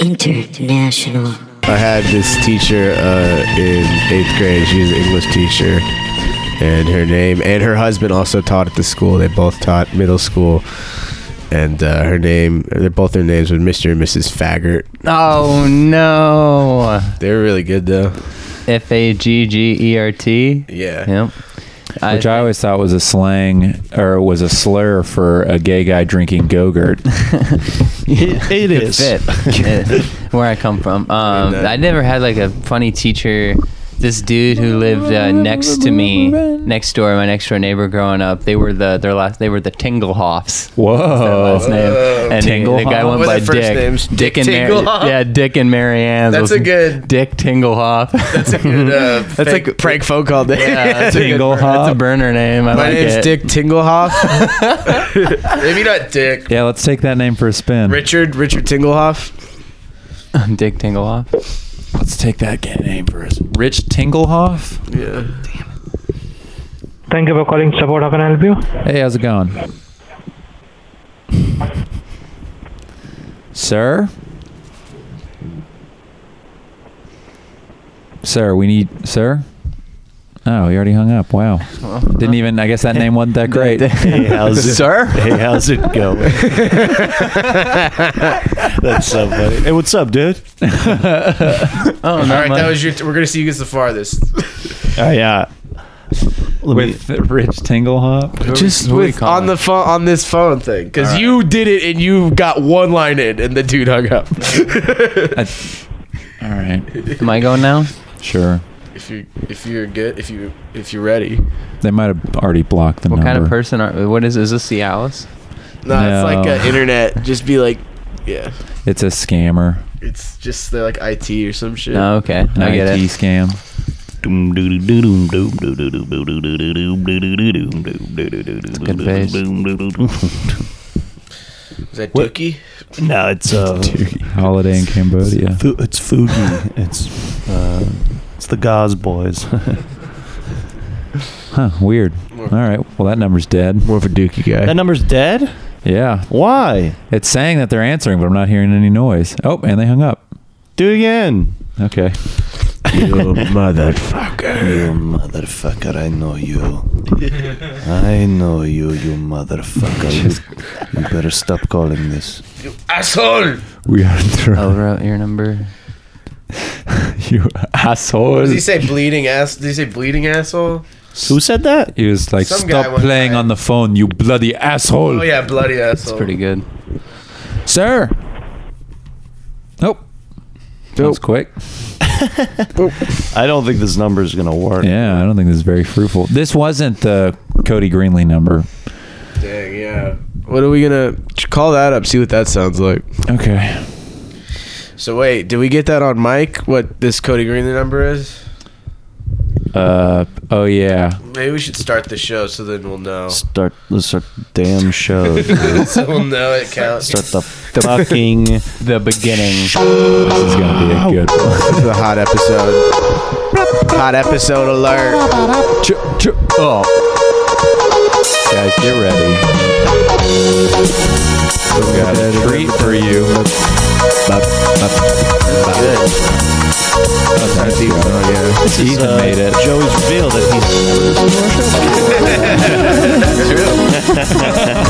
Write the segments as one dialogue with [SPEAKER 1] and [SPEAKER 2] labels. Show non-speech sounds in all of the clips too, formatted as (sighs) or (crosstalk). [SPEAKER 1] International.
[SPEAKER 2] I had this teacher uh, in eighth grade. She was an English teacher, and her name and her husband also taught at the school. They both taught middle school, and uh, her name, they're both their names were Mr. and Mrs. Faggart.
[SPEAKER 3] Oh no.
[SPEAKER 2] They were really good though.
[SPEAKER 3] F A G G E R T.
[SPEAKER 2] Yeah.
[SPEAKER 3] Yep.
[SPEAKER 4] Which I always thought was a slang or was a slur for a gay guy
[SPEAKER 3] (laughs)
[SPEAKER 4] drinking Go-Gurt.
[SPEAKER 5] It, it
[SPEAKER 3] Good
[SPEAKER 5] is.
[SPEAKER 3] fit. Yeah, Where I come from. Um,
[SPEAKER 2] And, uh,
[SPEAKER 3] I never had like a funny teacher. This dude who lived uh, next to me, next door, my next door neighbor growing up, they were the their last they were the Tinglehoffs. their
[SPEAKER 4] Whoa.
[SPEAKER 3] last name. And the, the guy
[SPEAKER 4] Tinglehoff?
[SPEAKER 3] went
[SPEAKER 2] What
[SPEAKER 3] by
[SPEAKER 2] are their Oh. first
[SPEAKER 3] Dick.
[SPEAKER 2] names?
[SPEAKER 3] Dick,
[SPEAKER 2] Dick
[SPEAKER 3] and Mary.
[SPEAKER 2] Tinglehoff?
[SPEAKER 3] Yeah, Dick and Marianne.
[SPEAKER 2] That's a good-
[SPEAKER 3] Dick Tinglehoff.
[SPEAKER 2] That's a good. Uh,
[SPEAKER 3] That's
[SPEAKER 2] fake
[SPEAKER 3] a good-
[SPEAKER 2] prank phone call. Day.
[SPEAKER 3] (laughs)
[SPEAKER 2] (laughs)
[SPEAKER 3] yeah, that's a, good,
[SPEAKER 4] Tinglehoff.
[SPEAKER 3] that's a burner name. I
[SPEAKER 2] My
[SPEAKER 3] like
[SPEAKER 2] name's
[SPEAKER 3] it.
[SPEAKER 2] Dick Tinglehoff. Maybe not Dick.
[SPEAKER 4] Yeah, let's take that name for a spin.
[SPEAKER 2] Richard Richard Tinglehoff.
[SPEAKER 3] (laughs) Dick Tinglehoff.
[SPEAKER 4] Let's take that gay name for a s- Rich Tinglehoff.
[SPEAKER 2] Yeah.
[SPEAKER 6] Thank you for calling support. How can I help you?
[SPEAKER 4] Hey, how's it going? Sir? Sir, we need sir? Oh, he already hung up. Wow. Didn't even I guess that name
[SPEAKER 3] (laughs)
[SPEAKER 4] wasn't that great.
[SPEAKER 5] Hey, how's it?
[SPEAKER 3] Sir?
[SPEAKER 5] Hey, how's it going? That's so funny. Hey, what's up, dude?
[SPEAKER 3] Oh,
[SPEAKER 2] All right,
[SPEAKER 3] no.
[SPEAKER 2] that was your. T- we're gonna see who gets the farthest.
[SPEAKER 5] Oh yeah. Let me-
[SPEAKER 4] With Rich Tinglehop.
[SPEAKER 2] Just with on the phone on this phone thing, because you did it and you got one line in, and the dude hung up.
[SPEAKER 4] All right.
[SPEAKER 3] Am I going now?
[SPEAKER 4] Sure.
[SPEAKER 2] if you if you're good, if you if you're ready, no,
[SPEAKER 4] They might have already blocked the
[SPEAKER 3] What
[SPEAKER 4] number.
[SPEAKER 3] kind of person are? What is? Is this the Alice?
[SPEAKER 2] it's like
[SPEAKER 4] No.
[SPEAKER 2] uh, internet. Just be like, yeah,
[SPEAKER 4] It's a scammer.
[SPEAKER 2] it's just they're like IT or some shit.
[SPEAKER 3] No, Oh, okay,
[SPEAKER 4] An
[SPEAKER 3] I get
[SPEAKER 4] IT
[SPEAKER 3] it. (laughs)
[SPEAKER 4] scam.
[SPEAKER 3] Good face.
[SPEAKER 5] (laughs)
[SPEAKER 2] Is that
[SPEAKER 5] What?
[SPEAKER 2] Dookie?
[SPEAKER 5] No, it's uh,
[SPEAKER 4] Holiday in Cambodia.
[SPEAKER 5] fu- it's Fuji. It's uh, it's the Gauze boys.
[SPEAKER 4] Huh, weird. All right. Well, that number's dead.
[SPEAKER 2] More of a Dookie guy.
[SPEAKER 5] (laughs) that number's dead.
[SPEAKER 4] Yeah.
[SPEAKER 5] Why?
[SPEAKER 4] It's saying that they're answering, but I'm not hearing any noise. Oh, and they hung up.
[SPEAKER 5] Do it again.
[SPEAKER 4] Okay.
[SPEAKER 5] You (laughs) motherfucker. You motherfucker, I know you. I know you, you motherfucker. You, you better stop calling this.
[SPEAKER 2] Asshole!
[SPEAKER 4] We are (laughs)
[SPEAKER 3] I
[SPEAKER 4] through.
[SPEAKER 3] wrote Oh, your number.
[SPEAKER 4] You asshole.
[SPEAKER 2] Does he say bleeding ass? Did he say bleeding asshole?
[SPEAKER 5] Who said that?
[SPEAKER 4] He was like,
[SPEAKER 2] Some guy
[SPEAKER 4] stop
[SPEAKER 2] one
[SPEAKER 4] playing
[SPEAKER 2] time-
[SPEAKER 4] on the phone, you bloody asshole.
[SPEAKER 2] Oh yeah, bloody asshole.
[SPEAKER 3] It's pretty good.
[SPEAKER 4] Sir. Nope. That was quick.
[SPEAKER 5] I don't think this number's gonna work.
[SPEAKER 4] Yeah, I don't think this is very fruitful. This wasn't the Cody Greenlee number.
[SPEAKER 2] Dang, yeah. What are we gonna call that up? See what that sounds like.
[SPEAKER 4] Okay.
[SPEAKER 2] So wait, did we get that on mic? What this Cody Greenlee number is?
[SPEAKER 4] Uh oh yeah.
[SPEAKER 2] Maybe we should start the show so then we'll know.
[SPEAKER 5] Start this damn show. (laughs)
[SPEAKER 2] so we'll know it counts.
[SPEAKER 5] Start the fucking.
[SPEAKER 3] The beginning.
[SPEAKER 4] This is gonna be a good one.
[SPEAKER 2] This is a hot episode. Hot episode alert.
[SPEAKER 4] Ch- ch- oh. Guys, get ready. We've got a treat for you. Ethan made it.
[SPEAKER 5] Joey's revealed that he's.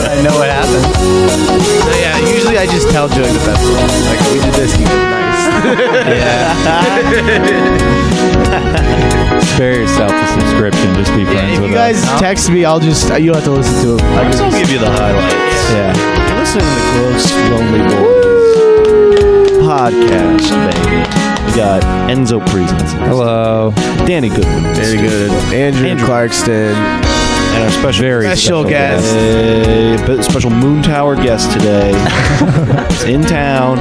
[SPEAKER 3] I know what happened.
[SPEAKER 2] Yeah, usually I just tell Joey the best ones. Like we did this. Nice.
[SPEAKER 4] Spare yourself a subscription. Just be friends
[SPEAKER 2] if
[SPEAKER 4] with
[SPEAKER 2] you guys
[SPEAKER 4] us.
[SPEAKER 2] text me, I'll just you'll have to listen to them.
[SPEAKER 5] I'm gonna give you the highlights.
[SPEAKER 4] Yeah.
[SPEAKER 5] You're listening to the Gross Lonely Boys podcast, baby. We got Enzo Priestness,
[SPEAKER 4] Hello.
[SPEAKER 5] Danny Goodman,
[SPEAKER 2] Very good. Andrew,
[SPEAKER 5] Andrew.
[SPEAKER 2] Clarkston.
[SPEAKER 5] and our special
[SPEAKER 4] Very
[SPEAKER 2] Special guest.
[SPEAKER 5] Uh, but special Moon Tower guest
[SPEAKER 2] (laughs)
[SPEAKER 5] today. He's in town.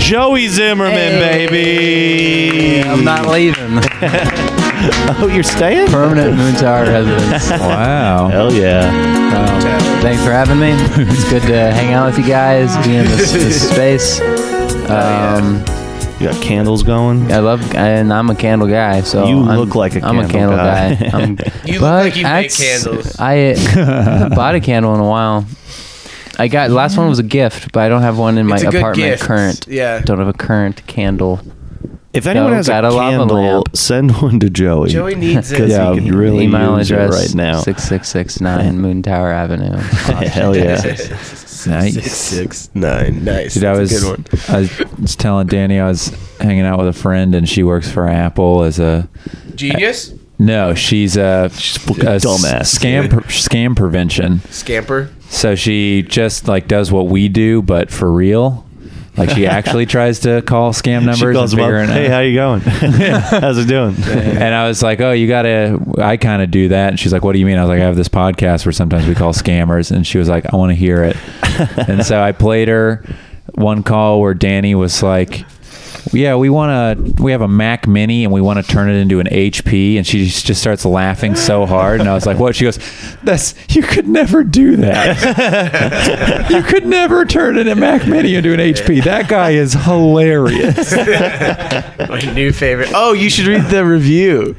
[SPEAKER 5] Joey Zimmerman, baby.
[SPEAKER 3] I'm
[SPEAKER 5] (laughs)
[SPEAKER 3] not leaving.
[SPEAKER 5] Oh, you're staying?
[SPEAKER 3] Permanent Moon
[SPEAKER 5] (laughs)
[SPEAKER 3] Tower residence.
[SPEAKER 4] (laughs)
[SPEAKER 3] Um,
[SPEAKER 4] Wow.
[SPEAKER 5] Hell yeah.
[SPEAKER 3] Thanks for having me. It's good to hang out with you guys, be in this, this space. Um,
[SPEAKER 5] You got candles going.
[SPEAKER 3] I love, and I'm a candle guy, so
[SPEAKER 5] You
[SPEAKER 3] I'm,
[SPEAKER 5] look like a
[SPEAKER 3] I'm a candle
[SPEAKER 5] candle guy.
[SPEAKER 3] guy. I'm,
[SPEAKER 2] You look
[SPEAKER 3] But
[SPEAKER 2] like you make
[SPEAKER 3] that's-
[SPEAKER 2] candles.
[SPEAKER 3] I haven't bought a candle in a while. I got last one was a gift, but I don't have one in my
[SPEAKER 2] It's a good
[SPEAKER 3] apartment
[SPEAKER 2] gift.
[SPEAKER 3] current.
[SPEAKER 2] Yeah.
[SPEAKER 3] Don't have a current candle.
[SPEAKER 5] If anyone
[SPEAKER 3] No,
[SPEAKER 5] has a
[SPEAKER 3] got a lava
[SPEAKER 5] candle,
[SPEAKER 3] lamp.
[SPEAKER 5] send one to Joey.
[SPEAKER 2] Joey needs
[SPEAKER 5] (laughs)
[SPEAKER 2] it.
[SPEAKER 5] because
[SPEAKER 4] Yeah,
[SPEAKER 5] he could really
[SPEAKER 3] Email
[SPEAKER 5] use
[SPEAKER 3] address
[SPEAKER 5] it right now.
[SPEAKER 3] six six six
[SPEAKER 5] (laughs)
[SPEAKER 3] nine Moon Tower Avenue.
[SPEAKER 5] Hell yeah!
[SPEAKER 4] Nice.
[SPEAKER 2] (laughs) Six, six, nine. Nice.
[SPEAKER 4] Dude, I
[SPEAKER 2] That's
[SPEAKER 4] was,
[SPEAKER 2] a good one.
[SPEAKER 4] I was telling Danny I was hanging out with a friend, and she works for Apple as a
[SPEAKER 2] Genius.
[SPEAKER 4] no, she's a,
[SPEAKER 5] She's a fucking
[SPEAKER 4] s-
[SPEAKER 5] dumbass.
[SPEAKER 4] scam pre- scam prevention.
[SPEAKER 2] (laughs) Scamper.
[SPEAKER 4] So she just like does what we do, but for real. Like
[SPEAKER 5] (laughs)
[SPEAKER 4] she actually tries to call scam numbers
[SPEAKER 5] She calls
[SPEAKER 4] and
[SPEAKER 5] him up,
[SPEAKER 4] figure it
[SPEAKER 5] Hey,
[SPEAKER 4] out.
[SPEAKER 5] how you going? (laughs) How's it doing?
[SPEAKER 4] (laughs) and I was like, "Oh, you gotta." I kind of do that, and she's like, "What do you mean?" I was like, "I have this podcast where sometimes we call scammers," and she was like, "I want to hear it." and so I played her one call where Danny was like, "Yeah, we want to. We have a Mac Mini, and we want to turn it into an HP." And she just starts laughing so hard, and I was like, "What?" She goes, "That's you could never do that. you could never turn it a Mac Mini into an HP. That guy is hilarious."
[SPEAKER 2] My new favorite. Oh, you should read the review.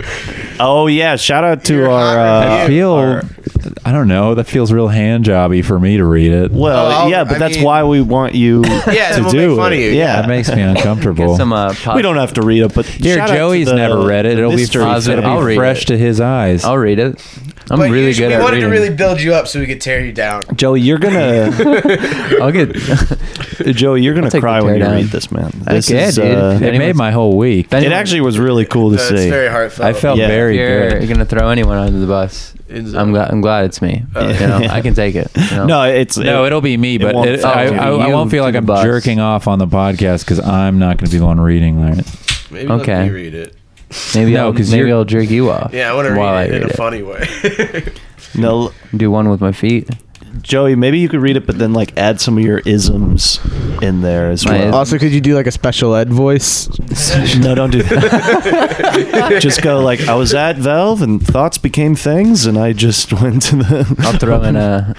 [SPEAKER 5] Oh yeah! Shout out to
[SPEAKER 2] Your
[SPEAKER 5] our.
[SPEAKER 2] hot
[SPEAKER 5] Uh,
[SPEAKER 4] I
[SPEAKER 2] review.
[SPEAKER 4] feel
[SPEAKER 2] Or-
[SPEAKER 4] I don't know. That feels real hand jobby for me to read it.
[SPEAKER 5] well,
[SPEAKER 2] Oh, I'll-
[SPEAKER 5] yeah, but
[SPEAKER 2] I
[SPEAKER 5] that's
[SPEAKER 2] mean-
[SPEAKER 5] why we want you
[SPEAKER 2] (laughs) Yeah,
[SPEAKER 5] to
[SPEAKER 2] we'll
[SPEAKER 5] do
[SPEAKER 2] make fun
[SPEAKER 5] it.
[SPEAKER 2] of you,
[SPEAKER 5] Yeah,
[SPEAKER 4] That (laughs) makes me
[SPEAKER 3] Get
[SPEAKER 4] uncomfortable.
[SPEAKER 3] some uh, pos-
[SPEAKER 5] we don't have to read it, but
[SPEAKER 4] Here,
[SPEAKER 5] shout out to
[SPEAKER 4] Joey's
[SPEAKER 5] the-
[SPEAKER 4] never read it.
[SPEAKER 5] the
[SPEAKER 4] It'll be,
[SPEAKER 5] mystery
[SPEAKER 4] fresh,
[SPEAKER 3] positive.
[SPEAKER 5] fan.
[SPEAKER 4] it'll
[SPEAKER 3] I'll
[SPEAKER 4] be
[SPEAKER 3] read
[SPEAKER 4] fresh
[SPEAKER 3] it.
[SPEAKER 4] to his eyes.
[SPEAKER 3] I'll read it. I'm
[SPEAKER 2] But
[SPEAKER 3] really
[SPEAKER 2] you-
[SPEAKER 3] good
[SPEAKER 2] we
[SPEAKER 3] at
[SPEAKER 2] wanted
[SPEAKER 3] reading.
[SPEAKER 2] to really build you up so we could tear you down.
[SPEAKER 5] Joey, you're gonna
[SPEAKER 2] (laughs)
[SPEAKER 3] I'll get. (laughs)
[SPEAKER 5] Joey, you're gonna
[SPEAKER 3] take
[SPEAKER 5] cry
[SPEAKER 3] the
[SPEAKER 5] when you
[SPEAKER 3] teardown.
[SPEAKER 5] read this, man.
[SPEAKER 3] I
[SPEAKER 5] This
[SPEAKER 3] get,
[SPEAKER 5] is,
[SPEAKER 3] dude.
[SPEAKER 5] uh,
[SPEAKER 4] it made my whole week.
[SPEAKER 5] it actually was really cool to
[SPEAKER 2] That's
[SPEAKER 5] see.
[SPEAKER 2] very heartfelt.
[SPEAKER 4] I felt
[SPEAKER 5] Yeah.
[SPEAKER 4] very
[SPEAKER 3] you're,
[SPEAKER 4] good.
[SPEAKER 3] you're gonna throw anyone under the bus.
[SPEAKER 2] It's-
[SPEAKER 3] I'm glad. I'm glad it's
[SPEAKER 5] (laughs)
[SPEAKER 3] me. you know, I can take it. you know.
[SPEAKER 5] no, it's
[SPEAKER 4] No, it'll be me, but
[SPEAKER 5] won't
[SPEAKER 4] it,
[SPEAKER 5] affect
[SPEAKER 4] I,
[SPEAKER 5] you.
[SPEAKER 4] I, I
[SPEAKER 3] You
[SPEAKER 4] won't feel
[SPEAKER 3] do
[SPEAKER 4] like
[SPEAKER 3] the
[SPEAKER 4] I'm
[SPEAKER 3] bus.
[SPEAKER 4] jerking off on the podcast because I'm not going to be the one reading it.
[SPEAKER 2] Maybe let
[SPEAKER 3] okay.
[SPEAKER 2] me read it.
[SPEAKER 3] maybe
[SPEAKER 4] no,
[SPEAKER 3] I'll
[SPEAKER 4] 'cause
[SPEAKER 3] maybe
[SPEAKER 4] you're-
[SPEAKER 3] I'll jerk you off.
[SPEAKER 2] Yeah, I want to
[SPEAKER 3] while
[SPEAKER 2] read it in a
[SPEAKER 3] it.
[SPEAKER 2] funny way.
[SPEAKER 5] no,
[SPEAKER 3] Do one with my feet.
[SPEAKER 5] Joey. Maybe you could read it, but then like add some of your isms in there as
[SPEAKER 3] My
[SPEAKER 5] well.
[SPEAKER 3] isms.
[SPEAKER 7] Also, could you do like a special ed voice?
[SPEAKER 5] (laughs) no, don't do that.
[SPEAKER 3] (laughs)
[SPEAKER 5] just go like I was at Valve and thoughts became things, and I just (laughs) went to the.
[SPEAKER 3] I'll throw in a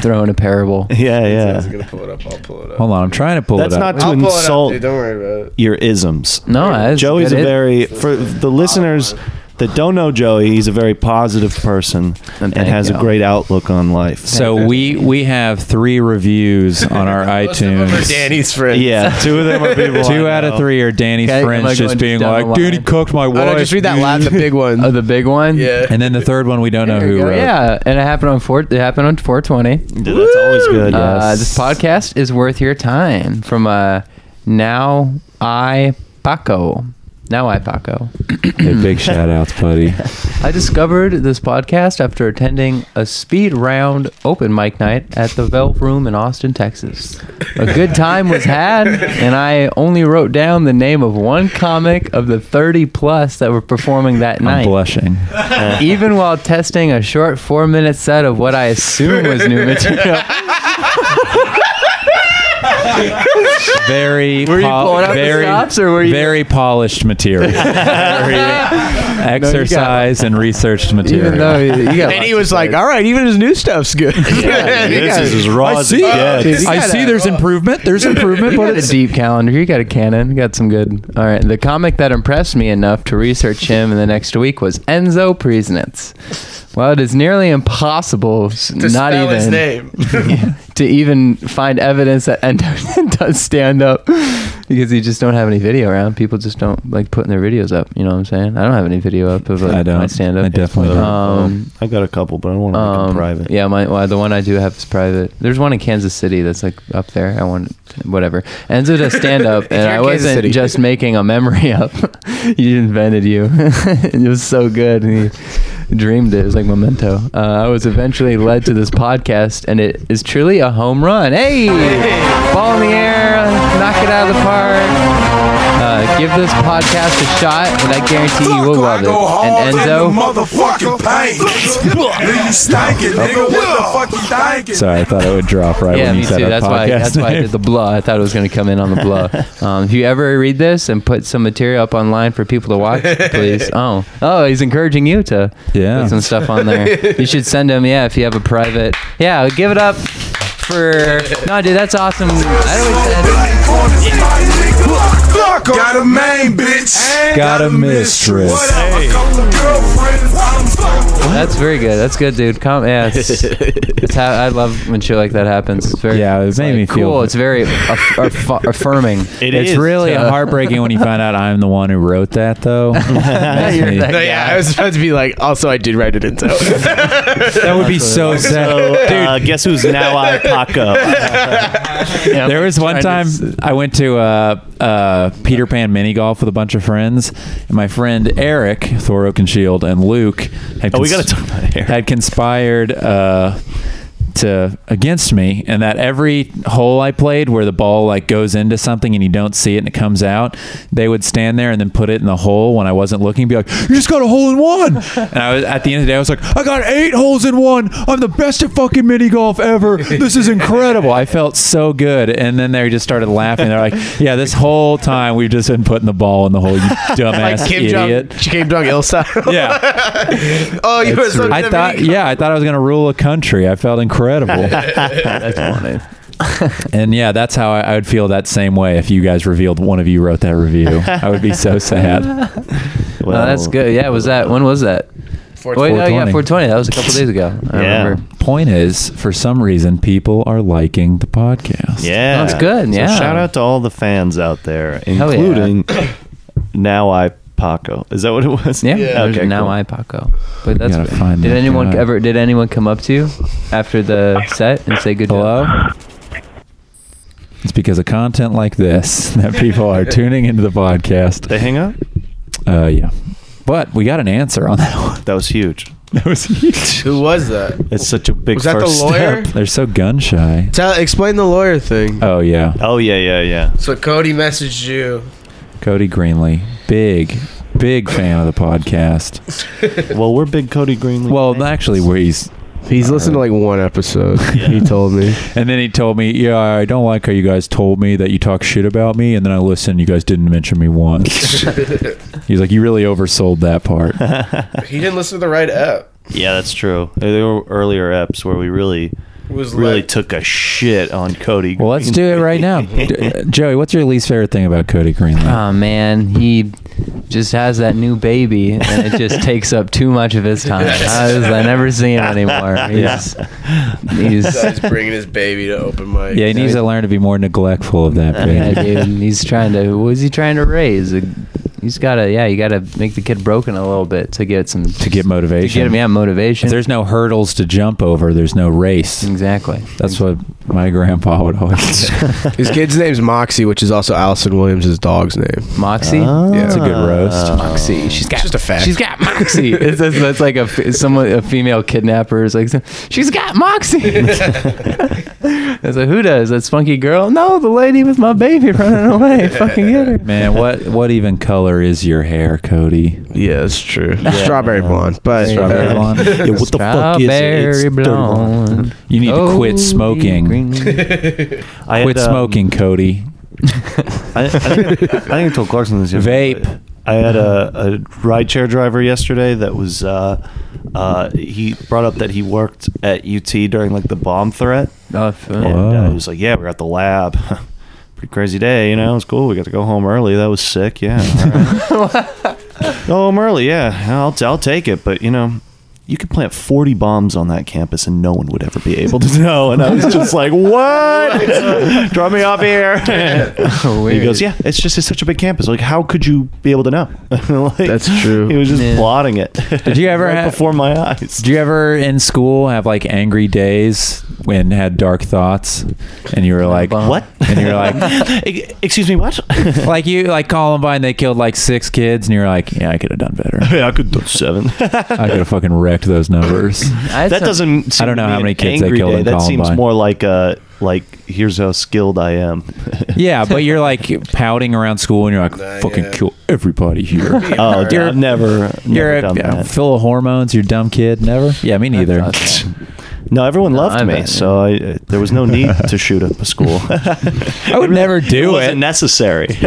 [SPEAKER 3] (laughs) throw in a parable.
[SPEAKER 5] (laughs) yeah,
[SPEAKER 2] I was
[SPEAKER 5] yeah.
[SPEAKER 2] gonna pull it up. I'll pull it up.
[SPEAKER 4] Hold on, I'm trying to pull
[SPEAKER 5] That's
[SPEAKER 4] it
[SPEAKER 5] not
[SPEAKER 4] up.
[SPEAKER 5] to
[SPEAKER 2] I'll pull
[SPEAKER 5] insult
[SPEAKER 2] it up, dude. Don't worry about it.
[SPEAKER 5] your isms.
[SPEAKER 3] No, that's
[SPEAKER 5] Joey's
[SPEAKER 3] good.
[SPEAKER 5] a
[SPEAKER 3] Mm, It-
[SPEAKER 5] very for the listeners that don't know Joey. He's a very positive person and,
[SPEAKER 3] And
[SPEAKER 5] has
[SPEAKER 3] thank
[SPEAKER 5] a
[SPEAKER 3] you.
[SPEAKER 5] great outlook on life.
[SPEAKER 4] (laughs) so we we have three reviews on (laughs) our
[SPEAKER 2] Most of them are
[SPEAKER 4] iTunes.
[SPEAKER 2] Danny's friends.
[SPEAKER 5] yeah, two of
[SPEAKER 3] (laughs)
[SPEAKER 5] them are people.
[SPEAKER 4] Two
[SPEAKER 5] I
[SPEAKER 4] out of
[SPEAKER 5] know.
[SPEAKER 4] three are Danny's
[SPEAKER 3] Okay, am I
[SPEAKER 4] friends just
[SPEAKER 3] going
[SPEAKER 4] being
[SPEAKER 3] down the
[SPEAKER 4] like,
[SPEAKER 3] line?
[SPEAKER 4] "Dude, he cooked my wife."
[SPEAKER 7] Oh, no, just read that last, the big one.
[SPEAKER 3] Oh, the big one.
[SPEAKER 2] Yeah.
[SPEAKER 4] And then the third one, we don't know
[SPEAKER 3] There we
[SPEAKER 4] who uh,
[SPEAKER 3] go.
[SPEAKER 4] wrote.
[SPEAKER 3] Yeah, and it happened on four. It happened on 420.
[SPEAKER 5] Dude, that's always good.
[SPEAKER 3] Uh,
[SPEAKER 5] Yes.
[SPEAKER 3] this podcast is worth your time. From uh, now I Paco. Now I Paco.
[SPEAKER 4] Hey, big shout outs,
[SPEAKER 3] (laughs)
[SPEAKER 4] buddy.
[SPEAKER 3] I discovered this podcast after attending a speed round open mic night at the Velvet Room in Austin, Texas. A good time was had, and I only wrote down the name of one comic of the 30 plus that were performing that
[SPEAKER 4] I'm
[SPEAKER 3] night.
[SPEAKER 4] blushing.
[SPEAKER 3] Even while testing a short four minute set of what I assume was new material.
[SPEAKER 4] Very,
[SPEAKER 3] Were you
[SPEAKER 4] pol-
[SPEAKER 3] pulling out the
[SPEAKER 4] very,
[SPEAKER 3] stops, or were you-
[SPEAKER 4] very
[SPEAKER 3] (laughs)
[SPEAKER 4] polished material, very exercise and researched material.
[SPEAKER 3] Even though you, you got
[SPEAKER 7] and
[SPEAKER 3] lots
[SPEAKER 7] he
[SPEAKER 3] of
[SPEAKER 7] was like,
[SPEAKER 3] plays.
[SPEAKER 7] "All right, even his new stuff's
[SPEAKER 2] (laughs)
[SPEAKER 7] good."
[SPEAKER 5] (laughs) Yeah,
[SPEAKER 7] You
[SPEAKER 5] this
[SPEAKER 7] gotta-
[SPEAKER 5] is as raw
[SPEAKER 4] I
[SPEAKER 5] as it
[SPEAKER 4] see.
[SPEAKER 5] gets.
[SPEAKER 7] You
[SPEAKER 4] I
[SPEAKER 7] gotta-
[SPEAKER 4] see. There's improvement. There's (laughs) improvement,
[SPEAKER 3] You
[SPEAKER 4] but
[SPEAKER 3] got a
[SPEAKER 4] it's
[SPEAKER 3] deep calendar. You got a canon. You got some good. All right. The comic that impressed me enough to research him in the next week was Enzo Priesnitz. Well, it is nearly impossible, s-
[SPEAKER 2] To
[SPEAKER 3] not
[SPEAKER 2] spell
[SPEAKER 3] even
[SPEAKER 2] his name.
[SPEAKER 3] (laughs) to even find evidence that Enzo (laughs) does stand up because you just don't have any video around. People just don't like putting their videos up. You know what I'm saying? I don't have any video up of like,
[SPEAKER 4] I don't.
[SPEAKER 3] my stand up.
[SPEAKER 4] I definitely don't.
[SPEAKER 3] Um,
[SPEAKER 5] I got a couple, but I want to make them
[SPEAKER 3] um,
[SPEAKER 5] private.
[SPEAKER 3] Yeah, my well, the one I do have is private. There's one in Kansas City that's like up there. I want whatever. Enzo does
[SPEAKER 2] (laughs)
[SPEAKER 3] stand up,
[SPEAKER 2] you're
[SPEAKER 3] and I
[SPEAKER 2] in Kansas
[SPEAKER 3] wasn't
[SPEAKER 2] City.
[SPEAKER 3] just making a memory up. (laughs) he invented you. (laughs) it was so good. And he dreamed it. It was like memento. Uh, I was eventually led to this podcast, and it is truly a home run. Hey, ball in the air, knock it out of the park. Uh, give this podcast a shot, and I guarantee you will love it. And Enzo,
[SPEAKER 8] motherfucking pain. Nigga, you stinking, nigga. What the fuck you thinking?
[SPEAKER 4] sorry. I thought it would drop right
[SPEAKER 3] Yeah,
[SPEAKER 4] when you
[SPEAKER 3] me
[SPEAKER 4] said
[SPEAKER 3] too.
[SPEAKER 4] our
[SPEAKER 3] That's
[SPEAKER 4] podcast.
[SPEAKER 3] why. That's why I did the blah. I thought it was going to come in on the
[SPEAKER 4] (laughs)
[SPEAKER 3] blah. Um, if you ever read this and put some material up online for people to watch,
[SPEAKER 4] (laughs)
[SPEAKER 3] please. Oh, oh, he's encouraging you to
[SPEAKER 4] Yeah.
[SPEAKER 3] put some stuff on there. you should send him. Yeah, if you have a private. Yeah, give it up for. No, dude, that's awesome. I don't. Always,
[SPEAKER 8] Got a main bitch.
[SPEAKER 4] Got a mistress.
[SPEAKER 8] Whatever, couple of girlfriends. I'm fucked
[SPEAKER 3] That's very good. That's good, dude. Come, yeah. It's, it's how I love when shit like that happens. It's very,
[SPEAKER 4] Yeah, it
[SPEAKER 3] it's
[SPEAKER 4] made
[SPEAKER 3] like
[SPEAKER 4] me feel-
[SPEAKER 3] cool. It's very aff- aff- affirming.
[SPEAKER 4] It is. really
[SPEAKER 3] to-
[SPEAKER 4] heartbreaking when you find out I'm the one who wrote that,
[SPEAKER 3] (laughs)
[SPEAKER 4] though. That's
[SPEAKER 3] You're
[SPEAKER 4] me.
[SPEAKER 3] that-
[SPEAKER 4] that,
[SPEAKER 2] No, yeah, I was supposed to be like, also, I did write it in, so.
[SPEAKER 4] would be so sad.
[SPEAKER 5] So, (laughs) uh, guess who's now out
[SPEAKER 3] (laughs)
[SPEAKER 5] of Paco?
[SPEAKER 3] Yeah,
[SPEAKER 4] There was one
[SPEAKER 3] trying
[SPEAKER 4] time
[SPEAKER 3] to-
[SPEAKER 4] I went to uh, uh, Peter Pan mini golf with a bunch of friends, and my friend Eric Thor Oakenshield and Luke had,
[SPEAKER 5] Oh, we
[SPEAKER 4] cons-
[SPEAKER 5] gotta talk about Eric.
[SPEAKER 4] had conspired uh, to against me, and that every hole I played where the ball like goes into something and you don't see it and it comes out, they would stand there and then put it in the hole when I wasn't looking, be like, "You just got a hole in one," and I was at the end of the day, I was like, "I got eight holes in one. I'm the best at fucking mini golf ever. This is incredible." I felt so good, and then they just started laughing. They're like, "Yeah, this whole time we've just been putting the ball in the hole, you dumbass
[SPEAKER 2] Kim
[SPEAKER 4] idiot."
[SPEAKER 2] Jong, Kim Jong Il
[SPEAKER 4] (laughs)
[SPEAKER 2] style.
[SPEAKER 4] Yeah.
[SPEAKER 2] oh, you were so
[SPEAKER 4] I thought, yeah, I thought I was going to rule a country. I felt incredible.
[SPEAKER 3] That's funny.
[SPEAKER 4] and yeah, that's how I, I would feel that same way if you guys revealed one of you wrote that review. I would be so sad.
[SPEAKER 5] Well,
[SPEAKER 3] No, that's good. Yeah, was that? When was that? Wait, oh yeah, 420. That was a couple days ago. I
[SPEAKER 5] Yeah.
[SPEAKER 3] remember.
[SPEAKER 4] Point is, for some reason, people are liking the podcast.
[SPEAKER 5] Yeah,
[SPEAKER 3] That's good,
[SPEAKER 5] So
[SPEAKER 3] yeah.
[SPEAKER 5] shout out to all the fans out there,
[SPEAKER 3] yeah.
[SPEAKER 5] including
[SPEAKER 3] (coughs)
[SPEAKER 5] now I Paco. Is that what it was?
[SPEAKER 3] Yeah. there's
[SPEAKER 5] Okay.
[SPEAKER 3] now
[SPEAKER 5] cool.
[SPEAKER 3] I Paco. But that's
[SPEAKER 4] gotta find
[SPEAKER 3] Did
[SPEAKER 4] that
[SPEAKER 3] anyone
[SPEAKER 4] guy.
[SPEAKER 3] ever? Did anyone come up to you after the set and say good
[SPEAKER 4] Hello?
[SPEAKER 3] job?
[SPEAKER 4] It's because of content like this (laughs) that people are tuning into the podcast.
[SPEAKER 5] They hang up.
[SPEAKER 4] Uh, yeah. But we got an answer on that (laughs) one.
[SPEAKER 5] That was huge.
[SPEAKER 4] That was huge.
[SPEAKER 2] Who was that?
[SPEAKER 5] It's such a big
[SPEAKER 2] Was that the
[SPEAKER 5] first
[SPEAKER 2] lawyer?
[SPEAKER 5] step.
[SPEAKER 4] They're so gun shy.
[SPEAKER 2] Tell, explain the lawyer thing.
[SPEAKER 4] Oh, yeah.
[SPEAKER 5] (laughs) Oh yeah, yeah, yeah.
[SPEAKER 2] So Cody messaged you.
[SPEAKER 4] Cody Greenley, big, big fan of the podcast.
[SPEAKER 5] Well, we're big Cody Greenlee.
[SPEAKER 4] Well,
[SPEAKER 5] fans.
[SPEAKER 4] actually, he's
[SPEAKER 2] He's listened to like one episode. He told me.
[SPEAKER 4] And then he told me, "Yeah, I don't like how you guys told me that you talk shit about me." And then I listened. You guys didn't mention me once. He's like, "You really oversold that part."
[SPEAKER 2] He didn't listen to the right app.
[SPEAKER 5] yeah, that's true. There were earlier eps where we really,
[SPEAKER 2] Was
[SPEAKER 5] really took a shit on Cody.
[SPEAKER 4] Well, let's do it right now, D- uh, Joey. What's your least favorite thing about Cody Greenland?
[SPEAKER 3] Oh man, he just has that new baby, and it just takes up too much of his time. I, was, I never see him
[SPEAKER 5] (laughs)
[SPEAKER 3] anymore. He's,
[SPEAKER 2] (laughs)
[SPEAKER 3] he's,
[SPEAKER 2] bringing his baby to open mic.
[SPEAKER 4] yeah, he needs to learn to be more neglectful of that.
[SPEAKER 3] (laughs) yeah,
[SPEAKER 4] baby.
[SPEAKER 3] dude, and he's trying to. What is he trying to raise? A- He's got to. Yeah, you got to make the kid broken a little bit to get some
[SPEAKER 4] To get
[SPEAKER 3] to
[SPEAKER 4] motivation.
[SPEAKER 3] get him yeah motivation.
[SPEAKER 4] If there's no hurdles to jump over, there's no race.
[SPEAKER 3] exactly.
[SPEAKER 4] That's what my grandpa would
[SPEAKER 3] (laughs)
[SPEAKER 4] always. say.
[SPEAKER 2] (laughs) His
[SPEAKER 5] (laughs)
[SPEAKER 2] kid's name's Moxie, which is also Allison Williams' dog's name. Uh,
[SPEAKER 3] Moxie.
[SPEAKER 4] That's a good roast.
[SPEAKER 5] Ah.
[SPEAKER 3] Moxie. She's got.
[SPEAKER 2] just a fact.
[SPEAKER 3] She's got
[SPEAKER 5] (laughs)
[SPEAKER 3] Moxie. It's, it's, it's like a f- someone a female kidnapper is like she's got
[SPEAKER 5] (laughs)
[SPEAKER 3] Moxie. (laughs) it's like who does that spunky girl? No, the lady with my baby running
[SPEAKER 5] (laughs)
[SPEAKER 3] away. Fucking get her.
[SPEAKER 4] Man, what what even color is your hair, Cody?
[SPEAKER 2] Yeah, it's true. Strawberry blonde, but (laughs)
[SPEAKER 4] Strawberry
[SPEAKER 2] uh,
[SPEAKER 4] blonde.
[SPEAKER 5] Yeah, what the fuck is it? It's
[SPEAKER 3] Strawberry
[SPEAKER 5] thirty one.
[SPEAKER 3] blonde.
[SPEAKER 4] You need to quit
[SPEAKER 3] Cody
[SPEAKER 4] smoking.
[SPEAKER 3] Green.
[SPEAKER 5] (laughs) I had,
[SPEAKER 4] Quit
[SPEAKER 5] um,
[SPEAKER 4] smoking, Cody.
[SPEAKER 5] I, I, think, I think I told Clarkson this. the other day.
[SPEAKER 4] Vape.
[SPEAKER 5] I had a, a ride share driver yesterday that was. Uh, uh, he brought up that he worked at UT during like the bomb threat.
[SPEAKER 3] Oh, f-
[SPEAKER 5] And uh,
[SPEAKER 4] Wow.
[SPEAKER 5] he was like, "Yeah, we were at the lab. (laughs) Pretty crazy day, you know. It was cool. We got to go home early. That was sick. Yeah. all right. go home early. Yeah, I'll I'll take it. But you know." You could plant 40 bombs on that campus and no one would ever be able to (laughs) know. And I was just like, what? (laughs) Drop me off here.
[SPEAKER 3] weird.
[SPEAKER 5] (laughs) He goes, yeah, it's just it's such a big campus. Like, how could you be able to know? (laughs) Like,
[SPEAKER 2] That's true.
[SPEAKER 5] He was just
[SPEAKER 3] Yeah.
[SPEAKER 5] plotting it. Did
[SPEAKER 4] you ever
[SPEAKER 5] (laughs) right
[SPEAKER 4] have-
[SPEAKER 5] before my eyes? (laughs)
[SPEAKER 4] Do you ever in school have like angry days when had dark thoughts and you were like
[SPEAKER 3] Bomb.
[SPEAKER 5] what?
[SPEAKER 4] And you're
[SPEAKER 5] (laughs)
[SPEAKER 4] like
[SPEAKER 5] E- excuse
[SPEAKER 4] (laughs)
[SPEAKER 5] me, what? (laughs)
[SPEAKER 4] like you like Columbine they killed like six kids and you're like yeah I could have done better.
[SPEAKER 5] Hey, I could do seven.
[SPEAKER 4] I
[SPEAKER 5] (laughs)
[SPEAKER 4] could have fucking wrecked those numbers.
[SPEAKER 3] I had
[SPEAKER 5] that
[SPEAKER 3] some-
[SPEAKER 5] doesn't. Seem
[SPEAKER 4] I don't
[SPEAKER 5] to
[SPEAKER 4] know
[SPEAKER 5] be
[SPEAKER 4] how
[SPEAKER 5] an
[SPEAKER 4] many kids they
[SPEAKER 5] angry
[SPEAKER 4] killed
[SPEAKER 5] day.
[SPEAKER 4] in
[SPEAKER 5] That
[SPEAKER 4] Columbine.
[SPEAKER 5] seems more like a like. Here's how skilled
[SPEAKER 4] (laughs)
[SPEAKER 5] I am.
[SPEAKER 4] Yeah, but you're like pouting around school and you're like fucking kill everybody
[SPEAKER 5] (laughs)
[SPEAKER 4] here.
[SPEAKER 5] oh, dude, I've never.
[SPEAKER 4] You're
[SPEAKER 5] never done
[SPEAKER 4] a,
[SPEAKER 5] that.
[SPEAKER 4] full of hormones. You're a dumb kid. Never. Yeah, me neither.
[SPEAKER 3] thought so.
[SPEAKER 5] No, everyone
[SPEAKER 3] No,
[SPEAKER 5] loved
[SPEAKER 3] I
[SPEAKER 5] me,
[SPEAKER 3] bet,
[SPEAKER 5] so I, uh, there
[SPEAKER 4] (laughs)
[SPEAKER 5] was no need to shoot up a school.
[SPEAKER 4] I would never (laughs)
[SPEAKER 5] it
[SPEAKER 4] do
[SPEAKER 5] wasn't
[SPEAKER 4] it. (laughs)
[SPEAKER 5] necessary. (laughs)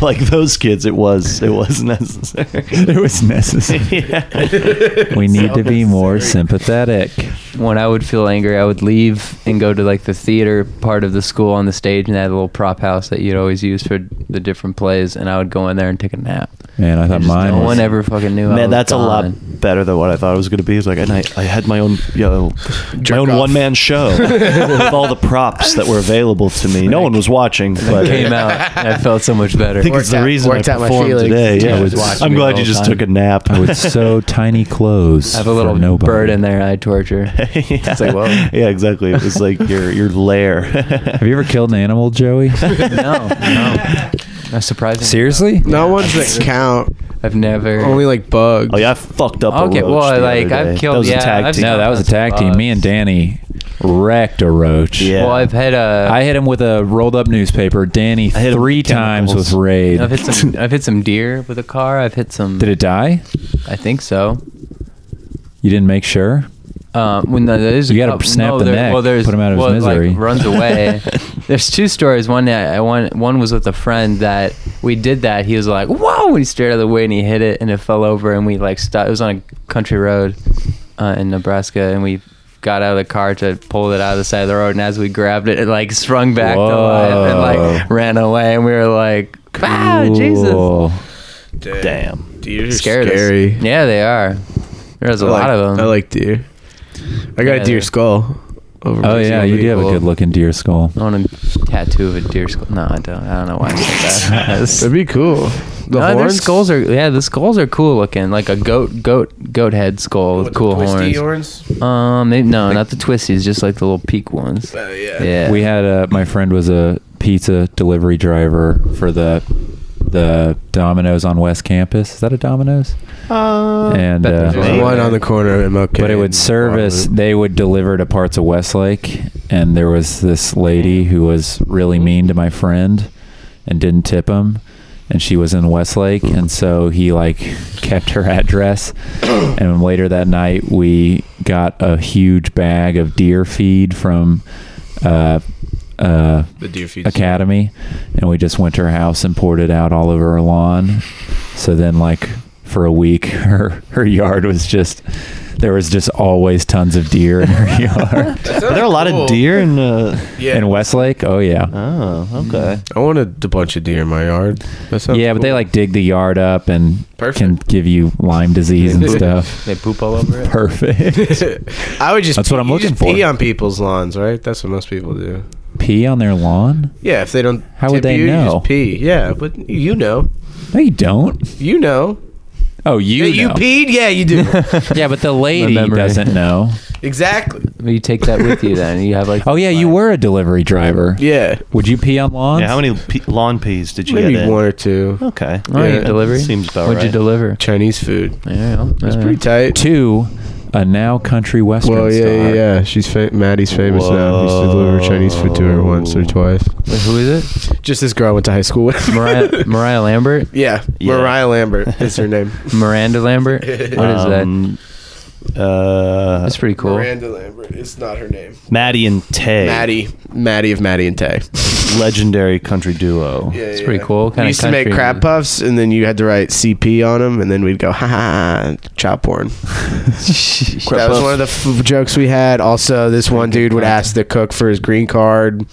[SPEAKER 5] like those kids, it was it was necessary.
[SPEAKER 4] (laughs) It
[SPEAKER 5] (laughs)
[SPEAKER 4] was necessary.
[SPEAKER 3] (laughs)
[SPEAKER 4] We need to be more sympathetic.
[SPEAKER 3] when I would feel angry, I would leave and go to like the theater part of the school on the stage, and they had a little prop house that you'd always use for the different plays. And I would go in there and take a nap.
[SPEAKER 4] Man, I thought
[SPEAKER 3] And just
[SPEAKER 4] mine
[SPEAKER 3] no
[SPEAKER 4] was.
[SPEAKER 3] one ever fucking knew. I
[SPEAKER 5] Man,
[SPEAKER 3] was
[SPEAKER 5] that's a
[SPEAKER 3] gone.
[SPEAKER 5] lot better than what I thought it was going to be. It's like, and I, I had my own, you know, my own
[SPEAKER 2] off.
[SPEAKER 5] one man show with all the props that were available to me. No one was watching, but
[SPEAKER 3] Came
[SPEAKER 5] (laughs)
[SPEAKER 3] out. and I felt so much better.
[SPEAKER 5] I think it's
[SPEAKER 2] Worked
[SPEAKER 5] the
[SPEAKER 2] out-
[SPEAKER 5] reason I
[SPEAKER 2] worked out my
[SPEAKER 5] performed
[SPEAKER 2] feelings.
[SPEAKER 5] today. Yeah,
[SPEAKER 4] I was
[SPEAKER 3] watching
[SPEAKER 5] I'm
[SPEAKER 3] it
[SPEAKER 5] glad
[SPEAKER 3] the
[SPEAKER 5] you just
[SPEAKER 3] whole
[SPEAKER 5] took a
[SPEAKER 3] (laughs)
[SPEAKER 5] nap.
[SPEAKER 4] I would sew tiny clothes.
[SPEAKER 3] I have a little
[SPEAKER 4] for nobody.
[SPEAKER 3] bird in there I
[SPEAKER 5] (laughs)
[SPEAKER 3] torture.
[SPEAKER 5] yeah.
[SPEAKER 3] It's like,
[SPEAKER 2] (laughs)
[SPEAKER 3] whoa.
[SPEAKER 5] yeah, exactly. It was like your your lair. (laughs)
[SPEAKER 4] Have you ever killed an animal, Joey?
[SPEAKER 3] (laughs) No, no. That's surprising.
[SPEAKER 4] (laughs) Seriously?
[SPEAKER 2] Not ones
[SPEAKER 4] (laughs)
[SPEAKER 2] that count.
[SPEAKER 3] I've never.
[SPEAKER 2] Only like bugs.
[SPEAKER 5] Oh yeah, I fucked up.
[SPEAKER 3] Okay,
[SPEAKER 5] a roach
[SPEAKER 3] well,
[SPEAKER 5] the other
[SPEAKER 3] like, I've
[SPEAKER 5] day.
[SPEAKER 3] killed-
[SPEAKER 5] That was
[SPEAKER 3] yeah,
[SPEAKER 5] a tag
[SPEAKER 3] I've
[SPEAKER 5] team.
[SPEAKER 4] No, that was a tag team. Me and Danny wrecked a roach.
[SPEAKER 5] Yeah.
[SPEAKER 3] Well, I've had a.
[SPEAKER 4] I hit him with a rolled up newspaper. Danny
[SPEAKER 5] I hit him
[SPEAKER 4] three
[SPEAKER 5] with
[SPEAKER 4] times
[SPEAKER 5] chemicals.
[SPEAKER 4] with Raid.
[SPEAKER 3] I've hit some. I've hit some deer with a car. I've hit some.
[SPEAKER 4] Did it die?
[SPEAKER 3] I think so.
[SPEAKER 4] You didn't make sure?
[SPEAKER 3] Um, when the, there's a
[SPEAKER 4] You gotta
[SPEAKER 3] coup-
[SPEAKER 4] snap the
[SPEAKER 3] there-
[SPEAKER 4] neck,
[SPEAKER 3] Well, there's
[SPEAKER 4] put him out of his
[SPEAKER 3] well, it,
[SPEAKER 4] misery.
[SPEAKER 3] Like, runs
[SPEAKER 4] (laughs)
[SPEAKER 5] (laughs)
[SPEAKER 3] away. there's two stories. One that I one one was with a friend that we did that. He was like, "Whoa!" And he stared out of the way and he hit it and it fell over and we like stopped. It was on a country road uh, in Nebraska and we got out of the car to pull it out of the side of the road and as we grabbed it, it like sprung back to life and like
[SPEAKER 4] Whoa.
[SPEAKER 3] ran away and we were like, "Wow, Oh, Jesus!"
[SPEAKER 4] Cool.
[SPEAKER 5] damn.
[SPEAKER 2] Deer
[SPEAKER 3] Scared us.
[SPEAKER 2] scary.
[SPEAKER 3] Yeah, they are. There's a
[SPEAKER 2] I
[SPEAKER 3] lot
[SPEAKER 2] like-
[SPEAKER 3] of them.
[SPEAKER 2] I like deer. I got
[SPEAKER 3] Yeah,
[SPEAKER 2] a deer
[SPEAKER 3] they're-
[SPEAKER 2] skull. Over
[SPEAKER 4] Oh,
[SPEAKER 2] my
[SPEAKER 4] yeah.
[SPEAKER 2] TV.
[SPEAKER 4] You do have a
[SPEAKER 2] Well,
[SPEAKER 4] good looking deer skull.
[SPEAKER 3] I want a tattoo of a deer skull. No, I don't. I don't know why I said
[SPEAKER 2] (laughs)
[SPEAKER 3] that. (laughs) That's-
[SPEAKER 2] That'd be cool. The
[SPEAKER 3] no, their
[SPEAKER 2] horns?
[SPEAKER 3] skulls are yeah, the skulls are cool looking, like a goat goat goat head skull with cool horns.
[SPEAKER 4] Uh,
[SPEAKER 3] Um, maybe, no, not the twisties, just like the little peak ones. Oh, yeah.
[SPEAKER 4] We had a, my friend was a pizza delivery driver for the the Domino's on West Campus. Is that a Domino's?
[SPEAKER 5] Uh,
[SPEAKER 4] And
[SPEAKER 3] bet there's
[SPEAKER 4] uh,
[SPEAKER 2] There's one on the corner of MLK.
[SPEAKER 4] but it would
[SPEAKER 2] and
[SPEAKER 4] service.
[SPEAKER 2] Waterloo.
[SPEAKER 4] They would deliver to parts of Westlake, and there was this lady who was really mean to my friend, and didn't tip him, and she was in Westlake, and so he like kept her (laughs) address, and later that night we got a huge bag of deer feed from. Uh, uh,
[SPEAKER 2] The deer feeds.
[SPEAKER 4] academy and we just went to her house and poured it out all over her lawn so then like for a week (laughs) her her yard was just there was just always tons of deer in her (laughs) yard
[SPEAKER 5] are there a lot of deer in? Uh,
[SPEAKER 4] in westlake oh yeah
[SPEAKER 5] oh, okay.
[SPEAKER 2] I wanted a bunch of deer in my yard. That sounds
[SPEAKER 4] yeah but they
[SPEAKER 2] Oh, cool.
[SPEAKER 4] like dig the yard up and can
[SPEAKER 2] Perfect.
[SPEAKER 4] give you lyme
[SPEAKER 2] (laughs)
[SPEAKER 4] disease and stuff
[SPEAKER 3] they poop all over it.
[SPEAKER 4] perfect
[SPEAKER 2] I would just.
[SPEAKER 4] That's what
[SPEAKER 2] pee-
[SPEAKER 4] I'm
[SPEAKER 2] you
[SPEAKER 4] looking
[SPEAKER 2] just Pee
[SPEAKER 4] for.
[SPEAKER 2] on people's lawns, right? That's what most people do.
[SPEAKER 4] pee on their lawn
[SPEAKER 2] Yeah, if they don't.
[SPEAKER 4] How would
[SPEAKER 2] tip
[SPEAKER 4] they
[SPEAKER 2] you, You
[SPEAKER 4] know?
[SPEAKER 2] just pee. Yeah, but you know,
[SPEAKER 4] no you don't
[SPEAKER 2] you know.
[SPEAKER 4] oh you
[SPEAKER 2] That you
[SPEAKER 4] know.
[SPEAKER 2] peed? Yeah, you
[SPEAKER 3] (laughs)
[SPEAKER 2] do.
[SPEAKER 4] yeah but the lady
[SPEAKER 3] memory.
[SPEAKER 4] doesn't know
[SPEAKER 2] exactly.
[SPEAKER 3] You take that with you then. You have like
[SPEAKER 4] (laughs) oh yeah you were a delivery driver
[SPEAKER 2] Yeah,
[SPEAKER 4] would you pee on lawns
[SPEAKER 5] Yeah, how many pe- lawn peas did you
[SPEAKER 2] maybe
[SPEAKER 5] get? in?
[SPEAKER 2] one or two
[SPEAKER 5] Okay.
[SPEAKER 3] Oh, you
[SPEAKER 2] Yeah.
[SPEAKER 3] delivery.
[SPEAKER 5] Seems about
[SPEAKER 3] What'd you
[SPEAKER 5] right.
[SPEAKER 3] deliver?
[SPEAKER 2] Chinese food.
[SPEAKER 3] Yeah, well,
[SPEAKER 2] It's
[SPEAKER 3] uh,
[SPEAKER 2] pretty tight.
[SPEAKER 4] to a now country western
[SPEAKER 2] Well, yeah,
[SPEAKER 4] star.
[SPEAKER 2] yeah, yeah. She's fa- Maddie's famous now. He used to deliver Chinese food to her once or
[SPEAKER 5] Whoa.
[SPEAKER 2] twice.
[SPEAKER 3] Wait, who is it?
[SPEAKER 2] Just this girl I went to high school with.
[SPEAKER 3] (laughs) Mariah Mariah Lambert,
[SPEAKER 2] (laughs) yeah,
[SPEAKER 5] Yeah.
[SPEAKER 2] Mariah
[SPEAKER 3] (laughs)
[SPEAKER 2] Lambert is her name. (laughs)
[SPEAKER 3] Miranda Lambert. What is that?
[SPEAKER 5] Um, Uh,
[SPEAKER 3] That's pretty cool.
[SPEAKER 2] Miranda Lambert. It's not her name.
[SPEAKER 5] Maddie and Tay,
[SPEAKER 2] Maddie, Maddie of Maddie and Tay.
[SPEAKER 5] legendary country duo.
[SPEAKER 3] It's pretty cool. Kind
[SPEAKER 2] we
[SPEAKER 3] of
[SPEAKER 2] used to make
[SPEAKER 3] country.
[SPEAKER 2] crab puffs, and then you had to write CP on them, and then we'd go, ha ha, ha, child porn. that was one of the f- jokes we had. Also, this one dude would ask the cook for his green card.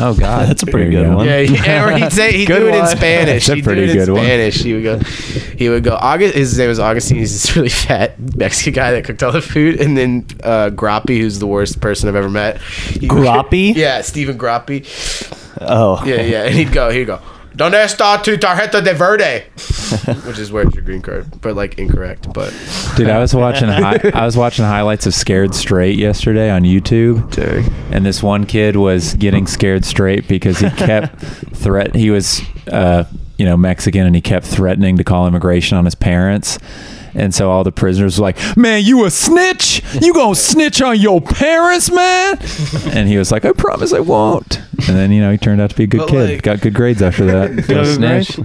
[SPEAKER 3] Oh
[SPEAKER 2] (laughs)
[SPEAKER 3] God,
[SPEAKER 5] That's a pretty
[SPEAKER 4] There you
[SPEAKER 5] good
[SPEAKER 4] go.
[SPEAKER 5] one.
[SPEAKER 2] Yeah, (laughs) yeah, or he'd say he'd
[SPEAKER 4] Good
[SPEAKER 2] do it in
[SPEAKER 4] one.
[SPEAKER 2] Spanish.
[SPEAKER 4] That's a
[SPEAKER 2] he'd
[SPEAKER 4] pretty
[SPEAKER 2] do it
[SPEAKER 4] good
[SPEAKER 2] in
[SPEAKER 4] one.
[SPEAKER 2] Spanish. He would go. He would go. August. His name was Augustine. He's this really fat Mexican guy that cooked all the food, and then uh, Grappi, who's the worst person I've ever met. He would- (laughs)
[SPEAKER 5] Grappi?
[SPEAKER 2] yeah, Stephen Grappi.
[SPEAKER 5] Oh,
[SPEAKER 2] Yeah, yeah. And he'd go. He'd go. Donde está tu tarjeta de
[SPEAKER 4] (laughs)
[SPEAKER 2] verde? Which is where's your green card, but like incorrect. But
[SPEAKER 4] Dude, I
[SPEAKER 2] (laughs)
[SPEAKER 4] was watching hi- I was watching highlights of Scared Straight yesterday on YouTube, and this one kid was getting scared straight because
[SPEAKER 2] (laughs)
[SPEAKER 4] he kept threat. He was, uh, you know, Mexican, and he kept threatening to call immigration on his parents. And so all the prisoners were like, "Man, you a snitch? You gonna snitch on your parents, man?" And he was like, "I promise I won't." And then you know he turned out to be a good
[SPEAKER 2] But, (laughs)
[SPEAKER 4] kid,
[SPEAKER 2] like-
[SPEAKER 4] got good grades after that.
[SPEAKER 3] Snitch.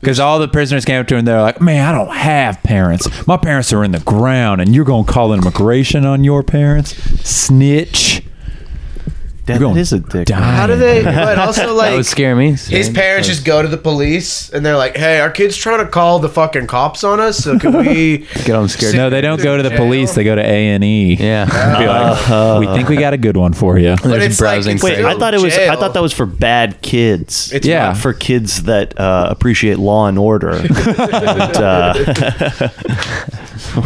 [SPEAKER 4] Because all the prisoners came up to him, they're like, "Man, I don't have parents. My parents are in the ground, and you're gonna call immigration on your parents, snitch."
[SPEAKER 5] Damn,
[SPEAKER 4] You're
[SPEAKER 5] that
[SPEAKER 4] going
[SPEAKER 5] is a dick.
[SPEAKER 4] die."
[SPEAKER 2] How do they? But also
[SPEAKER 4] (laughs)
[SPEAKER 2] like.
[SPEAKER 3] That would scare me.
[SPEAKER 2] his parents just go to the police and they're like, "Hey, our kid's trying to call the fucking cops on us, so can we?"
[SPEAKER 3] get them scared.
[SPEAKER 4] No, they don't go to the police. They go to A and E.
[SPEAKER 3] Yeah.
[SPEAKER 2] (laughs)
[SPEAKER 4] Be like,
[SPEAKER 5] Uh-huh.
[SPEAKER 4] we think we got a good one for you.
[SPEAKER 2] But
[SPEAKER 3] There's
[SPEAKER 2] it's like-
[SPEAKER 3] browsing
[SPEAKER 2] it's
[SPEAKER 5] Wait,
[SPEAKER 2] still
[SPEAKER 3] sites.
[SPEAKER 5] I thought it was. I
[SPEAKER 2] jail.
[SPEAKER 5] thought that was for bad kids.
[SPEAKER 2] It's
[SPEAKER 4] Yeah.
[SPEAKER 5] not for kids that uh, appreciate law and order.
[SPEAKER 2] (laughs)
[SPEAKER 5] And, (laughs) uh,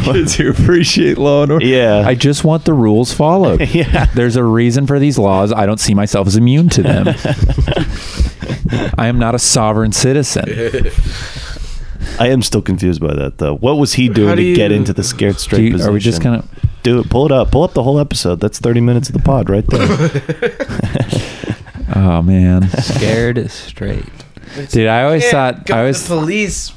[SPEAKER 4] Kids who appreciate law and order.
[SPEAKER 5] yeah, (laughs)
[SPEAKER 4] I just want the rules followed.
[SPEAKER 5] Yeah.
[SPEAKER 4] There's a reason for these laws. I don't see myself as immune to them.
[SPEAKER 5] (laughs)
[SPEAKER 4] I am not a sovereign citizen.
[SPEAKER 5] I am still confused by that though. What was he doing to
[SPEAKER 2] do
[SPEAKER 5] get
[SPEAKER 2] you-
[SPEAKER 5] into the scared
[SPEAKER 4] Do
[SPEAKER 5] straight
[SPEAKER 4] you-
[SPEAKER 5] position?
[SPEAKER 4] are we just gonna?
[SPEAKER 5] do it? Pull it up. Pull up the whole episode. That's thirty minutes of the pod right there.
[SPEAKER 4] Oh
[SPEAKER 5] (laughs)
[SPEAKER 4] man,
[SPEAKER 3] scared straight.
[SPEAKER 4] dude! I always
[SPEAKER 2] Yeah,
[SPEAKER 4] thought
[SPEAKER 2] go
[SPEAKER 4] I
[SPEAKER 2] to
[SPEAKER 4] was
[SPEAKER 2] the police.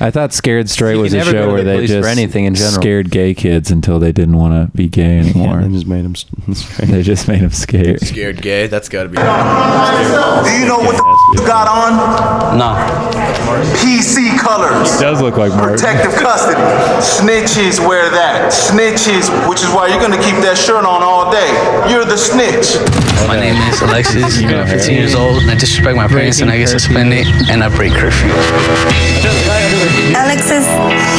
[SPEAKER 4] I thought Scared Straight
[SPEAKER 3] You
[SPEAKER 4] was
[SPEAKER 3] can
[SPEAKER 4] a
[SPEAKER 3] never go
[SPEAKER 4] show
[SPEAKER 3] to
[SPEAKER 4] where
[SPEAKER 3] the
[SPEAKER 4] they
[SPEAKER 3] police for
[SPEAKER 4] just
[SPEAKER 3] anything in general.
[SPEAKER 4] scared gay kids until they didn't want to be gay
[SPEAKER 5] yeah,
[SPEAKER 4] anymore.
[SPEAKER 5] I just made him. s-
[SPEAKER 4] (laughs)
[SPEAKER 5] (laughs)
[SPEAKER 4] they just made them scared. (laughs)
[SPEAKER 2] Scared gay? That's got to be.
[SPEAKER 8] Do you know what the you got on? No. PC colors.
[SPEAKER 4] does look like Mark.
[SPEAKER 8] Protective custody. Snitches wear that. Snitches, which is why you're gonna keep that shirt on all day. You're the snitch.
[SPEAKER 9] My name is Alexis. I'm 15 years old, and I disrespect my parents, and I get suspended, and I break curfew.
[SPEAKER 10] Alex is,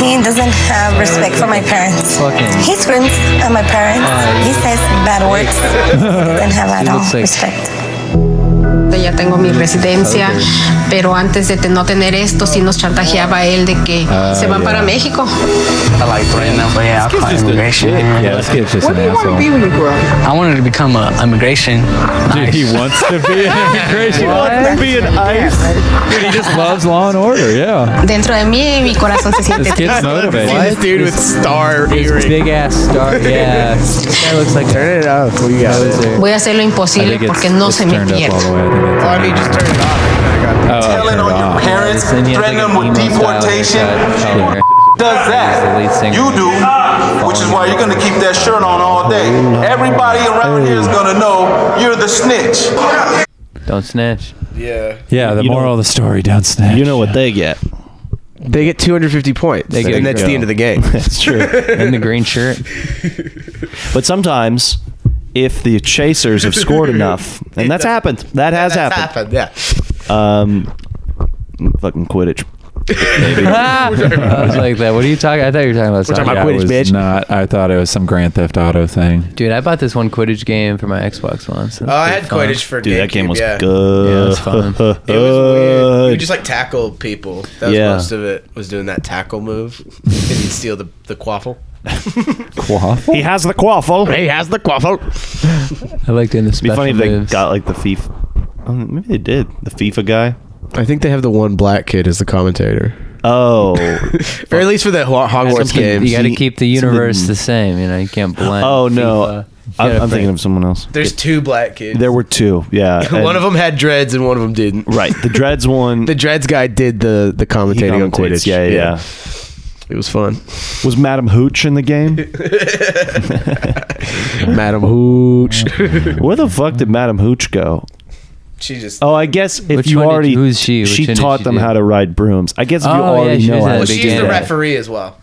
[SPEAKER 10] he doesn't have respect for my parents.
[SPEAKER 3] Fucking-
[SPEAKER 10] He screams at my parents. he says bad words.
[SPEAKER 4] (laughs)
[SPEAKER 10] he doesn't have at
[SPEAKER 3] He
[SPEAKER 10] all
[SPEAKER 3] looks like-
[SPEAKER 10] respect.
[SPEAKER 11] Ya tengo mi residencia, pero antes de te- no tener esto, sí nos chantajeaba él de que
[SPEAKER 4] Uh,
[SPEAKER 11] se van para México.
[SPEAKER 9] I like threaten them, but yeah, I call immigration.
[SPEAKER 4] Yeah, this kid's just an asshole.
[SPEAKER 9] I wanted to become a immigration.
[SPEAKER 4] Dude, he wants to be immigration.
[SPEAKER 11] (laughs)
[SPEAKER 4] Dude, he just loves law and order. Yeah,
[SPEAKER 11] Dentro de mí, mi corazón
[SPEAKER 4] (laughs)
[SPEAKER 11] se siente
[SPEAKER 4] this kid's motivated.
[SPEAKER 2] This dude with star
[SPEAKER 3] His
[SPEAKER 2] earrings.
[SPEAKER 3] big ass star. Yeah. This guy looks like
[SPEAKER 2] Turn it off. What do you got?
[SPEAKER 11] Voy a hacer lo
[SPEAKER 4] I
[SPEAKER 11] imposible
[SPEAKER 4] think it's,
[SPEAKER 11] porque no
[SPEAKER 4] it's
[SPEAKER 11] se me
[SPEAKER 4] turned up
[SPEAKER 11] pierda.
[SPEAKER 4] all the way.
[SPEAKER 2] Oh, I mean, just turn it off.
[SPEAKER 4] I think
[SPEAKER 8] Telling
[SPEAKER 4] it's, oh,
[SPEAKER 8] on
[SPEAKER 4] turned
[SPEAKER 8] your
[SPEAKER 4] off.
[SPEAKER 8] parents,
[SPEAKER 3] Then he has
[SPEAKER 8] threatening
[SPEAKER 3] like
[SPEAKER 8] them
[SPEAKER 3] an
[SPEAKER 8] with
[SPEAKER 3] emo style
[SPEAKER 8] deportation.
[SPEAKER 4] uh,
[SPEAKER 8] (laughs)
[SPEAKER 3] haircut, color.
[SPEAKER 8] Does that?
[SPEAKER 3] He's the lead singer.
[SPEAKER 8] You do, which is why you're gonna keep that shirt on all day. Everybody around here is gonna know you're the snitch.
[SPEAKER 3] Don't snitch.
[SPEAKER 2] Yeah.
[SPEAKER 4] Yeah, the
[SPEAKER 5] You know-
[SPEAKER 4] moral of the story, don't snitch.
[SPEAKER 5] You know what they get?
[SPEAKER 2] They get 250 points,
[SPEAKER 3] They get-
[SPEAKER 2] and that's the end of the (laughs) game.
[SPEAKER 5] (laughs) That's true. (laughs)
[SPEAKER 3] In the green shirt. (laughs)
[SPEAKER 5] But sometimes, if the chasers have scored enough, and that's happened, that has
[SPEAKER 2] That's
[SPEAKER 5] happened.
[SPEAKER 2] happened. Yeah.
[SPEAKER 5] Um, fucking Quidditch.
[SPEAKER 3] I was like that. What are you talking? I thought you were talking about. soccer.
[SPEAKER 4] Yeah, it was Not. I thought it was some Grand Theft Auto thing.
[SPEAKER 3] Dude, I bought this one Quidditch game for my Xbox once.
[SPEAKER 8] Uh,
[SPEAKER 2] Oh, I had Quidditch for
[SPEAKER 5] Dude, that game
[SPEAKER 2] GameCube,
[SPEAKER 5] was
[SPEAKER 2] yeah.
[SPEAKER 5] good.
[SPEAKER 3] Yeah, it was
[SPEAKER 5] (laughs)
[SPEAKER 3] fun.
[SPEAKER 2] It was weird. You just like tackle people. That was
[SPEAKER 5] Yeah.
[SPEAKER 2] most of it. Was doing that tackle move. (laughs) and you steal the the quaffle.
[SPEAKER 5] he has the quaffle. It'd
[SPEAKER 2] He has the quaffle.
[SPEAKER 3] I liked it in the
[SPEAKER 5] be
[SPEAKER 3] special
[SPEAKER 5] funny if they
[SPEAKER 3] moves.
[SPEAKER 5] got like the FIFA. Oh, maybe they did. The FIFA guy.
[SPEAKER 2] I think they have the one black kid as the commentator,
[SPEAKER 5] Oh,
[SPEAKER 2] or at least for the Ho- Hogwarts
[SPEAKER 3] Something-
[SPEAKER 2] games.
[SPEAKER 3] You got to
[SPEAKER 5] He-
[SPEAKER 3] keep the
[SPEAKER 5] something-
[SPEAKER 3] universe the same. You know, you can't blend.
[SPEAKER 5] (laughs) oh no.
[SPEAKER 3] FIFA.
[SPEAKER 5] I'm,
[SPEAKER 3] Yeah,
[SPEAKER 5] I'm thinking of someone else.
[SPEAKER 2] There's two black kids.
[SPEAKER 5] There were two. (laughs) Yeah.
[SPEAKER 2] one
[SPEAKER 5] and-
[SPEAKER 2] of them had dreads and one of them didn't.
[SPEAKER 5] Right. (laughs) The Dreads
[SPEAKER 2] (laughs)
[SPEAKER 5] one.
[SPEAKER 2] The dreads guy did the the
[SPEAKER 5] he
[SPEAKER 2] commentating on
[SPEAKER 5] commentates.
[SPEAKER 2] Quidditch.
[SPEAKER 5] Yeah, yeah, yeah.
[SPEAKER 2] It was fun.
[SPEAKER 5] Was Madam Hooch in the game?
[SPEAKER 2] (laughs) Madam Hooch.
[SPEAKER 5] Where the fuck did Madam Hooch go?
[SPEAKER 2] she just.
[SPEAKER 5] Oh, I guess if
[SPEAKER 3] Which
[SPEAKER 5] you
[SPEAKER 3] one did-
[SPEAKER 5] already
[SPEAKER 3] who's she?
[SPEAKER 5] she
[SPEAKER 3] Which one did
[SPEAKER 5] taught
[SPEAKER 3] she
[SPEAKER 5] them
[SPEAKER 3] do?
[SPEAKER 5] how to ride brooms. I guess if you
[SPEAKER 3] Oh, yeah,
[SPEAKER 5] already
[SPEAKER 3] she
[SPEAKER 5] know
[SPEAKER 3] was
[SPEAKER 5] how
[SPEAKER 3] at
[SPEAKER 5] to
[SPEAKER 2] well,
[SPEAKER 3] the
[SPEAKER 5] do
[SPEAKER 2] she's the
[SPEAKER 3] Yeah.
[SPEAKER 5] that.
[SPEAKER 2] referee as well.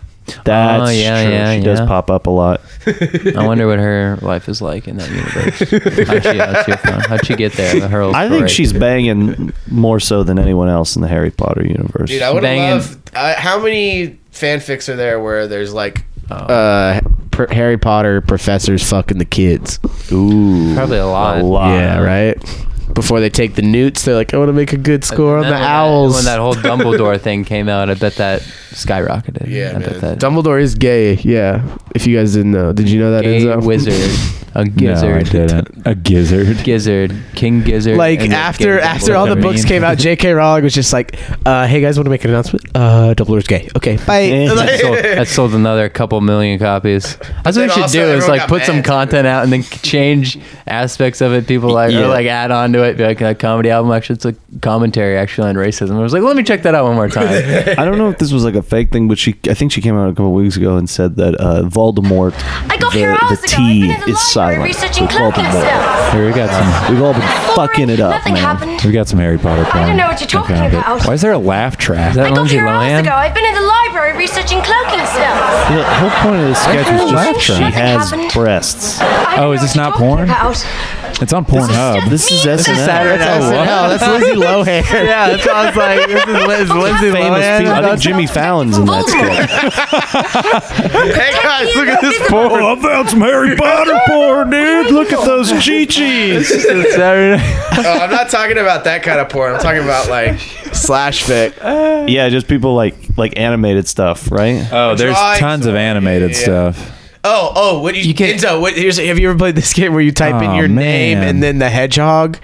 [SPEAKER 5] That's
[SPEAKER 3] Oh, yeah,
[SPEAKER 5] true.
[SPEAKER 3] yeah,
[SPEAKER 5] she does
[SPEAKER 3] yeah.
[SPEAKER 5] pop up a lot.
[SPEAKER 3] I wonder what her life is like in
[SPEAKER 2] (laughs)
[SPEAKER 3] that universe. how'd, she, how'd, she, how'd she get there? Her whole
[SPEAKER 5] I think
[SPEAKER 3] story.
[SPEAKER 5] she's banging more so than anyone else in the Harry Potter universe.
[SPEAKER 2] Dude, I would
[SPEAKER 3] Banging.
[SPEAKER 2] love. Uh, how many fanfics are there where there's like uh, pr- Harry Potter professors fucking the kids?
[SPEAKER 5] Ooh,
[SPEAKER 3] Probably a lot.
[SPEAKER 5] A lot.
[SPEAKER 2] yeah, right. Before they take the newts, they're like, "I want to make a good score on
[SPEAKER 3] Then
[SPEAKER 2] the
[SPEAKER 3] when that-
[SPEAKER 2] owls."
[SPEAKER 3] when that whole Dumbledore thing came out, I bet that skyrocketed.
[SPEAKER 2] yeah,
[SPEAKER 3] I
[SPEAKER 2] man.
[SPEAKER 3] bet that
[SPEAKER 2] Dumbledore is gay. Yeah, if you guys didn't know, did you know that?
[SPEAKER 3] gay
[SPEAKER 2] Enzo?
[SPEAKER 3] wizard, a
[SPEAKER 4] No, I
[SPEAKER 3] gizzard,
[SPEAKER 4] didn't. A (laughs) gizzard.
[SPEAKER 3] gizzard, King Gizzard.
[SPEAKER 2] like
[SPEAKER 3] and then
[SPEAKER 2] after
[SPEAKER 3] gay
[SPEAKER 2] after all the
[SPEAKER 4] Dumbledore.
[SPEAKER 2] books came out, (laughs) J.K. Rowling was just like, uh, "Hey guys, want to make an announcement? Uh, Dumbledore's gay. Okay, bye."
[SPEAKER 5] Eh.
[SPEAKER 3] That
[SPEAKER 2] Like-
[SPEAKER 3] sold, that sold another couple million copies. That's what
[SPEAKER 2] then
[SPEAKER 3] we should
[SPEAKER 2] also
[SPEAKER 3] do is
[SPEAKER 2] everyone
[SPEAKER 3] like
[SPEAKER 2] got
[SPEAKER 3] put some
[SPEAKER 2] mad.
[SPEAKER 3] content out and then change aspects of it. People like
[SPEAKER 5] Yeah.
[SPEAKER 3] or like add on to it. right? Like that comedy album. Actually, it's a commentary actually on racism. I was like, let me check that out one
[SPEAKER 2] (laughs)
[SPEAKER 3] more time.
[SPEAKER 5] I don't know if this was like a fake thing, but she, I think she came out a couple weeks ago and said that uh, Voldemort,
[SPEAKER 10] I got
[SPEAKER 5] the,
[SPEAKER 10] here hours
[SPEAKER 5] the T is silent.
[SPEAKER 10] researching
[SPEAKER 5] It's
[SPEAKER 10] cloaking
[SPEAKER 5] Voldemort.
[SPEAKER 10] cells.
[SPEAKER 4] Here we got some.
[SPEAKER 5] We've all been fucking it up,
[SPEAKER 10] Nothing
[SPEAKER 5] man.
[SPEAKER 10] happened.
[SPEAKER 4] We got some Harry Potter.
[SPEAKER 10] I don't know what you're talking about.
[SPEAKER 4] Why is there a laugh track? Is
[SPEAKER 10] I got here hours ago. I've been in the library researching cloaking spells.
[SPEAKER 5] The whole point of this sketch was just she
[SPEAKER 10] Nothing
[SPEAKER 5] has
[SPEAKER 10] happened.
[SPEAKER 5] breasts.
[SPEAKER 4] Oh, is this not porn?
[SPEAKER 10] Out.
[SPEAKER 4] It's on Pornhub.
[SPEAKER 5] This is
[SPEAKER 4] This is
[SPEAKER 5] SNL.
[SPEAKER 2] (laughs)
[SPEAKER 4] Saturday Night
[SPEAKER 5] Oh, wow.
[SPEAKER 4] SNL. That's
[SPEAKER 3] (laughs)
[SPEAKER 4] Lindsay
[SPEAKER 3] Lohan. yeah, that's what I was like. This is Liz, Lindsay
[SPEAKER 5] Famous
[SPEAKER 3] Lohan.
[SPEAKER 5] people. I think
[SPEAKER 3] That's-
[SPEAKER 5] Jimmy Fallon's in that sketch.
[SPEAKER 10] hey
[SPEAKER 2] guys, look at this
[SPEAKER 5] porn. Oh, I found some
[SPEAKER 10] (laughs)
[SPEAKER 5] Harry Potter porn, dude. Look at those chi-chis.
[SPEAKER 4] (laughs)
[SPEAKER 2] oh, I'm not talking about that kind of porn. I'm talking about like slash fic.
[SPEAKER 5] Yeah, just people like like animated stuff, right?
[SPEAKER 4] Oh, there's
[SPEAKER 2] Drawing
[SPEAKER 4] tons of animated stuff.
[SPEAKER 2] Oh, oh, what you, you can Enzo, what here's have you ever played this game where you type in
[SPEAKER 4] Aw,
[SPEAKER 2] your name
[SPEAKER 4] man.
[SPEAKER 2] and then the hedgehog?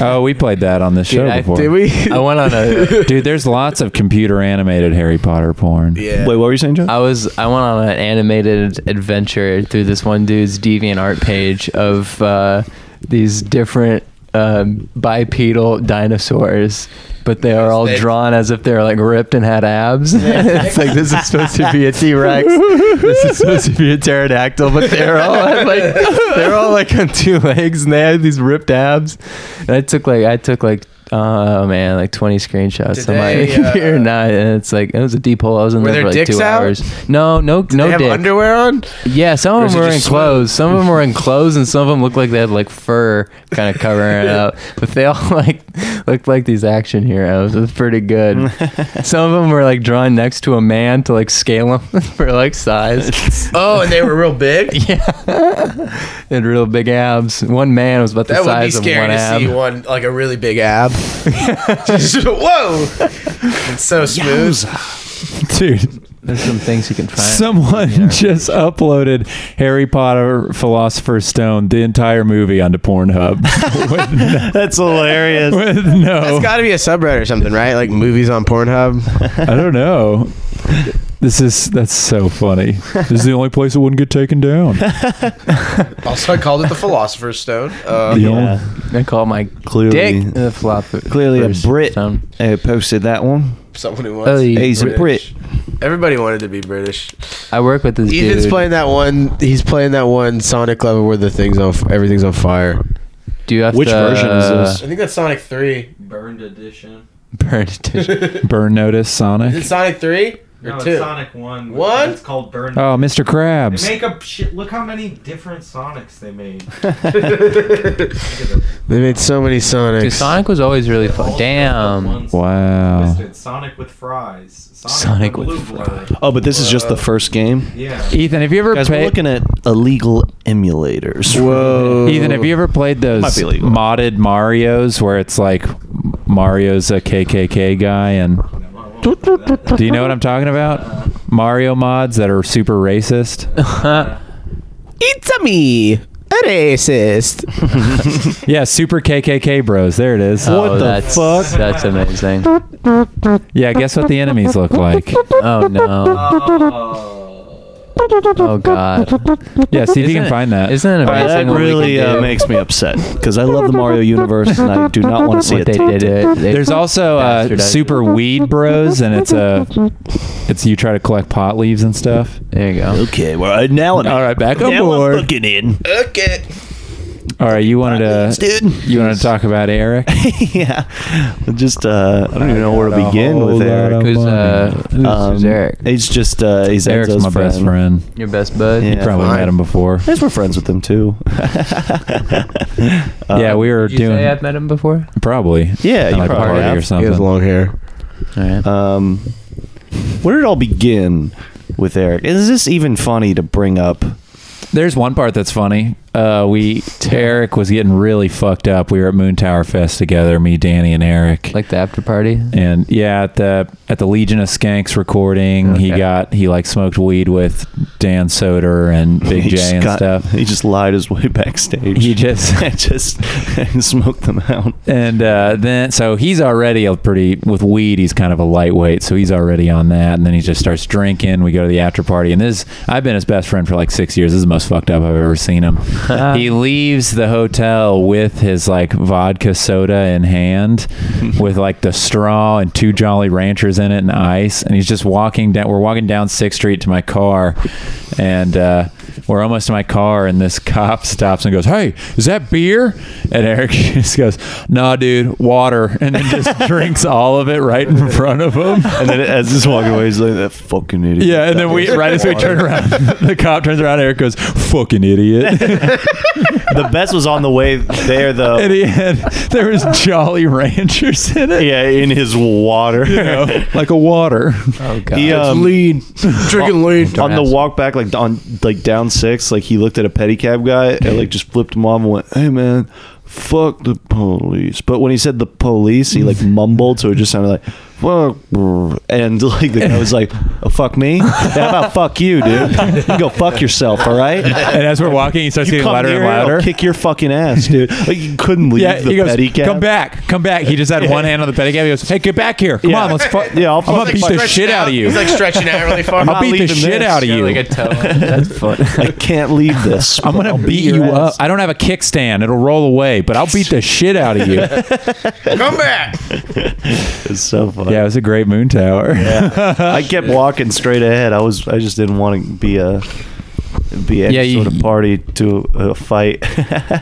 [SPEAKER 4] Oh, we played that on this show
[SPEAKER 2] Dude, I-
[SPEAKER 4] before.
[SPEAKER 2] did we?
[SPEAKER 3] I went on a (laughs)
[SPEAKER 4] Dude, there's lots of computer animated Harry Potter porn.
[SPEAKER 2] Yeah.
[SPEAKER 5] Wait, what were you saying, John?
[SPEAKER 3] I was I went on an animated adventure through this one dude's deviant art page of uh, these different um, bipedal dinosaurs, but they are all drawn as if they're like ripped and had abs. (laughs) it's like this is supposed to be a T Rex. this is supposed to be a pterodactyl, but they're all (laughs) like they're all like on two legs and they had these ripped abs. And I took like I took like oh man like 20 screenshots on my
[SPEAKER 2] they,
[SPEAKER 3] (laughs) computer and, I, and it's like it was a deep hole i was in
[SPEAKER 2] uh, Were
[SPEAKER 3] there
[SPEAKER 2] their
[SPEAKER 3] for like
[SPEAKER 2] dicks
[SPEAKER 3] two
[SPEAKER 2] out?
[SPEAKER 3] hours no no no
[SPEAKER 2] they have
[SPEAKER 3] dick.
[SPEAKER 2] underwear
[SPEAKER 3] (laughs)
[SPEAKER 2] on?
[SPEAKER 3] Yeah, some
[SPEAKER 2] Or
[SPEAKER 3] of
[SPEAKER 2] is
[SPEAKER 3] them
[SPEAKER 2] it
[SPEAKER 3] were in
[SPEAKER 2] just
[SPEAKER 3] clothes. Some of them were in clothes, and some of them looked like they had like fur
[SPEAKER 2] (laughs)
[SPEAKER 3] kind of covering it up. But they all (laughs) like looked like these action heroes. It was
[SPEAKER 2] (laughs)
[SPEAKER 3] pretty good. some of them were like drawn next to a man to like scale them (laughs) for
[SPEAKER 2] (laughs)
[SPEAKER 3] like size.
[SPEAKER 2] Oh, and they were real big?
[SPEAKER 3] (laughs) and real big abs. One man was about the
[SPEAKER 2] That would be
[SPEAKER 3] size of
[SPEAKER 2] scary
[SPEAKER 3] one
[SPEAKER 2] to
[SPEAKER 3] ab.
[SPEAKER 2] see one like a really big
[SPEAKER 3] (laughs)
[SPEAKER 2] ab. Just, Whoa! It's so smooth.
[SPEAKER 4] (laughs) Dude,
[SPEAKER 3] There's some things you can find.
[SPEAKER 4] someone just uploaded Harry Potter Philosopher's Stone, the entire movie, onto Pornhub. (laughs)
[SPEAKER 5] That's hilarious.
[SPEAKER 4] With no.
[SPEAKER 2] That's got to be a subreddit or something, right? Like movies on Pornhub.
[SPEAKER 4] I don't know. This is that's so funny. This is the only place it wouldn't get taken down.
[SPEAKER 2] (laughs) Also, I called it the Philosopher's Stone.
[SPEAKER 4] The
[SPEAKER 2] Um,
[SPEAKER 4] only-
[SPEAKER 3] I call my
[SPEAKER 5] Clearly,
[SPEAKER 3] dick the flop.
[SPEAKER 5] clearly a
[SPEAKER 3] first
[SPEAKER 5] Brit
[SPEAKER 3] stone.
[SPEAKER 5] uh, posted that one.
[SPEAKER 2] someone who
[SPEAKER 3] Oh,
[SPEAKER 2] wants.
[SPEAKER 3] yeah.
[SPEAKER 5] He's a Brit.
[SPEAKER 2] Everybody wanted to be British.
[SPEAKER 3] I work with this
[SPEAKER 2] Ethan's
[SPEAKER 3] dude.
[SPEAKER 2] playing that one. He's playing that one Sonic level where the things on everything's on fire.
[SPEAKER 3] Do you have
[SPEAKER 5] Which
[SPEAKER 3] to, uh,
[SPEAKER 5] version is this?
[SPEAKER 2] I think that's Sonic Three.
[SPEAKER 12] Burned edition.
[SPEAKER 3] Burn it.
[SPEAKER 4] Burn notice, Sonic.
[SPEAKER 2] Is it Sonic Three or
[SPEAKER 12] No,
[SPEAKER 2] two?
[SPEAKER 12] it's
[SPEAKER 2] (laughs)
[SPEAKER 12] Sonic One. but
[SPEAKER 2] One?
[SPEAKER 12] It's called Burned.
[SPEAKER 4] Oh, Mr.
[SPEAKER 12] They
[SPEAKER 4] Krabs.
[SPEAKER 12] make up shit. Look how many different Sonics they made.
[SPEAKER 2] They made so many Sonics.
[SPEAKER 3] Dude, Sonic was always really fun. Damn.
[SPEAKER 4] Wow.
[SPEAKER 12] Twisted, Sonic with fries. Sonic,
[SPEAKER 3] Sonic
[SPEAKER 12] the
[SPEAKER 3] with
[SPEAKER 12] Blue Blood.
[SPEAKER 5] Oh, but this is just the first game.
[SPEAKER 12] Yeah.
[SPEAKER 4] Ethan, have you ever
[SPEAKER 5] Guys, we're
[SPEAKER 4] played?
[SPEAKER 5] looking at illegal emulators.
[SPEAKER 2] Whoa.
[SPEAKER 4] Ethan, have you ever played those
[SPEAKER 5] Might be legal.
[SPEAKER 4] modded Mario's where it's like Mario's a KKK guy and Do you know what I'm talking about? Mario mods that are super racist?
[SPEAKER 3] (laughs)
[SPEAKER 2] It's a me, a racist.
[SPEAKER 4] Yeah, super KKK bros. There it is.
[SPEAKER 3] What the Oh, that's, fuck? That's amazing.
[SPEAKER 4] Yeah, guess what the enemies look like?
[SPEAKER 3] Oh no. Oh god.
[SPEAKER 4] Yeah, see if you
[SPEAKER 3] Isn't
[SPEAKER 4] can
[SPEAKER 3] it-
[SPEAKER 4] find that.
[SPEAKER 3] Isn't it
[SPEAKER 5] All right,
[SPEAKER 3] amazing?
[SPEAKER 5] that
[SPEAKER 3] what we can
[SPEAKER 5] really uh,
[SPEAKER 3] do?
[SPEAKER 5] makes me upset because I love the Mario universe and I do not want to see
[SPEAKER 3] what they
[SPEAKER 5] it.
[SPEAKER 3] did it. They-
[SPEAKER 4] There's also uh,
[SPEAKER 3] Bastardized.
[SPEAKER 4] super weed bros and it's
[SPEAKER 5] (laughs)
[SPEAKER 4] a it's you try to collect pot leaves and stuff.
[SPEAKER 3] There you go.
[SPEAKER 5] Okay, well I- now I'm
[SPEAKER 4] All right, back on
[SPEAKER 5] now
[SPEAKER 4] board.
[SPEAKER 5] I'm fucking in,
[SPEAKER 2] Okay.
[SPEAKER 4] All right, you wanted to
[SPEAKER 5] dude.
[SPEAKER 4] you want to talk about Eric?
[SPEAKER 5] (laughs) yeah, just uh, I don't even know where to
[SPEAKER 4] Got a
[SPEAKER 5] begin
[SPEAKER 4] whole
[SPEAKER 5] with
[SPEAKER 4] lot
[SPEAKER 5] Eric.
[SPEAKER 4] of
[SPEAKER 3] Who's,
[SPEAKER 4] money.
[SPEAKER 3] uh, who's,
[SPEAKER 5] Um,
[SPEAKER 3] who's Eric?
[SPEAKER 5] He's just uh, he's
[SPEAKER 4] Eric's
[SPEAKER 5] Enzo's
[SPEAKER 4] my best friend.
[SPEAKER 3] Your best bud.
[SPEAKER 5] Yeah.
[SPEAKER 4] You probably
[SPEAKER 2] fine.
[SPEAKER 4] met him before.
[SPEAKER 5] I guess we're friends with
[SPEAKER 4] (laughs)
[SPEAKER 5] him too.
[SPEAKER 4] yeah, we were
[SPEAKER 3] Did you
[SPEAKER 4] doing
[SPEAKER 3] say I've met him before?
[SPEAKER 4] probably.
[SPEAKER 5] Uh, Yeah,
[SPEAKER 4] at,
[SPEAKER 5] you
[SPEAKER 4] like a
[SPEAKER 5] probably
[SPEAKER 4] party
[SPEAKER 5] have.
[SPEAKER 4] or
[SPEAKER 2] He
[SPEAKER 4] something.
[SPEAKER 2] has long hair.
[SPEAKER 3] All right.
[SPEAKER 5] Um, where did it all begin with Eric? Is this even funny to bring up?
[SPEAKER 4] There's one part that's funny. Uh, we Eric was getting really fucked up. We were at Moon Tower Fest together, me, Danny, and Eric.
[SPEAKER 3] like the after party.
[SPEAKER 4] and yeah, at the at the Legion of Skanks recording, he
[SPEAKER 3] Okay.
[SPEAKER 4] got he like smoked weed with Dan Soder and Big
[SPEAKER 5] He
[SPEAKER 4] J
[SPEAKER 5] just
[SPEAKER 4] and
[SPEAKER 5] got-
[SPEAKER 4] stuff.
[SPEAKER 5] He just lied his way backstage.
[SPEAKER 4] (laughs)
[SPEAKER 5] (laughs)
[SPEAKER 4] He just
[SPEAKER 5] just smoked them out.
[SPEAKER 4] (laughs) And uh, then, so he's already a pretty with weed. He's kind of a lightweight, so he's already on that. And then he just starts drinking. We go to the after party, and this I've been his best friend for like six years. This is the most fucked up I've ever seen him. he leaves the hotel with his like vodka soda in hand, with like the straw and two Jolly Ranchers in it and ice, and he's just walking down. We're walking down Sixth Street to my car, and uh, we're almost to my car, and this cop stops and goes, "Hey, is that beer?" And Eric (laughs) just goes, "Nah, dude, water," and then
[SPEAKER 5] (laughs)
[SPEAKER 4] just drinks all of it right in front of him.
[SPEAKER 5] And then as he's walking away, he's like, that fucking
[SPEAKER 4] (laughs)
[SPEAKER 5] idiot.
[SPEAKER 4] Yeah, and then we right as we turn around, (laughs) the cop turns around. Eric goes, "Fucking idiot."
[SPEAKER 5] (laughs)
[SPEAKER 4] (laughs)
[SPEAKER 5] the best was on the way there, though.
[SPEAKER 4] And he had there was Jolly Ranchers in it.
[SPEAKER 5] Yeah, in his
[SPEAKER 4] (laughs)
[SPEAKER 5] water,
[SPEAKER 4] You know, like a water.
[SPEAKER 5] (laughs)
[SPEAKER 3] Oh
[SPEAKER 5] He, um,
[SPEAKER 2] lean,
[SPEAKER 5] (laughs) on, on the walk back, like on like down six, like he looked at a pedicab guy and like just flipped him off and went, "Hey man, fuck the police." But when he said the police, he like mumbled, so it just sounded like "fuck," brr." and like the guy was like, oh, "Fuck me? Yeah, how about fuck you, dude? You can go fuck yourself, all
[SPEAKER 4] (laughs)
[SPEAKER 5] right?"
[SPEAKER 4] And as we're walking, he starts
[SPEAKER 5] You
[SPEAKER 4] getting
[SPEAKER 5] come
[SPEAKER 4] louder
[SPEAKER 5] here,
[SPEAKER 4] and
[SPEAKER 5] I'll
[SPEAKER 4] louder.
[SPEAKER 5] kick your fucking ass, dude. Like you couldn't leave
[SPEAKER 4] Yeah,
[SPEAKER 5] the
[SPEAKER 4] he goes,
[SPEAKER 5] pedicab.
[SPEAKER 4] "Come back, come back." He just had one hand on the pedicab. He goes, "Hey, get back here! Come
[SPEAKER 5] Yeah.
[SPEAKER 4] on, let's fuck.
[SPEAKER 5] (laughs) Yeah, I'll
[SPEAKER 4] I'm gonna
[SPEAKER 5] fucking
[SPEAKER 4] beat the
[SPEAKER 5] stretch
[SPEAKER 4] shit
[SPEAKER 5] it
[SPEAKER 4] out of
[SPEAKER 5] out.
[SPEAKER 4] you."
[SPEAKER 5] He's like stretching out
[SPEAKER 2] (laughs)
[SPEAKER 5] really far. I'm
[SPEAKER 4] I'll
[SPEAKER 5] not
[SPEAKER 4] beat the
[SPEAKER 5] leaving
[SPEAKER 4] shit
[SPEAKER 5] this.
[SPEAKER 4] out of
[SPEAKER 5] You're
[SPEAKER 4] you.
[SPEAKER 5] like a
[SPEAKER 3] That's fun.
[SPEAKER 4] (laughs)
[SPEAKER 5] I can't leave this.
[SPEAKER 4] I'm gonna beat you up. I don't have a kickstand; it'll roll away, but I'll
[SPEAKER 5] (laughs)
[SPEAKER 4] beat the shit out of you.
[SPEAKER 13] Come back.
[SPEAKER 5] It's so funny.
[SPEAKER 4] yeah, it was a great moon tower.
[SPEAKER 5] Yeah. I kept walking straight ahead. I was I just didn't want to be a be any
[SPEAKER 3] Yeah, you-
[SPEAKER 5] sort of party to a fight.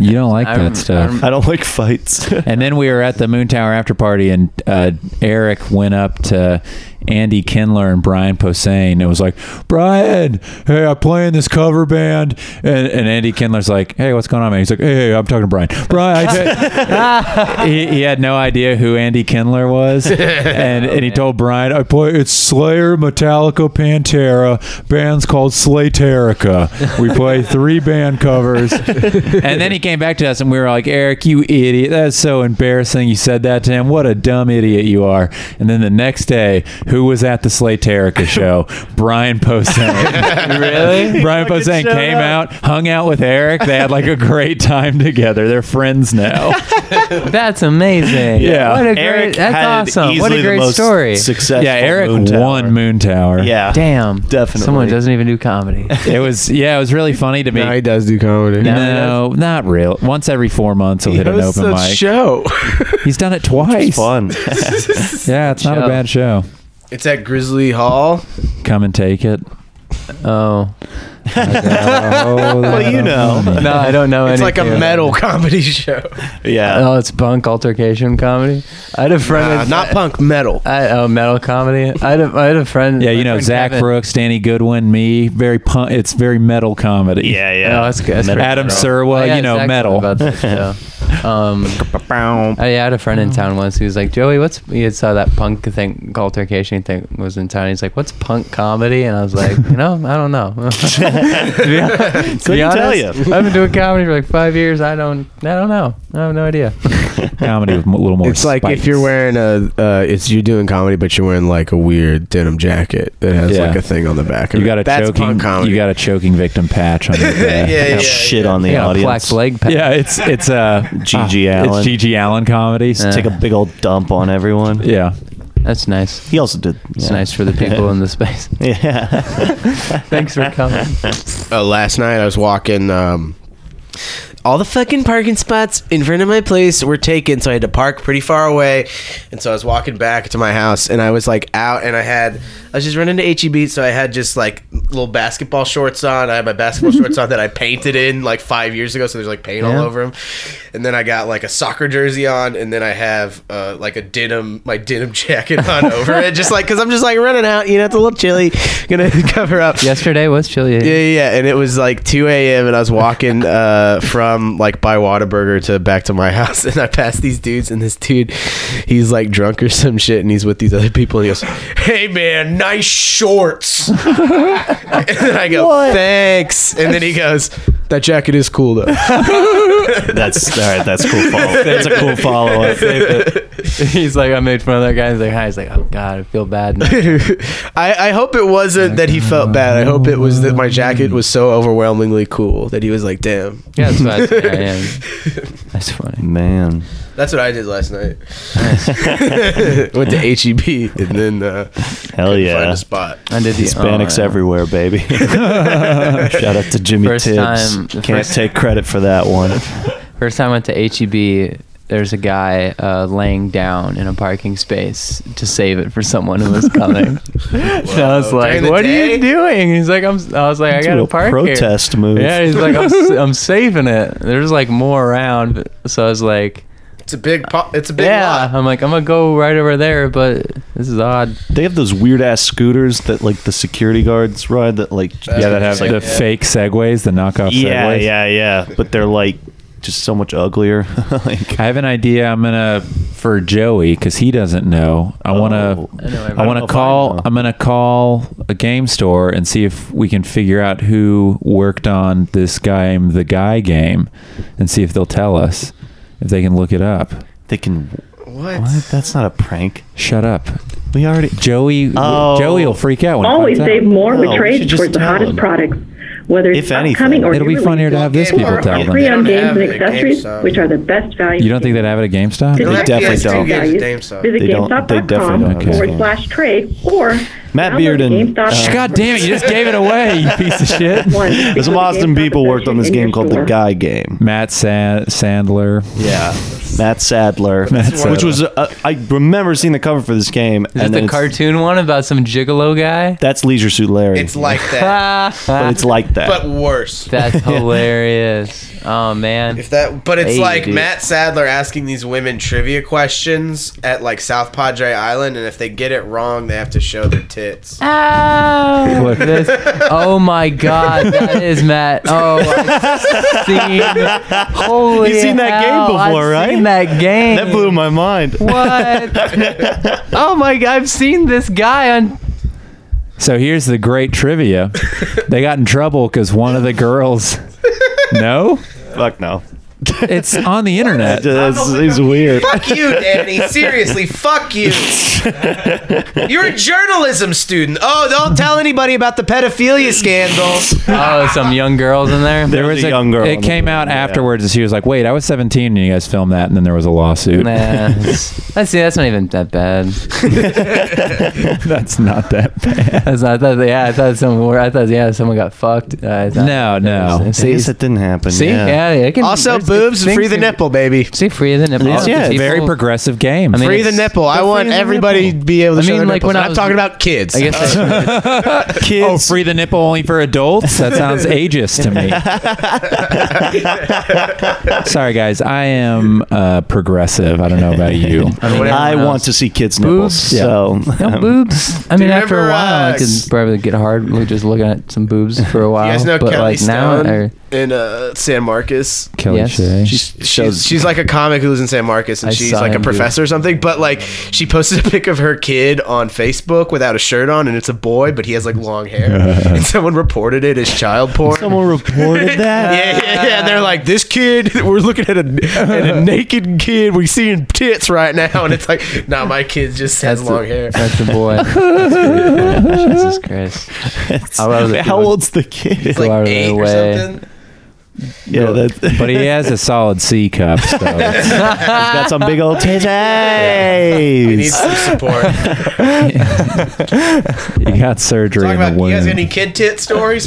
[SPEAKER 4] You don't like
[SPEAKER 3] I rem-
[SPEAKER 4] that stuff.
[SPEAKER 3] I rem-
[SPEAKER 5] I don't like fights. (laughs)
[SPEAKER 4] and then we were at the Moon Tower after party, and uh, Eric went up to Andy Kindler and Brian Posehn and was like, "Brian, hey, I play in this cover band." And, and Andy Kindler's like, "Hey, what's going on, man?" He's like, "Hey, hey, I'm talking to Brian." Brian, I ta-" (laughs) he, he had no idea who Andy Kindler was, and and he told Brian, "I play it's Slayer, Metallica, Pantera, bands called Slayterica. We play three band covers." and then he came back to us and we were like, Eric, you idiot. That's so embarrassing. You said that to him. What a dumb idiot you are. And then the next day, who was at the Slayterica show? Brian Posehn.
[SPEAKER 3] Really?
[SPEAKER 4] Brian Posehn
[SPEAKER 3] showed
[SPEAKER 4] came out, hung out with Eric. They had like a great time together. They're friends now.
[SPEAKER 5] (laughs)
[SPEAKER 3] That's amazing.
[SPEAKER 4] Yeah.
[SPEAKER 3] What a
[SPEAKER 5] Eric
[SPEAKER 3] great, that's
[SPEAKER 5] had
[SPEAKER 3] awesome. What a
[SPEAKER 5] easily the
[SPEAKER 3] great
[SPEAKER 5] most
[SPEAKER 3] story.
[SPEAKER 5] Successful.
[SPEAKER 4] yeah, Eric
[SPEAKER 5] Moon Tower.
[SPEAKER 4] won Moon Tower.
[SPEAKER 5] Yeah,
[SPEAKER 3] Damn.
[SPEAKER 5] definitely.
[SPEAKER 3] Someone doesn't even do comedy.
[SPEAKER 4] It was yeah, it was really funny to me.
[SPEAKER 2] Now he does do comedy.
[SPEAKER 4] No, not real. Once every four months, he'll hit an
[SPEAKER 2] hosts
[SPEAKER 4] open
[SPEAKER 2] a
[SPEAKER 4] mic.
[SPEAKER 2] show.
[SPEAKER 4] He's done it twice.
[SPEAKER 5] fun.
[SPEAKER 3] (laughs)
[SPEAKER 5] (laughs)
[SPEAKER 4] Yeah, it's not a
[SPEAKER 3] Show.
[SPEAKER 4] bad show.
[SPEAKER 2] (laughs) It's at Grizzly Hall.
[SPEAKER 4] Come and
[SPEAKER 2] (laughs)
[SPEAKER 4] take it.
[SPEAKER 5] (laughs)
[SPEAKER 3] Oh.
[SPEAKER 2] Oh,
[SPEAKER 5] well, you know.
[SPEAKER 3] No, I don't know
[SPEAKER 2] It's like a
[SPEAKER 3] anything.
[SPEAKER 2] metal comedy show.
[SPEAKER 5] Yeah.
[SPEAKER 3] Oh, it's punk altercation comedy. I had a friend.
[SPEAKER 2] (laughs) Nah,
[SPEAKER 3] that's-
[SPEAKER 2] not punk metal.
[SPEAKER 3] I, oh, metal comedy. I had a, I had a friend.
[SPEAKER 4] Yeah,
[SPEAKER 3] my
[SPEAKER 4] you know
[SPEAKER 3] friend
[SPEAKER 4] Zach
[SPEAKER 3] Kevin.
[SPEAKER 4] Brooks, Danny Goodwin, me. Very punk. It's very metal comedy.
[SPEAKER 5] yeah, yeah.
[SPEAKER 3] Oh, that's good. That's pretty
[SPEAKER 4] Adam
[SPEAKER 3] metal.
[SPEAKER 4] Serwa,
[SPEAKER 3] I got
[SPEAKER 4] you know,
[SPEAKER 3] Zach
[SPEAKER 4] metal.
[SPEAKER 3] Oh, About that
[SPEAKER 4] (laughs)
[SPEAKER 3] show. Um, I had a friend in town once who was like, Joey, what's he had saw that punk thing altercation thing was in town. He's like, What's punk comedy? And I was like, (laughs) You know, I don't know. to
[SPEAKER 4] (laughs)
[SPEAKER 3] be, hon- to be
[SPEAKER 5] Couldn't tell
[SPEAKER 3] honest,
[SPEAKER 5] ya.
[SPEAKER 3] I've been doing comedy for like five years. I don't I don't know. I have no idea.
[SPEAKER 4] (laughs) Comedy with a little more.
[SPEAKER 2] It's like if
[SPEAKER 4] spice.
[SPEAKER 2] you're wearing a, uh, it's you're doing comedy, but you're wearing like a weird denim jacket that has
[SPEAKER 4] Yeah.
[SPEAKER 2] like a thing on the back. Of
[SPEAKER 4] you
[SPEAKER 2] it.
[SPEAKER 4] got a
[SPEAKER 2] That's
[SPEAKER 4] choking,
[SPEAKER 2] punk comedy.
[SPEAKER 4] you got a choking victim patch on your
[SPEAKER 2] (laughs)
[SPEAKER 4] back.
[SPEAKER 2] Yeah, yeah,
[SPEAKER 5] Have
[SPEAKER 2] yeah,
[SPEAKER 5] shit on the
[SPEAKER 3] Yeah, a
[SPEAKER 5] audience.
[SPEAKER 3] black leg patch.
[SPEAKER 4] Yeah, it's it's uh,
[SPEAKER 5] G.G.
[SPEAKER 4] ah,
[SPEAKER 5] Allen.
[SPEAKER 4] It's GG Allen comedy.
[SPEAKER 3] Yeah.
[SPEAKER 5] Take a big old dump on everyone.
[SPEAKER 4] Yeah.
[SPEAKER 3] That's nice.
[SPEAKER 5] He also did.
[SPEAKER 3] It's nice for the people in the
[SPEAKER 4] (laughs)
[SPEAKER 3] space.
[SPEAKER 5] (laughs) Yeah.
[SPEAKER 3] Thanks for coming.
[SPEAKER 2] uh, last night I was walking. Um, all the fucking parking spots in front of my place were taken, so I had to park pretty far away. And so I was walking back to my house, and I was like out, and I had I was just running to HEB, so I had just like little basketball shorts on. I had my basketball shorts on that I painted in like five years ago, so there's like paint all over them. And then I got like a soccer jersey on, and then I have uh, like a denim my denim (laughs) jacket on over it, just like because I'm just like running out. You know, it's a little chilly, gonna (laughs) cover up.
[SPEAKER 3] Yesterday was chilly.
[SPEAKER 2] Yeah, yeah, yeah. And it was like 2 a.m. and I was walking uh, from like by Whataburger to back to my (laughs) house, and I passed these dudes, and this dude, he's like drunk or some shit, and he's with these other people, and he goes, (laughs) "Hey man, nice shorts." and then I go, "Thanks," and then he goes, "That jacket is cool though." (laughs)
[SPEAKER 5] that's all right. That's cool.
[SPEAKER 3] (laughs)
[SPEAKER 5] Follow. That's a cool follow up.
[SPEAKER 3] (laughs) He's like, I made fun of that guy. He's like, hi. He's like, oh god, I feel
[SPEAKER 2] (laughs)
[SPEAKER 3] bad. now."
[SPEAKER 2] I, I hope it wasn't that he felt bad. I hope it was that my jacket was so overwhelmingly cool that he was like, "Damn." (laughs)
[SPEAKER 3] Yeah, that's what I, I am. That's funny.
[SPEAKER 5] Man.
[SPEAKER 2] That's what I did last night. (laughs) Went to HEB and then uh,
[SPEAKER 5] Hell
[SPEAKER 2] couldn't
[SPEAKER 5] yeah.
[SPEAKER 2] find a spot.
[SPEAKER 5] Hispanics
[SPEAKER 3] (laughs)
[SPEAKER 5] everywhere, baby. Shout out to Jimmy
[SPEAKER 3] Oh. First
[SPEAKER 5] Tibbs.
[SPEAKER 3] time-
[SPEAKER 5] Can't
[SPEAKER 3] first-
[SPEAKER 5] take credit for that one.
[SPEAKER 3] First time I went to HEB, there's a guy uh, laying down in a parking space to save it for someone who was coming. and I was
[SPEAKER 5] Whoa.
[SPEAKER 3] like,
[SPEAKER 5] During the
[SPEAKER 3] "What are you doing?" He's like, "I'm." s- I was like, "I
[SPEAKER 5] That's a
[SPEAKER 3] got to
[SPEAKER 5] real
[SPEAKER 3] park here."
[SPEAKER 5] protest move.
[SPEAKER 3] Yeah, he's like, I'm, s- "I'm saving it." There's like more around, so I was like,
[SPEAKER 2] It's a big. Po- it's a big.
[SPEAKER 3] "Yeah." I'm like, "I'm gonna go right over there," but this is odd.
[SPEAKER 5] They have those weird ass scooters that like the security guards ride that like
[SPEAKER 4] yeah, that have
[SPEAKER 5] like,
[SPEAKER 4] the fake segways, the knockoff
[SPEAKER 5] Yeah,
[SPEAKER 4] segways.
[SPEAKER 5] yeah, yeah. But they're like just so much uglier. (laughs) like
[SPEAKER 4] I have an idea. I'm gonna for Joey because he doesn't know. I
[SPEAKER 5] Oh.
[SPEAKER 4] wanna,
[SPEAKER 3] I know
[SPEAKER 4] I, wanna
[SPEAKER 3] everyone.
[SPEAKER 4] call. I'm gonna call a game store and see if we can figure out who worked on this guy, I'm the guy game, and see if they'll tell us if they can look it up.
[SPEAKER 5] They can.
[SPEAKER 2] What?
[SPEAKER 5] That's not a prank.
[SPEAKER 4] Shut up.
[SPEAKER 5] We already (laughs)
[SPEAKER 4] Joey.
[SPEAKER 5] Oh.
[SPEAKER 4] Joey will freak out. When he
[SPEAKER 10] Always
[SPEAKER 4] finds
[SPEAKER 10] save
[SPEAKER 4] out.
[SPEAKER 10] more with trades towards the hottest products, whether it's
[SPEAKER 4] If anything.
[SPEAKER 10] upcoming or
[SPEAKER 4] It'll
[SPEAKER 10] new
[SPEAKER 4] be funnier to
[SPEAKER 10] releases,
[SPEAKER 4] have this
[SPEAKER 10] or
[SPEAKER 4] people tell them.
[SPEAKER 10] free
[SPEAKER 4] They don't
[SPEAKER 10] on games
[SPEAKER 4] have
[SPEAKER 10] and
[SPEAKER 4] it at
[SPEAKER 10] accessories,
[SPEAKER 4] GameStop.
[SPEAKER 10] which are the best value.
[SPEAKER 4] You don't think they'd have it at GameStop?
[SPEAKER 10] They
[SPEAKER 5] They definitely don't.
[SPEAKER 10] Visit
[SPEAKER 5] They don't- they definitely don't
[SPEAKER 10] GameStop.com
[SPEAKER 5] have
[SPEAKER 10] forward
[SPEAKER 5] GameStop.
[SPEAKER 10] slash trade or
[SPEAKER 5] Matt Bearden.
[SPEAKER 10] GameStop.
[SPEAKER 4] God damn it! You just gave it away, you piece of
[SPEAKER 10] (laughs)
[SPEAKER 4] shit.
[SPEAKER 5] There's some Austin people worked on this game called the Guy Game.
[SPEAKER 4] Matt Sa- Sandler.
[SPEAKER 5] Yeah, Matt Sadler,
[SPEAKER 4] Matt Sadler.
[SPEAKER 5] which was uh, I remember seeing the cover for this game.
[SPEAKER 3] Is that
[SPEAKER 5] then
[SPEAKER 3] the
[SPEAKER 5] it's-
[SPEAKER 3] cartoon one about some gigolo guy?
[SPEAKER 5] That's Leisure Suit Larry.
[SPEAKER 2] It's like
[SPEAKER 3] (laughs)
[SPEAKER 2] that.
[SPEAKER 5] but it's like that.
[SPEAKER 2] But worse.
[SPEAKER 3] That's hilarious. Oh man.
[SPEAKER 2] If that, but it's
[SPEAKER 3] Hey,
[SPEAKER 2] like
[SPEAKER 3] dude.
[SPEAKER 2] Matt Sadler asking these women trivia questions at like South Padre Island, and if they get it wrong, they have to show their tits.
[SPEAKER 3] Oh, this, oh my God, that is Matt. Oh, I've seen. Holy
[SPEAKER 5] You've seen that game
[SPEAKER 3] hell, I've
[SPEAKER 5] before, right?
[SPEAKER 3] Seen that game.
[SPEAKER 5] (laughs) That blew my mind.
[SPEAKER 3] What? oh my God, I've seen this guy on.
[SPEAKER 4] So here's the great trivia. they got in trouble because one of the
[SPEAKER 5] (laughs)
[SPEAKER 4] girls. No?
[SPEAKER 5] (laughs) Fuck no.
[SPEAKER 4] It's on the internet.
[SPEAKER 5] That's, it's weird.
[SPEAKER 2] fuck you, Danny. Seriously, fuck you. You're a journalism student. Oh, don't tell anybody about the pedophilia scandal.
[SPEAKER 3] Oh, some young girls in there.
[SPEAKER 5] There was a young girl on
[SPEAKER 4] It
[SPEAKER 5] the
[SPEAKER 4] came out
[SPEAKER 5] yeah.
[SPEAKER 4] afterwards, and she was like, "Wait, I was 17, and you guys filmed that." And then there was a
[SPEAKER 3] Nah,
[SPEAKER 4] lawsuit.
[SPEAKER 3] that's, that's that's not even that bad.
[SPEAKER 4] (laughs) that's not that bad.
[SPEAKER 3] That's not that. Yeah, I thought someone. I thought yeah, someone got fucked. Uh, it's not-
[SPEAKER 4] No, no.
[SPEAKER 5] I guess it didn't happen.
[SPEAKER 3] See, yeah, it can,
[SPEAKER 2] Also,
[SPEAKER 3] there's-
[SPEAKER 2] boobs,
[SPEAKER 3] things
[SPEAKER 2] free the
[SPEAKER 3] can-
[SPEAKER 2] nipple, baby.
[SPEAKER 3] See, free the nipple.
[SPEAKER 4] It's, yeah, it's very
[SPEAKER 3] People-
[SPEAKER 4] progressive game.
[SPEAKER 3] I mean,
[SPEAKER 2] Free the
[SPEAKER 3] it's-
[SPEAKER 2] nipple. I want everybody to be able to
[SPEAKER 3] I
[SPEAKER 2] show
[SPEAKER 3] mean,
[SPEAKER 2] their
[SPEAKER 3] like,
[SPEAKER 2] nipples.
[SPEAKER 3] when I
[SPEAKER 2] I'm
[SPEAKER 3] was-
[SPEAKER 2] talking about kids.
[SPEAKER 3] I guess that's-
[SPEAKER 5] Kids.
[SPEAKER 4] Oh, free the nipple only for adults? That
[SPEAKER 5] (laughs)
[SPEAKER 4] sounds ageist to me.
[SPEAKER 5] (laughs)
[SPEAKER 4] Sorry, guys. I am uh, progressive. I don't know
[SPEAKER 3] (laughs)
[SPEAKER 4] about
[SPEAKER 5] (laughs)
[SPEAKER 4] you.
[SPEAKER 5] I
[SPEAKER 3] everyone
[SPEAKER 5] want
[SPEAKER 3] else-
[SPEAKER 5] to see kids' nipples.
[SPEAKER 4] Yeah.
[SPEAKER 5] So (laughs)
[SPEAKER 2] (laughs)
[SPEAKER 5] Um,
[SPEAKER 3] No boobs. I
[SPEAKER 2] Um,
[SPEAKER 3] mean,
[SPEAKER 2] Do you
[SPEAKER 3] after a
[SPEAKER 2] remember,
[SPEAKER 3] while,
[SPEAKER 2] uh,
[SPEAKER 3] I could
[SPEAKER 2] s-
[SPEAKER 3] probably get hard with just looking at some boobs for a
[SPEAKER 2] (laughs)
[SPEAKER 3] while.
[SPEAKER 2] You guys know
[SPEAKER 3] but
[SPEAKER 2] Kelly
[SPEAKER 3] like
[SPEAKER 2] Stone
[SPEAKER 3] now, or,
[SPEAKER 2] in uh, San Marcos?
[SPEAKER 4] Kelly
[SPEAKER 3] Yes.
[SPEAKER 4] Shea.
[SPEAKER 2] She's, she's like a comic who lives in San Marcos and
[SPEAKER 3] I
[SPEAKER 2] she's
[SPEAKER 3] saw
[SPEAKER 2] like a
[SPEAKER 3] him do
[SPEAKER 2] professor or something. But like, she posted a pic of her kid on Facebook without a shirt on, and it's a boy, but he has like long hair.
[SPEAKER 3] (laughs)
[SPEAKER 2] and someone reported it as child porn.
[SPEAKER 5] (laughs) someone reported that.
[SPEAKER 2] (laughs) yeah, yeah, yeah. And they're like, this kid, (laughs) we're looking at a,
[SPEAKER 3] (laughs)
[SPEAKER 2] at a naked kid. We're seeing tits right now. And it's like, nah, my kid just has
[SPEAKER 3] That's
[SPEAKER 2] long
[SPEAKER 3] the-
[SPEAKER 2] hair.
[SPEAKER 3] that's the boy. That's pretty funny. Jesus Christ.
[SPEAKER 5] It's-
[SPEAKER 3] I love that
[SPEAKER 5] how
[SPEAKER 3] people-
[SPEAKER 5] old's the kid?
[SPEAKER 3] Go out of
[SPEAKER 2] Eight
[SPEAKER 3] their
[SPEAKER 2] or
[SPEAKER 3] way.
[SPEAKER 2] something.
[SPEAKER 5] yeah, that, (laughs)
[SPEAKER 4] But he has a solid C cup.
[SPEAKER 2] (laughs)
[SPEAKER 4] So it's-
[SPEAKER 5] he's got some big old titties.
[SPEAKER 2] He
[SPEAKER 5] (laughs)
[SPEAKER 2] needs some (laughs) support.
[SPEAKER 4] he got surgery
[SPEAKER 2] Talking
[SPEAKER 4] in the
[SPEAKER 2] about, you guys
[SPEAKER 4] womb.
[SPEAKER 2] got any kid tit stories?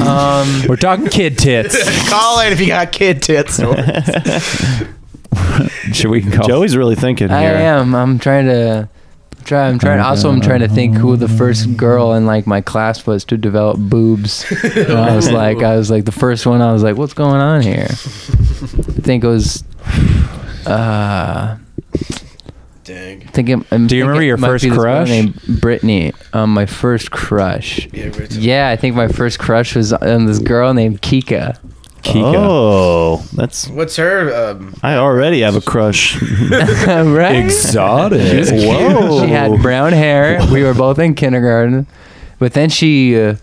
[SPEAKER 3] Um,
[SPEAKER 4] We're talking kid tits.
[SPEAKER 2] (laughs) Call in if you got kid tit stories.
[SPEAKER 5] (laughs)
[SPEAKER 4] Should we call?
[SPEAKER 5] Joey's really thinking here.
[SPEAKER 3] I am. I'm trying to. Try, I'm
[SPEAKER 4] Oh,
[SPEAKER 3] trying. Also, I'm trying to think who the first girl in like my class was to develop
[SPEAKER 2] (laughs)
[SPEAKER 3] boobs. And I was like, I was like the first one. I was like, what's going on
[SPEAKER 2] (laughs)
[SPEAKER 3] here? I think it was. Uh,
[SPEAKER 2] Dang.
[SPEAKER 3] think it, I'm
[SPEAKER 4] Do you
[SPEAKER 3] thinking
[SPEAKER 4] remember
[SPEAKER 3] it
[SPEAKER 4] your
[SPEAKER 3] might
[SPEAKER 4] first
[SPEAKER 3] be this girl
[SPEAKER 4] crush?
[SPEAKER 3] Named Brittany. Um, my first crush.
[SPEAKER 2] Yeah, Brittany.
[SPEAKER 3] Yeah, I think my first crush was on this girl named Kika. (laughs)
[SPEAKER 4] Kika.
[SPEAKER 5] Oh, that's.
[SPEAKER 2] (laughs) What's her? Um,
[SPEAKER 5] I already have a crush.
[SPEAKER 3] right?
[SPEAKER 4] Exotic.
[SPEAKER 5] Whoa.
[SPEAKER 3] (laughs) She had brown hair. We were both in kindergarten, but then she, uh,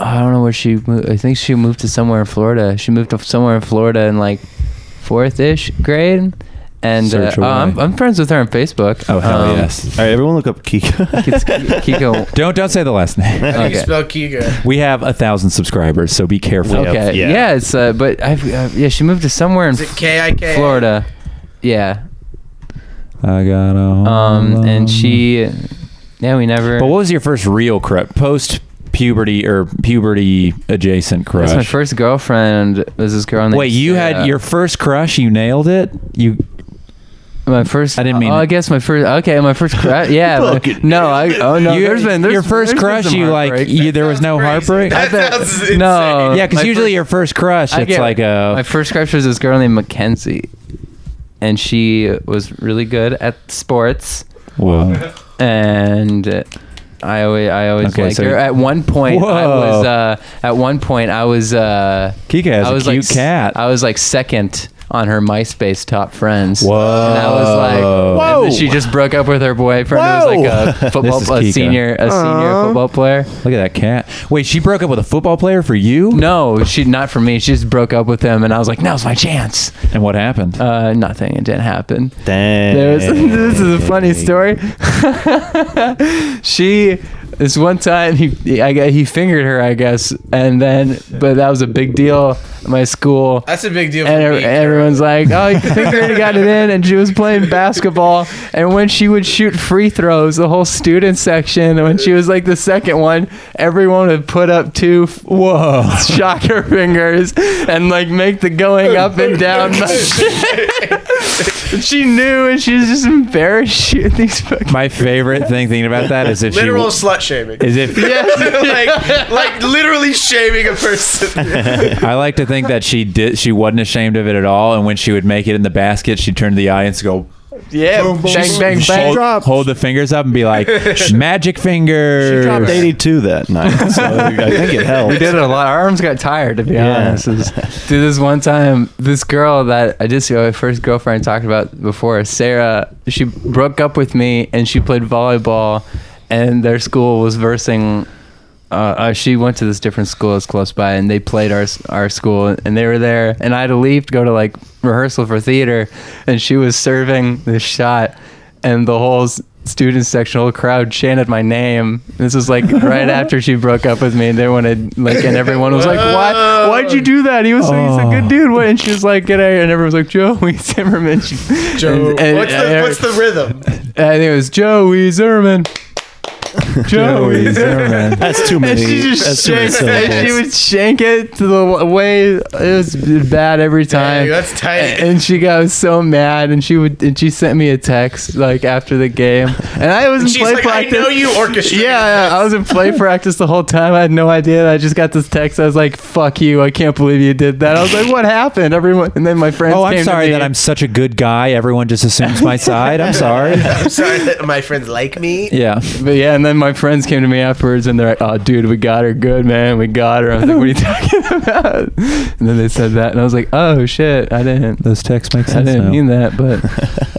[SPEAKER 3] I don't know where she. Moved. I think she moved to somewhere in Florida. She moved to somewhere in Florida in like fourth ish grade, and uh,
[SPEAKER 4] Search
[SPEAKER 3] oh, I'm,
[SPEAKER 4] away.
[SPEAKER 3] I'm friends with her on Facebook.
[SPEAKER 4] Oh hell
[SPEAKER 3] Um,
[SPEAKER 4] yes.
[SPEAKER 5] All right, everyone look up Kika.
[SPEAKER 3] It's Ki- Kiko.
[SPEAKER 4] Don't don't say the last name.
[SPEAKER 2] How do you
[SPEAKER 3] (laughs) Okay.
[SPEAKER 2] spell uh, Kiga?
[SPEAKER 4] We have a thousand subscribers, so be careful.
[SPEAKER 5] Yeah,
[SPEAKER 3] Okay.
[SPEAKER 5] yeah.
[SPEAKER 3] Yeah. It's uh, but I've, i yeah she moved to somewhere in
[SPEAKER 2] Is it K I K?
[SPEAKER 3] Florida. Yeah.
[SPEAKER 4] I got a
[SPEAKER 3] Um, and she, yeah, we never.
[SPEAKER 4] But what was your first real crush? Post puberty or puberty adjacent crush?
[SPEAKER 3] That's my first girlfriend. Was this girl? Named
[SPEAKER 4] Wait, you had your first crush? You nailed it. You.
[SPEAKER 3] My first.
[SPEAKER 4] I didn't mean.
[SPEAKER 3] Oh, I guess my first. Okay, my first
[SPEAKER 4] (laughs)
[SPEAKER 3] crush. Yeah.
[SPEAKER 4] Fucking
[SPEAKER 3] but- no. I, oh no.
[SPEAKER 4] You-
[SPEAKER 3] there's been there's,
[SPEAKER 4] your first
[SPEAKER 3] there's been
[SPEAKER 4] crush.
[SPEAKER 3] some
[SPEAKER 4] You
[SPEAKER 3] (laughs)
[SPEAKER 4] like
[SPEAKER 3] heartbreak.
[SPEAKER 4] you, there was no heartbreak.
[SPEAKER 3] I bet-
[SPEAKER 4] (laughs)
[SPEAKER 3] no.
[SPEAKER 4] Yeah, because
[SPEAKER 3] Uh, my
[SPEAKER 4] usually
[SPEAKER 3] first-
[SPEAKER 4] your first crush,
[SPEAKER 3] I
[SPEAKER 4] it's
[SPEAKER 3] get-
[SPEAKER 4] like a.
[SPEAKER 3] My first crush was this girl named Mackenzie, and she was really good at sports.
[SPEAKER 4] Whoa.
[SPEAKER 3] (laughs) And I always, I always
[SPEAKER 4] Okay,
[SPEAKER 3] liked
[SPEAKER 4] so-
[SPEAKER 3] her. At one point, I
[SPEAKER 4] Whoa.
[SPEAKER 3] was. Uh, at one point, I was. Uh,
[SPEAKER 4] Kika has
[SPEAKER 3] I
[SPEAKER 4] a
[SPEAKER 3] was
[SPEAKER 4] cute
[SPEAKER 3] like, s-
[SPEAKER 4] cat.
[SPEAKER 3] I was like second on her MySpace top friends.
[SPEAKER 4] Whoa.
[SPEAKER 3] And I was like,
[SPEAKER 4] Oh. Whoa.
[SPEAKER 3] and then she just broke up with her boyfriend who was like
[SPEAKER 4] (laughs) This
[SPEAKER 3] a football,
[SPEAKER 4] is
[SPEAKER 3] a
[SPEAKER 4] Kika.
[SPEAKER 3] senior, a senior
[SPEAKER 4] Aw.
[SPEAKER 3] football player.
[SPEAKER 4] Look at that cat. Wait, she broke up with a football player for you?
[SPEAKER 3] No, she not for me. She just broke up with him, and I was like, now's my chance.
[SPEAKER 4] And what happened?
[SPEAKER 3] Uh, nothing. It didn't happen.
[SPEAKER 5] Dang.
[SPEAKER 3] There
[SPEAKER 5] (laughs)
[SPEAKER 3] was- (laughs) this is a funny story. (laughs) she this one time he I gue- he fingered her I guess and then but that was a big deal at my school.
[SPEAKER 2] That's a big deal.
[SPEAKER 3] and ev- everyone's like,
[SPEAKER 2] (laughs)
[SPEAKER 3] "Oh, he fingered it, got it in," and she was playing basketball. And when she would shoot free throws, the whole student section, when she was like the second one, everyone would put up two f- whoa (laughs) shocker fingers and like make the going up and (laughs) down. she knew, and she was just embarrassed shooting these (laughs) fucking.
[SPEAKER 4] My favorite thing thinking about that is if
[SPEAKER 2] Literal
[SPEAKER 4] she
[SPEAKER 2] slut shaming. (laughs)
[SPEAKER 4] is if
[SPEAKER 2] like, like literally shaming a person.
[SPEAKER 4] I like to think that she did. She wasn't ashamed of it at all, and when she would make it in the basket, she'd turn to the audience and go.
[SPEAKER 3] Yeah, bang, bang, bang.
[SPEAKER 4] Hold, hold the fingers up and be like, "Magic finger."
[SPEAKER 5] She dropped 82 that night, so I
[SPEAKER 3] (laughs)
[SPEAKER 5] think it helped.
[SPEAKER 3] We did it a lot. Our arms got tired, to be
[SPEAKER 5] Yeah.
[SPEAKER 3] honest. It was- (laughs) Dude, this one time, this girl that I just, my first girlfriend I talked about before, Sarah, she broke up with me and she played volleyball, and their school was versing. Uh, uh, she went to this different school that's close by, and they played our our school, and they were there. And I had to leave to go to like rehearsal for theater, and she was serving this shot, and the whole s- student section, whole crowd chanted my name. This
[SPEAKER 2] (laughs)
[SPEAKER 3] was like right after she broke up with me, and they wanted like, and everyone was like, "What? Why'd you do that? He was he's a
[SPEAKER 2] Oh.
[SPEAKER 3] good dude." What? And she was like, "Good," day," and everyone was like, "Joey (laughs) Zimmerman." She,
[SPEAKER 2] Joe,
[SPEAKER 3] and- and-
[SPEAKER 2] what's, the,
[SPEAKER 3] and-
[SPEAKER 2] what's the rhythm?
[SPEAKER 3] and I think it was
[SPEAKER 2] (laughs)
[SPEAKER 3] Joey Zimmerman. Joey
[SPEAKER 5] Joey
[SPEAKER 3] Zimmerman.
[SPEAKER 5] Zimmerman. That's too
[SPEAKER 3] And (laughs)
[SPEAKER 5] many-
[SPEAKER 3] she just
[SPEAKER 5] that's too many
[SPEAKER 3] shanked it, and she
[SPEAKER 5] syllables.
[SPEAKER 3] would shank it to the way it was bad every time.
[SPEAKER 2] Dang, that's tight.
[SPEAKER 3] And she got so mad, and she would and she sent me a text like after the game, and I was in
[SPEAKER 2] She's
[SPEAKER 3] play
[SPEAKER 2] like, "I
[SPEAKER 3] practice.
[SPEAKER 2] know you orchestrated
[SPEAKER 3] Yeah, yeah, I was in play
[SPEAKER 2] (laughs)
[SPEAKER 3] practice the whole time. I had no idea. I just got this text. I was like, "Fuck you! I can't believe you did that." I was like, "What happened?" Everyone, and then my friends.
[SPEAKER 4] Oh,
[SPEAKER 3] came
[SPEAKER 4] I'm
[SPEAKER 3] to
[SPEAKER 4] sorry
[SPEAKER 3] me.
[SPEAKER 4] that I'm such a good guy. Everyone just assumes my side.
[SPEAKER 3] (laughs)
[SPEAKER 4] I'm sorry.
[SPEAKER 2] I'm sorry (laughs) that my friends like me.
[SPEAKER 4] Yeah.
[SPEAKER 3] But yeah, and then my friends came to me afterwards and they're like, oh, dude, we got her good, man. We got her. I was like, what are
[SPEAKER 4] (laughs)
[SPEAKER 3] you talking about? And then they said that, and I was like, oh, shit, I didn't.
[SPEAKER 4] Those texts make
[SPEAKER 3] I
[SPEAKER 4] sense
[SPEAKER 3] didn't
[SPEAKER 4] now.
[SPEAKER 3] mean that,
[SPEAKER 4] (laughs)
[SPEAKER 3] but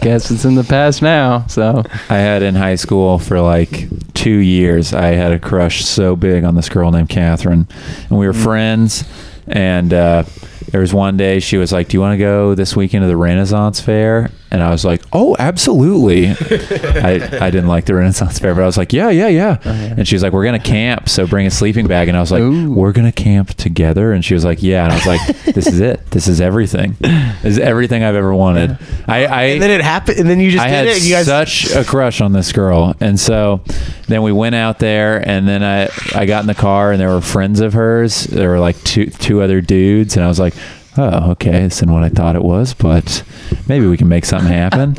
[SPEAKER 3] guess it's in the past now. So
[SPEAKER 4] I had in high school for like two years. I had a crush so big on this girl named Catherine, and we were friends. And uh, there was one day she was like, "Do you want to go this weekend to the Renaissance Fair?" And I was like, "Oh, absolutely." (laughs) I, I didn't like the Renaissance Fair, but I was like, "Yeah, yeah, yeah." And she was like, "We're gonna camp, so bring a sleeping bag." And I was like, "We're gonna camp together." And she was like, "Yeah." And I was like, "This is it. This is everything. This is everything I've ever wanted." I, I
[SPEAKER 2] And then it happened, and then you just
[SPEAKER 4] I
[SPEAKER 2] did
[SPEAKER 4] had
[SPEAKER 2] it. and You guys,
[SPEAKER 4] such a crush on this girl, and so then we went out there, and then I I got in the car, and there were friends of hers. There were like two two other dudes, and I was like, oh, okay, this isn't what I thought it was, but maybe we can make
[SPEAKER 2] (laughs)
[SPEAKER 4] something happen.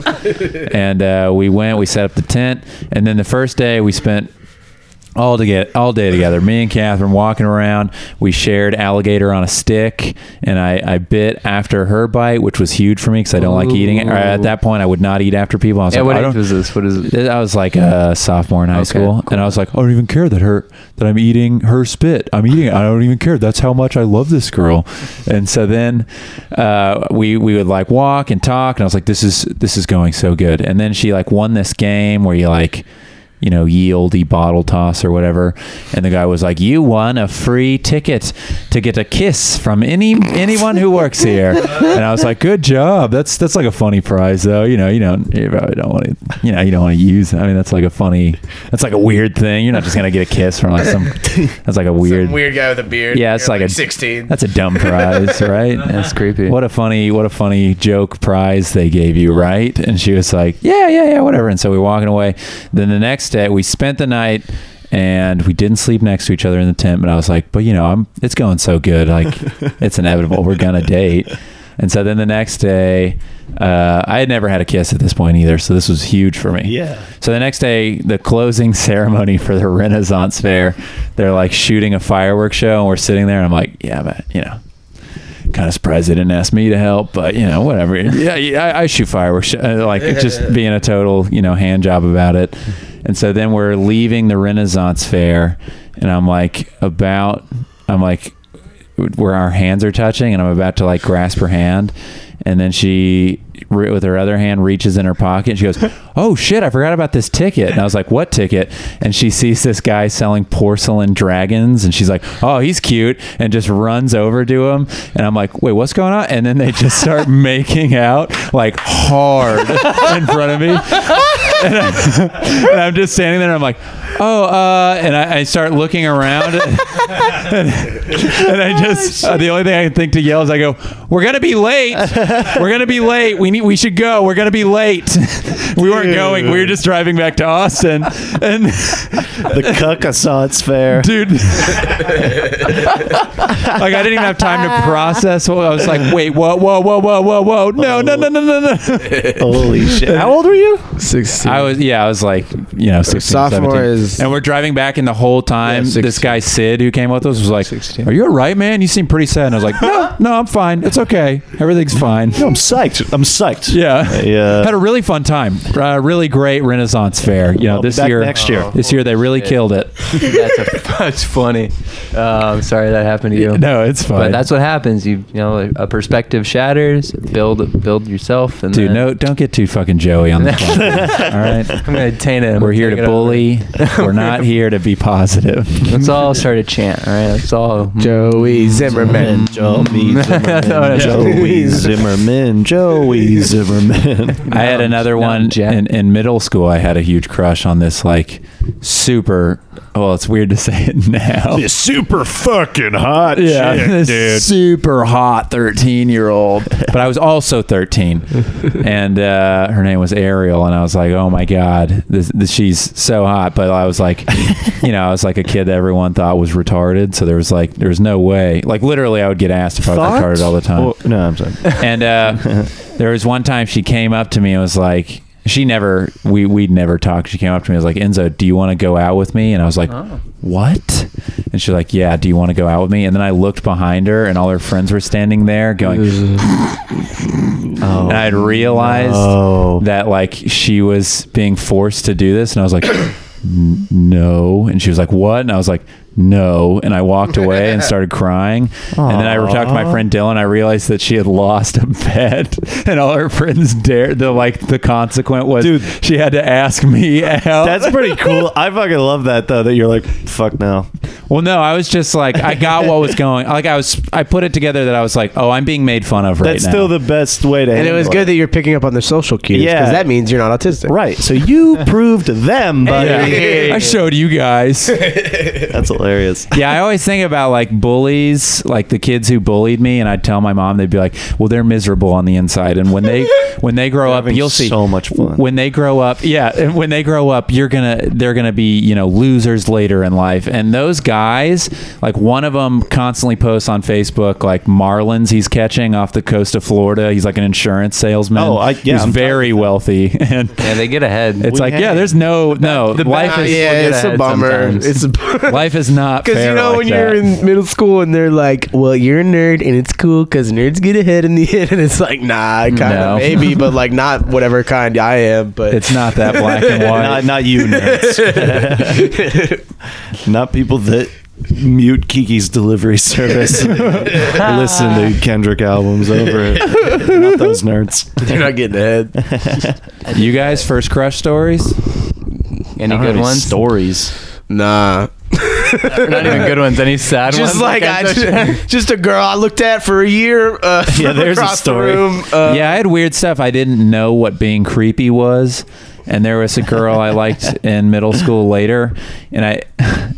[SPEAKER 4] and uh, we went, we set up the tent, and then the first day we spent all to get all day together. Me and Catherine walking around. We shared alligator on a stick, and I, I bit after her bite, which was huge for me because I don't like eating it. Or at that point, I would not eat after people. I was
[SPEAKER 3] Yeah,
[SPEAKER 4] like,
[SPEAKER 3] what
[SPEAKER 4] I
[SPEAKER 3] age
[SPEAKER 4] don't-
[SPEAKER 3] was this? What is it?
[SPEAKER 4] I was like a sophomore in high school, and I was like, I don't even care that her that I'm eating her spit. I'm eating it. I don't even care. That's how much I love this girl. And so then uh, we we would like walk and talk, and I was like, this is this is going so good. And then she like won this game where you like. you know, ye olde bottle toss or whatever. And the guy was like, "You won a free ticket to get a kiss from any anyone who works here." And I was like, "Good job. That's that's like a funny prize, though. You know, you don't you probably don't want to, you know, you don't want to use. I mean, that's like a funny, that's like a weird thing. You're not just gonna get a kiss from like some. That's like a weird,
[SPEAKER 2] Weird guy with a beard.
[SPEAKER 4] yeah, it's
[SPEAKER 2] You're
[SPEAKER 4] like, a
[SPEAKER 2] sixteen.
[SPEAKER 4] That's a dumb prize, (laughs) right? that's creepy. What a funny, what a funny joke prize they gave you, right? And she was like, yeah, yeah, yeah, whatever. And so we we're walking away. Then the next day, we spent the night. And we didn't sleep next to each other in the tent, but I was like, but you know, I'm it's going so good, like it's inevitable. We're gonna date. And so then the next day, uh, I had never had a kiss at this point either, so this was huge for me.
[SPEAKER 5] Yeah.
[SPEAKER 4] So the next day, the closing (laughs) ceremony for the Renaissance Fair, they're like shooting a fireworks show, and we're sitting there, and I'm like, yeah, but you know, kind of surprised they didn't ask me to help, but you know, whatever. Yeah, yeah I, I shoot fireworks, uh, like it's just being a total, you know, hand job about it. And so then we're leaving the Renaissance Fair, and I'm like, about, I'm like, where our hands are touching and I'm about to like grasp her hand and then she re- with her other hand reaches in her pocket and she goes (laughs) oh shit I forgot about this ticket and I was like what ticket and she sees this guy selling porcelain dragons and she's like oh he's cute and just runs over to him and I'm like wait what's going on and then they just start (laughs) making out like hard in front of me and, I, (laughs) and I'm just standing there and I'm like oh uh and I, I start looking around (laughs) and
[SPEAKER 5] Oh,
[SPEAKER 4] I just uh, the only thing I can think to yell is I go, "We're gonna be late. We're gonna be late. We need. We should go. We're gonna be late. (laughs) we weren't going. We were just driving back to Austin." And (laughs) the
[SPEAKER 5] cuckassance
[SPEAKER 4] (laughs)
[SPEAKER 5] fair,
[SPEAKER 4] dude. like I didn't even have time to process. What I was like, "Wait, whoa, whoa, whoa, whoa, whoa, whoa! No, no, no, no, no, no!"
[SPEAKER 5] Holy shit! How old were you?
[SPEAKER 4] Sixteen. I was. Yeah, I was like, you know, 16,
[SPEAKER 2] Sophomore
[SPEAKER 4] 17.
[SPEAKER 2] is-
[SPEAKER 4] And we're driving back, and the whole time, this guy Sid, who came with us, was like, "Are you all right, man? You seem pretty sad." And I was like, "No, no, I'm fine. It's okay. Everything's fine." No,
[SPEAKER 5] I'm psyched. I'm psyched.
[SPEAKER 4] (laughs) Yeah.
[SPEAKER 5] Yeah.
[SPEAKER 4] Had a really fun time. Uh, really great Renaissance fair. You know,
[SPEAKER 3] I'll be
[SPEAKER 4] this
[SPEAKER 3] back
[SPEAKER 4] year,
[SPEAKER 3] next year.
[SPEAKER 4] this year they really
[SPEAKER 3] Shit.
[SPEAKER 4] killed it.
[SPEAKER 3] (laughs) that's, a, that's funny. Uh, I'm sorry that happened to you.
[SPEAKER 4] No, it's fine.
[SPEAKER 3] But that's what happens. You, you know, a perspective shatters. Build, build yourself, and
[SPEAKER 4] Dude,
[SPEAKER 3] then-
[SPEAKER 4] no, don't get too fucking
[SPEAKER 3] (laughs)
[SPEAKER 4] Joey on the podcast. All right,
[SPEAKER 3] I'm
[SPEAKER 4] (laughs)
[SPEAKER 3] gonna taint it. I'm
[SPEAKER 4] We're
[SPEAKER 3] gonna
[SPEAKER 4] here
[SPEAKER 3] take
[SPEAKER 4] to
[SPEAKER 3] it over. (laughs)
[SPEAKER 4] bully. We're not here to be positive.
[SPEAKER 3] Let's all start a chant. All right, let's all.
[SPEAKER 2] Joey Zimmerman.
[SPEAKER 5] Joey Zimmerman. Joey Zimmerman. Joey Zimmerman.
[SPEAKER 4] I had another one in, in middle school. I had a huge crush on this like super. Well, it's weird to say it (laughs) now.
[SPEAKER 5] This super fucking hot
[SPEAKER 4] (laughs)
[SPEAKER 5] chick,
[SPEAKER 4] this
[SPEAKER 5] dude.
[SPEAKER 4] super hot thirteen year old.
[SPEAKER 5] (laughs)
[SPEAKER 4] But I was also thirteen, and uh, her name was Ariel, and I was like, oh my god, this, this, she's so hot. But I was
[SPEAKER 5] (laughs)
[SPEAKER 4] like, you know, I was like a kid that everyone thought was retarded. So there was like, there was no way. Like literally, I would get asked if I was
[SPEAKER 5] Thought?
[SPEAKER 4] retarded all the time.
[SPEAKER 5] Well, no, I'm sorry.
[SPEAKER 4] And uh, there was one time she came up to me and was like, she never, we, we'd never talked. She came up to me and was like, Enzo, do you want to go out with me? And I was like, what? And she's like, yeah, do you want to go out with me? And then I looked behind her and all her friends were standing there going, and I'd realized that like she was being forced to do this. And I was like, "N- no. And she was like, what? And I was like, no. And I walked away
[SPEAKER 5] (laughs)
[SPEAKER 4] and started crying. And then I talked to my
[SPEAKER 5] Aw.
[SPEAKER 4] friend Dylan. I realized that she had lost a bet, (laughs) and all her friends dared. The like the consequent was, dude, she had to ask me out.
[SPEAKER 5] That's
[SPEAKER 4] (laughs)
[SPEAKER 5] pretty cool. I fucking love that though. That you're like, fuck no.
[SPEAKER 4] Well, no, I was just like, I got what was going. Like I was, I put it together that I was like, oh, I'm being made fun of right
[SPEAKER 5] That's
[SPEAKER 4] now.
[SPEAKER 5] still the best way to.
[SPEAKER 2] And it
[SPEAKER 5] handle
[SPEAKER 2] was good that you're picking up on their social cues because
[SPEAKER 5] Yeah.
[SPEAKER 2] that means you're not autistic.
[SPEAKER 5] Right.
[SPEAKER 4] (laughs)
[SPEAKER 5] So you proved to them, buddy.
[SPEAKER 2] (laughs)
[SPEAKER 5] (laughs)
[SPEAKER 2] Hey. I
[SPEAKER 4] showed you guys.
[SPEAKER 5] That's hilarious.
[SPEAKER 4] yeah, I always think about like bullies, like the kids who bullied me, and I'd tell my mom, they'd be like, "Well, they're miserable on the inside, and when
[SPEAKER 5] (laughs)
[SPEAKER 4] they when they grow up, you'll see
[SPEAKER 5] so much fun.
[SPEAKER 4] When they grow up, yeah, and when they grow up, you're gonna they're gonna be you know losers later in life. And those guys, like one of them, constantly posts on Facebook like marlins he's catching off the coast of Florida. He's like an insurance salesman.
[SPEAKER 5] Oh, I- yeah,
[SPEAKER 4] he's
[SPEAKER 5] I'm
[SPEAKER 4] very wealthy, (laughs) and
[SPEAKER 3] Yeah, they get ahead.
[SPEAKER 4] it's
[SPEAKER 3] We
[SPEAKER 4] like yeah,
[SPEAKER 3] had-
[SPEAKER 4] there's no no
[SPEAKER 3] The bad
[SPEAKER 4] life is
[SPEAKER 3] people get
[SPEAKER 2] it's a
[SPEAKER 3] ahead
[SPEAKER 2] bummer.
[SPEAKER 3] sometimes.
[SPEAKER 4] (laughs)
[SPEAKER 2] It's a
[SPEAKER 4] life is not
[SPEAKER 2] Because
[SPEAKER 4] fair
[SPEAKER 2] you know
[SPEAKER 4] like
[SPEAKER 2] when
[SPEAKER 4] that.
[SPEAKER 2] you're in middle school and they're like, "Well, you're a nerd and it's cool because nerds get ahead in the (laughs) end," and it's like, "Nah, kind of
[SPEAKER 4] No.
[SPEAKER 2] maybe,
[SPEAKER 4] (laughs)
[SPEAKER 2] but like not whatever kind I am." But
[SPEAKER 4] It's not
[SPEAKER 2] (laughs)
[SPEAKER 4] that black
[SPEAKER 5] (laughs)
[SPEAKER 4] and white.
[SPEAKER 5] not, not
[SPEAKER 4] (laughs)
[SPEAKER 5] you nerds. not people that mute Kiki's delivery
[SPEAKER 4] (laughs)
[SPEAKER 5] service. and listen to Kendrick albums over it. Not those nerds. (laughs)
[SPEAKER 2] they're not getting ahead.
[SPEAKER 4] You guys, first crush stories?
[SPEAKER 3] Any
[SPEAKER 5] I don't have
[SPEAKER 3] good
[SPEAKER 5] any
[SPEAKER 3] ones?
[SPEAKER 5] Stories?
[SPEAKER 2] Nah.
[SPEAKER 3] Not even good ones. Any sad ones?
[SPEAKER 2] just like I
[SPEAKER 4] (laughs)
[SPEAKER 2] just, just a girl I looked at for a year. Uh, (laughs)
[SPEAKER 4] yeah, there's a
[SPEAKER 2] across the
[SPEAKER 4] story.
[SPEAKER 2] room. uh,
[SPEAKER 4] yeah, I had weird stuff. I didn't know what being creepy was, and there was a girl I liked in middle school later, and I. (laughs)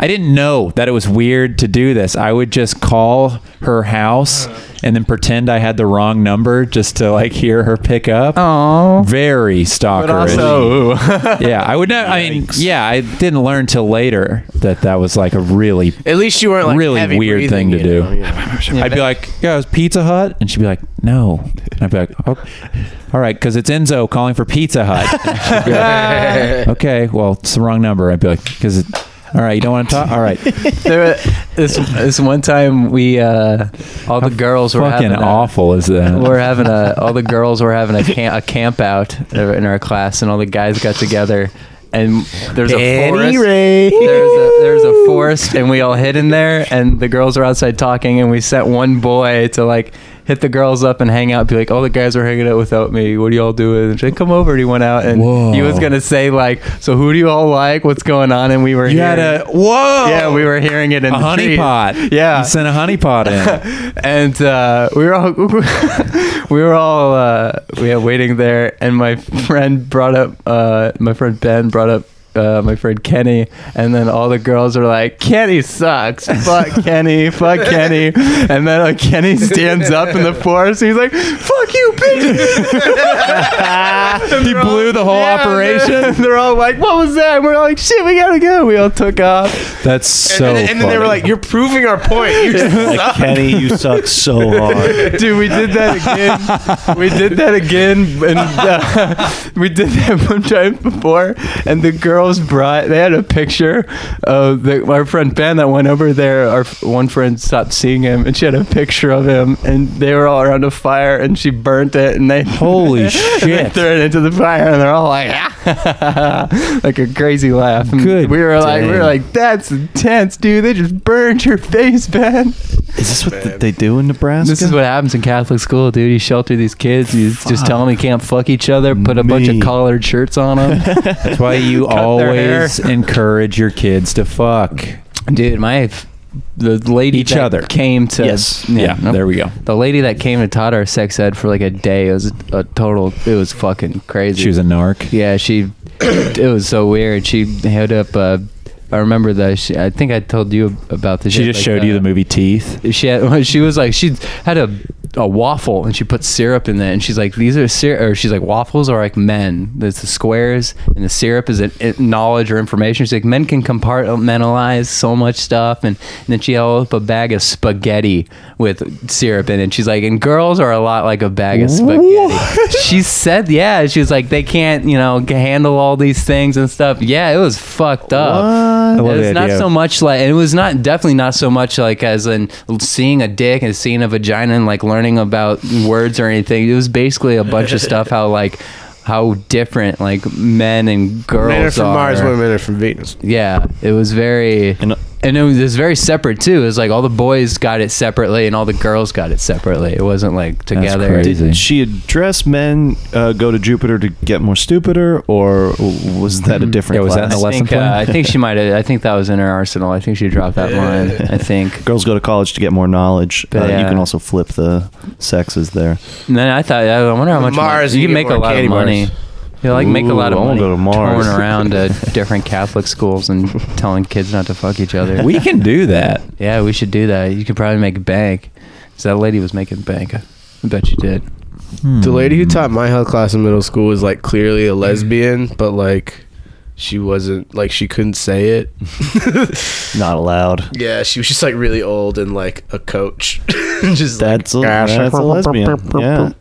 [SPEAKER 4] I didn't know that it was weird to do this. I would just call her house and then pretend I had the wrong number just to like hear her pick up.
[SPEAKER 3] Oh,
[SPEAKER 4] very stalkerish.
[SPEAKER 3] also-
[SPEAKER 4] (laughs) yeah, I would know. I mean, yeah, I didn't learn till later that that was like a really
[SPEAKER 2] At least you weren't like
[SPEAKER 4] really
[SPEAKER 2] heavy
[SPEAKER 4] weird
[SPEAKER 2] breathing,
[SPEAKER 4] thing to
[SPEAKER 2] you
[SPEAKER 4] do.
[SPEAKER 2] know, yeah.
[SPEAKER 4] I'd be like, yeah, it was Pizza Hut. And she'd be like, no. And I'd be like, oh, all right, because it's Enzo calling for Pizza Hut. And she'd be like, okay, well, it's the wrong number. I'd be like, because it, all right, you don't want to talk? All right.
[SPEAKER 3] there were, this this one time we uh, all the girls were
[SPEAKER 4] fucking
[SPEAKER 3] having a-
[SPEAKER 4] awful is that?
[SPEAKER 3] We're having a all the girls were having a camp, a camp out in our class, and all the guys got together. And there's a
[SPEAKER 2] Danny
[SPEAKER 3] forest. There's a there's a forest, and we all hid in there. And the girls are outside talking, and we sent one boy to like hit the girls up and hang out. Be like, all the guys are hanging out without me. What do y'all doing? And she's like, come over. And he went out, and he was gonna say like, so who do you all like? What's going on? And we were
[SPEAKER 4] You
[SPEAKER 3] (laughs)
[SPEAKER 4] had
[SPEAKER 3] hearing-
[SPEAKER 4] a- whoa!
[SPEAKER 3] Yeah, we were hearing it in
[SPEAKER 4] A
[SPEAKER 3] the
[SPEAKER 4] honey
[SPEAKER 3] trees.
[SPEAKER 4] pot.
[SPEAKER 3] Yeah,
[SPEAKER 4] You sent a honey pot in.
[SPEAKER 3] (laughs) and uh, we were all (laughs) we were all uh, we were waiting there, and my friend brought up uh, my friend Ben brought up. Uh, my friend Kenny, and then all the girls are like, "Kenny sucks, fuck Kenny, fuck Kenny," and then like Kenny stands up in the forest, and he's like, "Fuck you, bitch!" he blew the whole (laughs)
[SPEAKER 4] operation.
[SPEAKER 3] They're all like, "What was that?" And we're like, "Shit, we gotta go." We all took off.
[SPEAKER 4] That's so.
[SPEAKER 2] and, then they were like, "You're proving our point.
[SPEAKER 4] (laughs)
[SPEAKER 2] You just suck."
[SPEAKER 5] Kenny, you suck so
[SPEAKER 2] (laughs)
[SPEAKER 5] hard.
[SPEAKER 3] Dude, we did that again. We did that again, and uh, (laughs) we did that one time before. And the girls brought. They had a picture of the, our friend Ben that went over there. Our f- one friend stopped seeing him, and she had a picture of him. And they were all around a fire, and she burnt it, and they (laughs)
[SPEAKER 4] holy
[SPEAKER 3] they
[SPEAKER 4] shit.
[SPEAKER 3] threw it into the fire, and they're all like, "Ah." (laughs) like a crazy laugh. And
[SPEAKER 4] Good
[SPEAKER 3] We were like, we
[SPEAKER 4] dang.
[SPEAKER 3] were like, that's intense, dude. They just burned your face, Ben.
[SPEAKER 5] Is this what th- they do in Nebraska?
[SPEAKER 3] This is what happens in Catholic school, dude. You shelter these kids. You just tell them you can't fuck each other. Put a bunch of collared shirts on (laughs) them.
[SPEAKER 4] That's why you
[SPEAKER 3] Cut their hair. (laughs)
[SPEAKER 4] always encourage your kids to fuck.
[SPEAKER 3] dude, my the lady
[SPEAKER 4] Each
[SPEAKER 3] that
[SPEAKER 4] other.
[SPEAKER 3] came to
[SPEAKER 4] Yes. Yeah, there we go.
[SPEAKER 3] The lady that came and taught our sex ed for like a day it was a total. It was fucking crazy.
[SPEAKER 4] She was a narc.
[SPEAKER 3] Yeah, she. it was so weird. She held up. Uh, I remember that. She, I think I told you about this. uh,
[SPEAKER 4] She just showed you the movie Teeth.
[SPEAKER 3] she had, (laughs) she was like she had a a waffle and she put syrup in that and she's like these are syrup or she's like waffles are like men there's the squares and the syrup is an, it- knowledge or information she's like men can compartmentalize so much stuff and, and then she held up a bag of spaghetti with syrup in it she's like and girls are a lot like a bag of spaghetti she said yeah she was like they can't you know g- handle all these things and stuff yeah it was fucked up
[SPEAKER 4] love the
[SPEAKER 3] it's not
[SPEAKER 4] idea of
[SPEAKER 3] so much like and it was not definitely not so much like as in seeing a dick and seeing a vagina and like learning about words or anything it was basically a bunch of stuff how like how different like men and girls
[SPEAKER 2] Men are from Mars, women
[SPEAKER 3] are from venus yeah it was very
[SPEAKER 5] uh,
[SPEAKER 3] and, it was, it was very separate too it was like all the boys got it separately and all the girls got it separately it wasn't like together
[SPEAKER 5] Did she address men uh, go to Jupiter to get more stupider, or was that a different? class?
[SPEAKER 3] Mm-hmm. I think, uh, I think she might have. I think that was in her arsenal. I think she dropped that line. I think.
[SPEAKER 5] Girls go to college to get more knowledge. Uh,
[SPEAKER 3] But,
[SPEAKER 5] You
[SPEAKER 3] yeah.
[SPEAKER 5] can also flip the sexes there.
[SPEAKER 3] And then I thought, I wonder how much money-
[SPEAKER 2] Mars,
[SPEAKER 3] you
[SPEAKER 2] you
[SPEAKER 3] can
[SPEAKER 2] get
[SPEAKER 3] make a
[SPEAKER 2] more
[SPEAKER 3] lot
[SPEAKER 2] candy
[SPEAKER 3] of money.
[SPEAKER 2] bars.
[SPEAKER 3] You'll like make a lot of
[SPEAKER 5] Ooh, I wanna
[SPEAKER 3] money
[SPEAKER 5] go to
[SPEAKER 3] (laughs)
[SPEAKER 5] Mars.
[SPEAKER 3] touring around to different Catholic schools and telling kids not to fuck each other.
[SPEAKER 4] We can do that.
[SPEAKER 3] Yeah, we should do that. You could probably make bank. 'Cause that lady was making bank. I bet you did.
[SPEAKER 2] The lady who taught my health class in middle school was like clearly a lesbian, but like she wasn't like she couldn't say it.
[SPEAKER 5] Not allowed.
[SPEAKER 2] Yeah, she was just like really old and like a coach. (laughs) just
[SPEAKER 5] that's
[SPEAKER 2] like,
[SPEAKER 5] a, that's a lesbian. Yeah.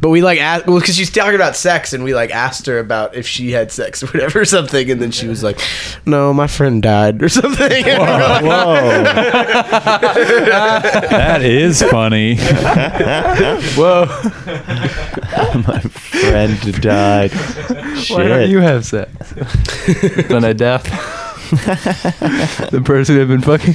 [SPEAKER 2] But we like asked, well, because she's talking about sex, and we like asked her about if she had sex or whatever, or something, and then she was like, "No, my friend died or something." Whoa, (laughs)
[SPEAKER 5] Oh.
[SPEAKER 4] That is funny.
[SPEAKER 3] Whoa.
[SPEAKER 5] (laughs) My friend died. Shit.
[SPEAKER 3] Why don't you
[SPEAKER 2] (laughs)
[SPEAKER 3] have sex? then I deaf. the person I've been fucking.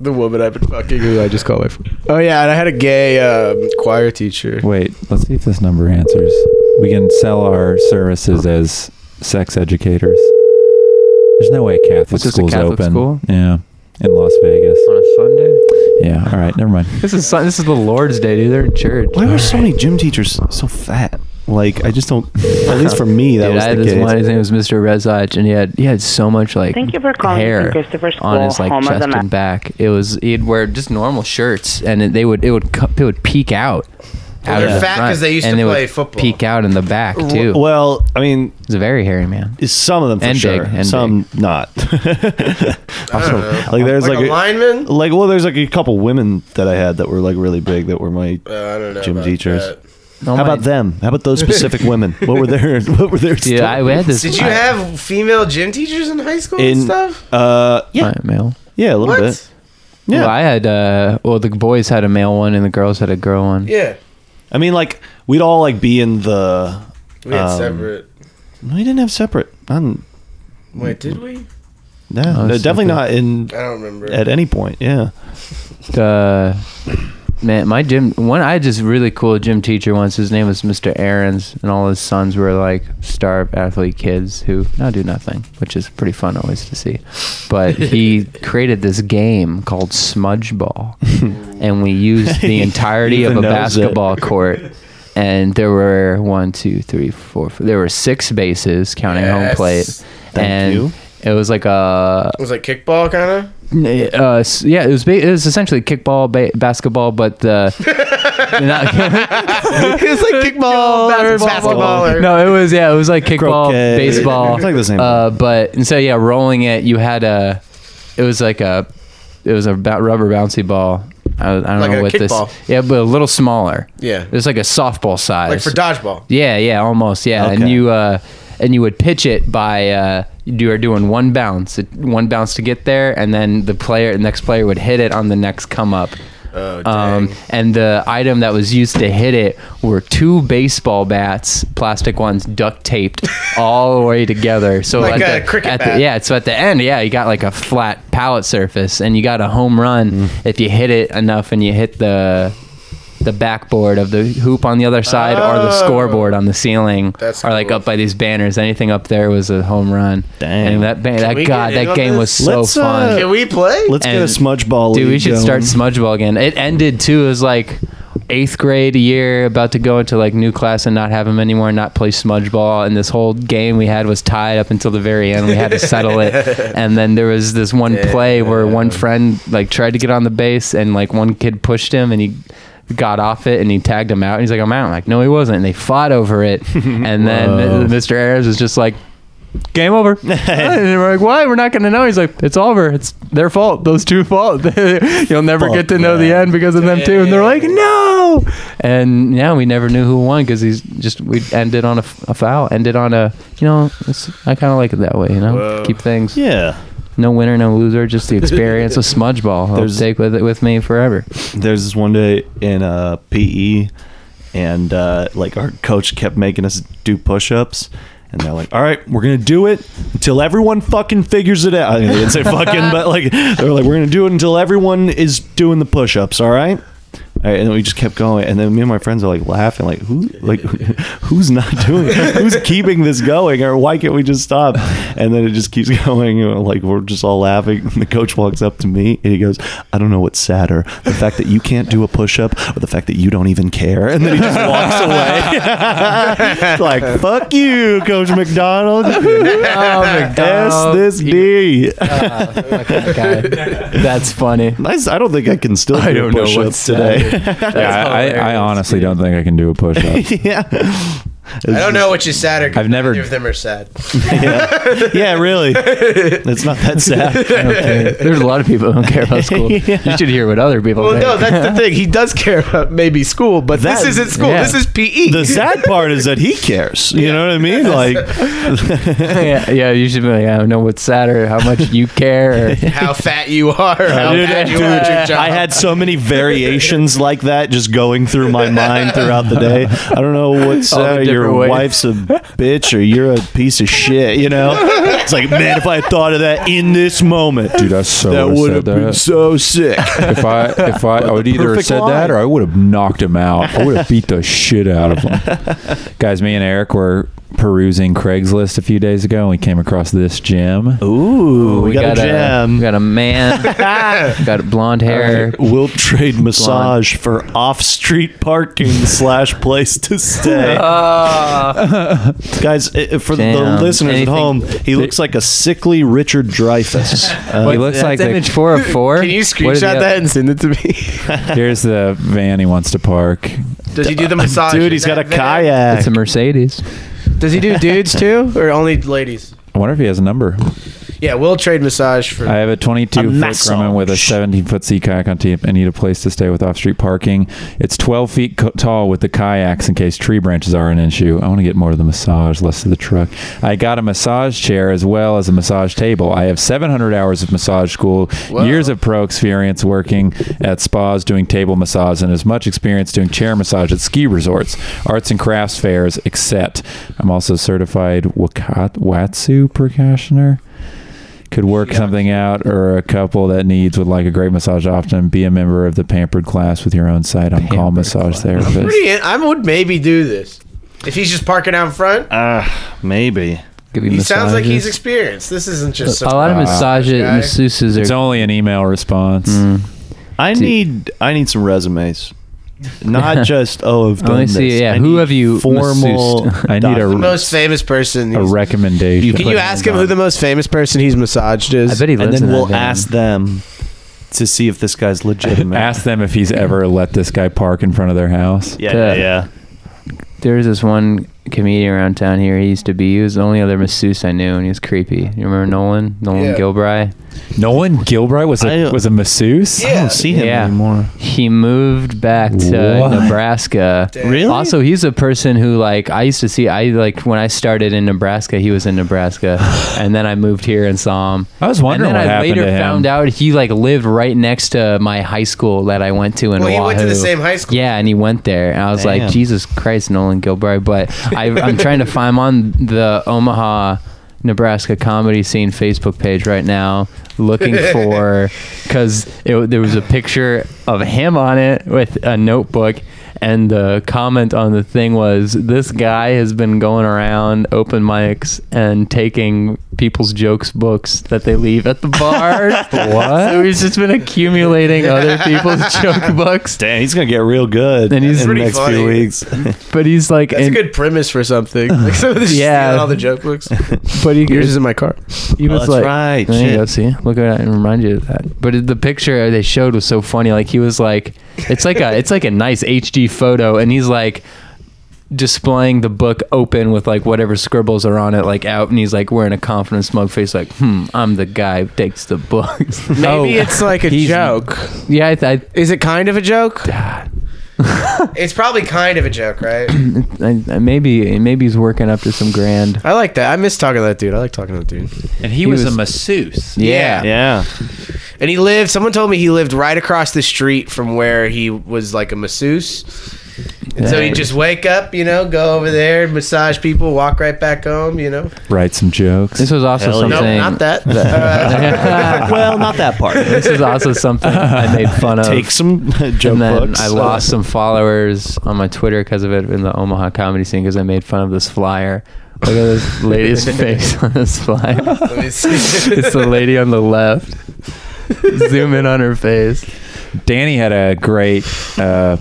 [SPEAKER 2] the woman I've been fucking, who I just call my friend. Oh yeah, and I had a gay um, choir teacher.
[SPEAKER 4] Wait, let's see if this number answers. We can sell our services as sex educators. There's no way Catholic
[SPEAKER 3] Is this a
[SPEAKER 4] school's
[SPEAKER 3] Catholic
[SPEAKER 4] open.
[SPEAKER 3] school?
[SPEAKER 4] Yeah, in Las Vegas
[SPEAKER 3] on a Sunday.
[SPEAKER 4] Yeah. All right. Never mind.
[SPEAKER 3] This is Sun- this is the Lord's Day, dude. They're in church.
[SPEAKER 5] Why were so many gym teachers so fat? Like I just don't. At least for me, that
[SPEAKER 3] Dude,
[SPEAKER 5] was
[SPEAKER 3] I had
[SPEAKER 5] the
[SPEAKER 3] this
[SPEAKER 5] case.
[SPEAKER 3] one. His name was Mr. Rezach, and he had he had so much like
[SPEAKER 14] Thank you for calling
[SPEAKER 3] hair
[SPEAKER 14] St. Christopher's
[SPEAKER 3] on his
[SPEAKER 14] School,
[SPEAKER 3] like
[SPEAKER 14] home of the
[SPEAKER 3] chest and
[SPEAKER 14] ma-
[SPEAKER 3] back. It was he'd wear just normal shirts, and it, they would it would cu- it would peek out.
[SPEAKER 2] Well,
[SPEAKER 3] out
[SPEAKER 2] they're
[SPEAKER 3] of the
[SPEAKER 2] fat 'cause
[SPEAKER 3] front,
[SPEAKER 2] they used
[SPEAKER 3] and
[SPEAKER 2] to
[SPEAKER 3] it would
[SPEAKER 2] play football.
[SPEAKER 3] Peek out in the back too.
[SPEAKER 5] Well, I mean,
[SPEAKER 3] he's a very hairy man.
[SPEAKER 5] Some of them for
[SPEAKER 3] And big,
[SPEAKER 5] sure,
[SPEAKER 3] and
[SPEAKER 5] some not. (laughs)
[SPEAKER 2] don't know.
[SPEAKER 5] Like there's
[SPEAKER 2] Like
[SPEAKER 5] like,
[SPEAKER 2] a lineman?
[SPEAKER 5] Like well, there's like a couple women that I had that were like really big that were my
[SPEAKER 2] Uh, I don't know
[SPEAKER 5] gym
[SPEAKER 2] about
[SPEAKER 5] teachers.
[SPEAKER 2] that.
[SPEAKER 3] Oh
[SPEAKER 5] How about them? How about
[SPEAKER 2] (laughs)
[SPEAKER 5] those specific women? What were their What were their?
[SPEAKER 3] (laughs) Dude, I had this-
[SPEAKER 2] Did you
[SPEAKER 3] I-
[SPEAKER 2] have female gym teachers in high school and
[SPEAKER 5] in
[SPEAKER 2] stuff?
[SPEAKER 5] uh yeah
[SPEAKER 3] Right, male?
[SPEAKER 5] Yeah, a little
[SPEAKER 2] What?
[SPEAKER 5] bit.
[SPEAKER 3] Yeah, well, I had uh, well the boys had a male one and the girls had a girl one.
[SPEAKER 2] Yeah.
[SPEAKER 5] I mean, like we'd all like be in the.
[SPEAKER 2] We had
[SPEAKER 5] um,
[SPEAKER 2] separate.
[SPEAKER 5] No, we didn't have separate. I'm,
[SPEAKER 2] Wait, did we?
[SPEAKER 5] no,
[SPEAKER 3] Oh,
[SPEAKER 5] no,
[SPEAKER 3] stupid.
[SPEAKER 5] definitely not in.
[SPEAKER 2] I don't remember.
[SPEAKER 5] at any point. Yeah.
[SPEAKER 3] Uh, man, my gym one I had this really cool gym teacher once. His name was Mr. Aarons, and all his sons were like star athlete kids who now do nothing, which is pretty fun always to see. But he
[SPEAKER 2] (laughs)
[SPEAKER 3] created this game called Smudge Ball, and we
[SPEAKER 2] (laughs)
[SPEAKER 3] used the entirety of
[SPEAKER 5] Ethan
[SPEAKER 3] a
[SPEAKER 5] knows it.
[SPEAKER 3] basketball court. And there were one, two, three, four. f- There were six bases counting home
[SPEAKER 2] Yes.
[SPEAKER 3] plate,
[SPEAKER 2] Thank
[SPEAKER 3] and
[SPEAKER 2] you.
[SPEAKER 3] it was like a
[SPEAKER 2] It was like kickball kind
[SPEAKER 3] N- uh, s- yeah, it was ba- it was essentially kickball, ba- basketball, but
[SPEAKER 2] (laughs)
[SPEAKER 3] uh, not- (laughs)
[SPEAKER 2] of. it's like kickball or basketball. Or,
[SPEAKER 3] no, it was yeah, it was like kickball,
[SPEAKER 5] Croquet.
[SPEAKER 3] baseball,
[SPEAKER 5] It's like the same
[SPEAKER 3] Uh, but and so yeah, rolling it, you had a, it was like a, it was a ba- rubber bouncy ball. I, I don't
[SPEAKER 2] Like
[SPEAKER 3] know
[SPEAKER 2] a
[SPEAKER 3] what this.
[SPEAKER 2] kickball.
[SPEAKER 3] Yeah, but a little smaller.
[SPEAKER 2] Yeah.
[SPEAKER 3] it was like a softball size,
[SPEAKER 2] Like for dodgeball.
[SPEAKER 3] yeah, yeah, almost. Yeah, and
[SPEAKER 2] Okay.
[SPEAKER 3] you uh, and you would pitch it by uh, you are doing one bounce, it- one bounce to get there, and then the player, the next player would hit it on the next come up.
[SPEAKER 2] Oh,
[SPEAKER 3] Um, and the item that was used to hit it were two baseball bats, plastic ones, duct
[SPEAKER 2] (laughs)
[SPEAKER 3] taped all the way together. So
[SPEAKER 2] Like
[SPEAKER 3] at
[SPEAKER 2] a
[SPEAKER 3] the,
[SPEAKER 2] cricket
[SPEAKER 3] at the-
[SPEAKER 2] bat.
[SPEAKER 3] yeah. So at the end, yeah, you got like a flat pallet surface, and you got a home run
[SPEAKER 2] Mm.
[SPEAKER 3] if you hit it enough, and you hit the the backboard of the hoop on the other side or the
[SPEAKER 2] Oh.
[SPEAKER 3] scoreboard on the ceiling
[SPEAKER 2] That's
[SPEAKER 3] or like
[SPEAKER 2] cool.
[SPEAKER 3] up by these banners anything up there was a home run Dang. and that
[SPEAKER 2] Can
[SPEAKER 3] ba-
[SPEAKER 2] we
[SPEAKER 3] that
[SPEAKER 2] get
[SPEAKER 3] god
[SPEAKER 2] in
[SPEAKER 3] that
[SPEAKER 2] on
[SPEAKER 3] game
[SPEAKER 2] this?
[SPEAKER 3] was so
[SPEAKER 2] Let's, uh,
[SPEAKER 3] fun
[SPEAKER 2] Can we play?
[SPEAKER 5] Let's get a
[SPEAKER 3] And-
[SPEAKER 5] smudge ball.
[SPEAKER 3] dude we
[SPEAKER 5] league
[SPEAKER 3] should start
[SPEAKER 5] going.
[SPEAKER 3] smudge ball again it ended too it was like eighth grade a year about to go into like new class and not have him anymore and not play smudge ball and this whole game we had was tied up until the very end we had to settle
[SPEAKER 5] (laughs)
[SPEAKER 3] it and then there was this one play where one friend like tried to get on the base and like one kid pushed him and he got off it and he tagged him out and he's like i'm out I'm like no he wasn't and they fought over
[SPEAKER 5] (laughs)
[SPEAKER 3] it and then
[SPEAKER 4] Whoa.
[SPEAKER 3] mr ayers was just like game
[SPEAKER 2] (laughs)
[SPEAKER 3] over. and we're like, why? We're not going to know. He's like, it's over. It's their fault. Those two fault. (laughs) You'll never get to know the end because of them two. And they're like, no. And yeah, we never knew who won because he's just we ended on a, f- a foul. Ended on a you know. It's, I kind of like it that way. You know,
[SPEAKER 5] Whoa.
[SPEAKER 3] keep things.
[SPEAKER 5] Yeah.
[SPEAKER 3] No winner, no loser. Just
[SPEAKER 2] (laughs)
[SPEAKER 3] the experience of smudge ball. I'll
[SPEAKER 5] There's-
[SPEAKER 3] take with it with me forever.
[SPEAKER 5] There's this one day in uh, PE, and uh, like our coach kept making us do push-ups. And they're like, "All right, we're gonna do it until everyone fucking figures it out." I mean, they didn't say fucking, but like they're like, "We're gonna do it until everyone is doing the push-ups." All right, all right, and then we just kept going. And then me and my friends are like laughing, like who, (laughs) like who's not doing, it? who's keeping this going, or why can't we just stop? And then it just keeps (laughs) going. you know, Like we're just all laughing. And the coach walks up to me and he goes, "I don't know what's sadder, the fact that you can't do a push-up, or the fact that you don't even care." And then he just
[SPEAKER 4] (laughs)
[SPEAKER 5] walks away, (laughs) like "Fuck you, Coach
[SPEAKER 4] (laughs)
[SPEAKER 5] McDonald."
[SPEAKER 2] Oh
[SPEAKER 3] (laughs)
[SPEAKER 4] Oh,
[SPEAKER 5] S
[SPEAKER 3] McDonald.
[SPEAKER 5] this D.
[SPEAKER 2] (laughs)
[SPEAKER 3] That's funny.
[SPEAKER 5] Nice. I don't think I can still do
[SPEAKER 4] I don't know
[SPEAKER 5] push-ups
[SPEAKER 4] what's
[SPEAKER 5] today.
[SPEAKER 4] yeah, I, I honestly don't think I can do a push up.
[SPEAKER 5] (laughs) yeah.
[SPEAKER 2] I don't know which is sadder. 'cause
[SPEAKER 4] I've never-
[SPEAKER 2] Neither of them are
[SPEAKER 5] (laughs)
[SPEAKER 2] sad.
[SPEAKER 5] yeah. yeah, really. It's not that sad.
[SPEAKER 3] There's a lot of people who don't care
[SPEAKER 2] (laughs)
[SPEAKER 3] about school. You should hear what other people
[SPEAKER 2] Well,
[SPEAKER 3] think.
[SPEAKER 2] no, that's the thing. He does care about maybe school, but this
[SPEAKER 5] That-
[SPEAKER 2] isn't school.
[SPEAKER 5] yeah.
[SPEAKER 2] This is E. PE. (laughs)
[SPEAKER 5] The sad part is that he cares. You know what
[SPEAKER 4] (laughs)
[SPEAKER 5] I mean? Like,
[SPEAKER 3] yeah, yeah, you should be like, I don't know what's sadder, how much
[SPEAKER 2] (laughs)
[SPEAKER 3] you care. Or,
[SPEAKER 2] how fat you are, how
[SPEAKER 5] Dude,
[SPEAKER 2] bad you
[SPEAKER 5] dude,
[SPEAKER 2] are at your job.
[SPEAKER 5] I had so many variations like that just going through my mind throughout the day. I don't know what's
[SPEAKER 3] All the
[SPEAKER 5] uh, your
[SPEAKER 3] different ways.
[SPEAKER 5] wife's a bitch or you're a piece of shit. You know, it's like man, if I had thought of that in this moment,
[SPEAKER 4] Dude, that's so
[SPEAKER 5] that
[SPEAKER 4] would've
[SPEAKER 5] would have
[SPEAKER 4] said
[SPEAKER 5] been
[SPEAKER 4] that.
[SPEAKER 5] so sick.
[SPEAKER 4] If I if I, I would
[SPEAKER 5] The
[SPEAKER 4] either have
[SPEAKER 5] perfect
[SPEAKER 4] said that
[SPEAKER 5] line. (laughs)
[SPEAKER 4] or I would have knocked him out. I would have beat the shit out of him. Guys, me and Eric were perusing Craigslist a few days ago, and we came across this gem.
[SPEAKER 5] Ooh,
[SPEAKER 3] we got a gem. we got
[SPEAKER 2] (laughs)
[SPEAKER 3] a man. got blonde hair.
[SPEAKER 5] We'll trade massage for
[SPEAKER 4] (laughs)
[SPEAKER 5] off-street parking slash place to stay.
[SPEAKER 4] Uh,
[SPEAKER 2] Uh,
[SPEAKER 5] Guys, i- i- for
[SPEAKER 3] Damn.
[SPEAKER 5] the listeners
[SPEAKER 3] Anything-
[SPEAKER 5] at home, he looks like a sickly Richard Dreyfus.
[SPEAKER 4] he looks like the-
[SPEAKER 3] oh
[SPEAKER 2] Can you screenshot that and send it to me?
[SPEAKER 5] (laughs)
[SPEAKER 4] Here's the van he wants to park.
[SPEAKER 2] Does he (laughs) do the massage? in that van?
[SPEAKER 4] It's a Mercedes.
[SPEAKER 2] Does he do dudes too, or only ladies?
[SPEAKER 4] I wonder if he has a number.
[SPEAKER 2] Yeah, we'll trade massage for.
[SPEAKER 4] I have a 22
[SPEAKER 2] A
[SPEAKER 4] foot Grumman with a 17 foot sea kayak on tip. I need a place to stay with off street parking. It's 12 feet co- tall with the kayaks in case tree branches are an issue. I want to get more to the massage, less to the truck. I got a massage chair as well as a massage table. I have 700 hours of massage school, years of pro experience working at spas doing table massage, and as much experience doing chair massage at ski resorts, arts and crafts fairs, except I'm also certified wakat- Watsu percussioner could work something out or a couple that needs would like a great massage often be a member of the pampered class with your own site on call massage therapist
[SPEAKER 2] Pretty. in- I would maybe do this if he's just parking out front.
[SPEAKER 5] Uh, maybe.
[SPEAKER 2] He sounds like he's experienced. This isn't just some- guy.
[SPEAKER 3] masseuses
[SPEAKER 4] it's
[SPEAKER 3] are-
[SPEAKER 4] only an email response
[SPEAKER 5] I
[SPEAKER 4] See-
[SPEAKER 5] need I need some resumes,
[SPEAKER 4] (laughs)
[SPEAKER 5] not just oh I've
[SPEAKER 4] I wanna
[SPEAKER 5] done
[SPEAKER 4] see,
[SPEAKER 5] this.
[SPEAKER 4] yeah,
[SPEAKER 5] I
[SPEAKER 4] who
[SPEAKER 5] need
[SPEAKER 4] have you
[SPEAKER 5] formal?
[SPEAKER 4] masseused? (laughs) I need a-
[SPEAKER 2] The most famous person.
[SPEAKER 4] a
[SPEAKER 2] he's-
[SPEAKER 4] recommendation
[SPEAKER 2] Can you ask him who the most famous person he's massaged is?
[SPEAKER 5] and then we'll ask them to see if
[SPEAKER 4] (laughs)
[SPEAKER 5] this guy's legitimate.
[SPEAKER 4] ask them if he's ever let this guy park in front of their house
[SPEAKER 5] Yeah, yeah, yeah.
[SPEAKER 3] There was this one comedian around town here. He used to be. He was the only other masseuse I knew, and he was creepy. You remember Nolan? Nolan
[SPEAKER 4] Yeah.
[SPEAKER 3] Gilbride.
[SPEAKER 4] Nolan Gilbride was a
[SPEAKER 3] I-
[SPEAKER 4] was a masseuse
[SPEAKER 5] I don't see him anymore.
[SPEAKER 3] He moved back to
[SPEAKER 4] What?
[SPEAKER 3] Nebraska. Really? Also, he's a person who like I used to see. I like when I started in Nebraska, he was in
[SPEAKER 4] (sighs)
[SPEAKER 3] Nebraska, and then I moved here and saw him.
[SPEAKER 4] I was wondering
[SPEAKER 3] And then
[SPEAKER 4] what
[SPEAKER 3] I
[SPEAKER 4] happened
[SPEAKER 3] later
[SPEAKER 4] to him.
[SPEAKER 3] found out he like lived right next to my high school that I went to in
[SPEAKER 2] Well, he went to the
[SPEAKER 3] Oahu.
[SPEAKER 2] same high school.
[SPEAKER 3] Yeah, and he went there, and I was
[SPEAKER 2] Damn.
[SPEAKER 3] like, Jesus Christ, Nolan Gilbride. But I, I'm trying to find him on the Omaha. Nebraska comedy scene Facebook page right now, looking (laughs) for because there was a picture of him on it with a notebook, and the comment on the thing was, "This guy has been going around open mics and taking people's jokes books that they leave at the (laughs) bar."
[SPEAKER 4] What?
[SPEAKER 3] So he's just been accumulating other people's (laughs) joke books.
[SPEAKER 5] Damn, he's gonna get real good.
[SPEAKER 3] And he's
[SPEAKER 2] That's
[SPEAKER 3] in the
[SPEAKER 2] pretty
[SPEAKER 3] next
[SPEAKER 2] funny.
[SPEAKER 3] few weeks. But he's like,
[SPEAKER 2] That's
[SPEAKER 3] and-
[SPEAKER 2] a good premise for something. Like some of this
[SPEAKER 3] Yeah.
[SPEAKER 2] yeah, all the joke books.
[SPEAKER 3] but he,
[SPEAKER 2] Yours is in my car.
[SPEAKER 3] He
[SPEAKER 2] Oh,
[SPEAKER 3] was
[SPEAKER 2] that's
[SPEAKER 3] like,
[SPEAKER 2] right,
[SPEAKER 3] There you
[SPEAKER 2] shit.
[SPEAKER 3] go. See, look at that and remind you of that. But it- the picture they showed was so funny. Like he was like, it's like a, it's like a nice HD photo, and he's like displaying the book open with like whatever scribbles are on it, like out, and he's like wearing a confident smug face, like, hmm, I'm the guy who takes the books.
[SPEAKER 2] (laughs)
[SPEAKER 3] Oh.
[SPEAKER 2] Maybe it's like a joke.
[SPEAKER 3] Yeah, I, I,
[SPEAKER 2] is it kind of a joke? it's probably kind of a joke, right?
[SPEAKER 3] I, I- maybe maybe he's working up to some grand.
[SPEAKER 2] I like that. I miss talking to that dude. I like talking to that dude.
[SPEAKER 4] And
[SPEAKER 3] he He was a was-
[SPEAKER 4] masseuse.
[SPEAKER 2] Yeah.
[SPEAKER 5] (laughs) Yeah.
[SPEAKER 2] And he lived. Someone told me he lived right across the street from where he was like a masseuse. And so
[SPEAKER 4] Dang.
[SPEAKER 2] he'd just wake up, you know, go over there, massage people, walk right back home, you know.
[SPEAKER 4] write some jokes
[SPEAKER 3] This was also
[SPEAKER 2] Hell yeah.
[SPEAKER 3] something.
[SPEAKER 2] Nope, not that. (laughs)
[SPEAKER 3] (laughs)
[SPEAKER 5] well, not that part.
[SPEAKER 3] This is also something I made
[SPEAKER 2] (laughs)
[SPEAKER 3] fun of.
[SPEAKER 5] (laughs) Take some (laughs) joke
[SPEAKER 3] and then
[SPEAKER 5] books.
[SPEAKER 3] I lost some followers on my Twitter because of it in the Omaha comedy scene because I made fun of this flyer.
[SPEAKER 2] (laughs)
[SPEAKER 3] Look at this lady's face on this flyer.
[SPEAKER 2] Let
[SPEAKER 3] (laughs)
[SPEAKER 2] me see.
[SPEAKER 3] it's the lady on the left. Zoom in on her face.
[SPEAKER 4] Danny had a great uh,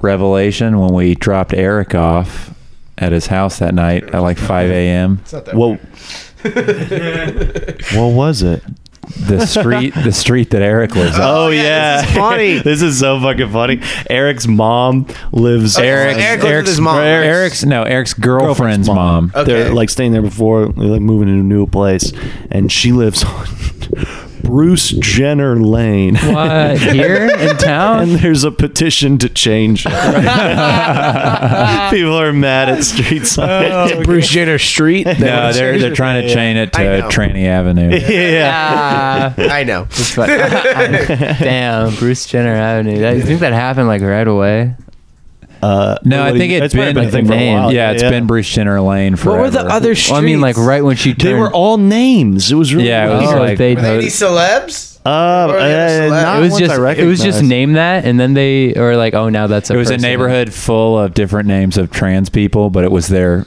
[SPEAKER 4] revelation when we dropped Eric off at his house that night at like 5 a.m.
[SPEAKER 5] Whoa. what was it?
[SPEAKER 4] The street, the street that Eric lives
[SPEAKER 5] (laughs)
[SPEAKER 4] on.
[SPEAKER 5] Oh, yeah, this is funny. (laughs) this is so fucking funny. Eric's mom lives.
[SPEAKER 4] Eric's, Eric's, Eric's, no, Eric's girlfriend's, mom.
[SPEAKER 5] They're like staying there before, they're, like moving to a new place, and she lives on (laughs) Bruce Jenner Lane.
[SPEAKER 3] What, here in town? (laughs)
[SPEAKER 5] And there's a petition to change it. People are mad at street signs.
[SPEAKER 2] Bruce Jenner Street.
[SPEAKER 4] No, Oh, they're they're trying to chain it to Tranny Avenue.
[SPEAKER 2] Yeah. Ah, I know.
[SPEAKER 3] It's like, ah, damn, Bruce Jenner Avenue. I think that happened like right away.
[SPEAKER 5] Uh,
[SPEAKER 4] No, I think
[SPEAKER 3] it's
[SPEAKER 4] it's been, Yeah, it's been Bruce Jenner Lane for.
[SPEAKER 3] I mean, like right when she turned.
[SPEAKER 5] They were all names. It was really
[SPEAKER 4] Yeah, it
[SPEAKER 5] weird.
[SPEAKER 4] was like-
[SPEAKER 3] they
[SPEAKER 2] Were they any celebs?
[SPEAKER 5] Uh,
[SPEAKER 2] Or were they
[SPEAKER 5] uh,
[SPEAKER 2] celebs?
[SPEAKER 5] not
[SPEAKER 3] it was
[SPEAKER 5] ones
[SPEAKER 3] just
[SPEAKER 5] I
[SPEAKER 3] it was just
[SPEAKER 5] recognized.
[SPEAKER 3] name that, and then they are like, oh, now that's a.
[SPEAKER 4] It was a
[SPEAKER 3] person.
[SPEAKER 4] neighborhood full of different names of trans people, but it was their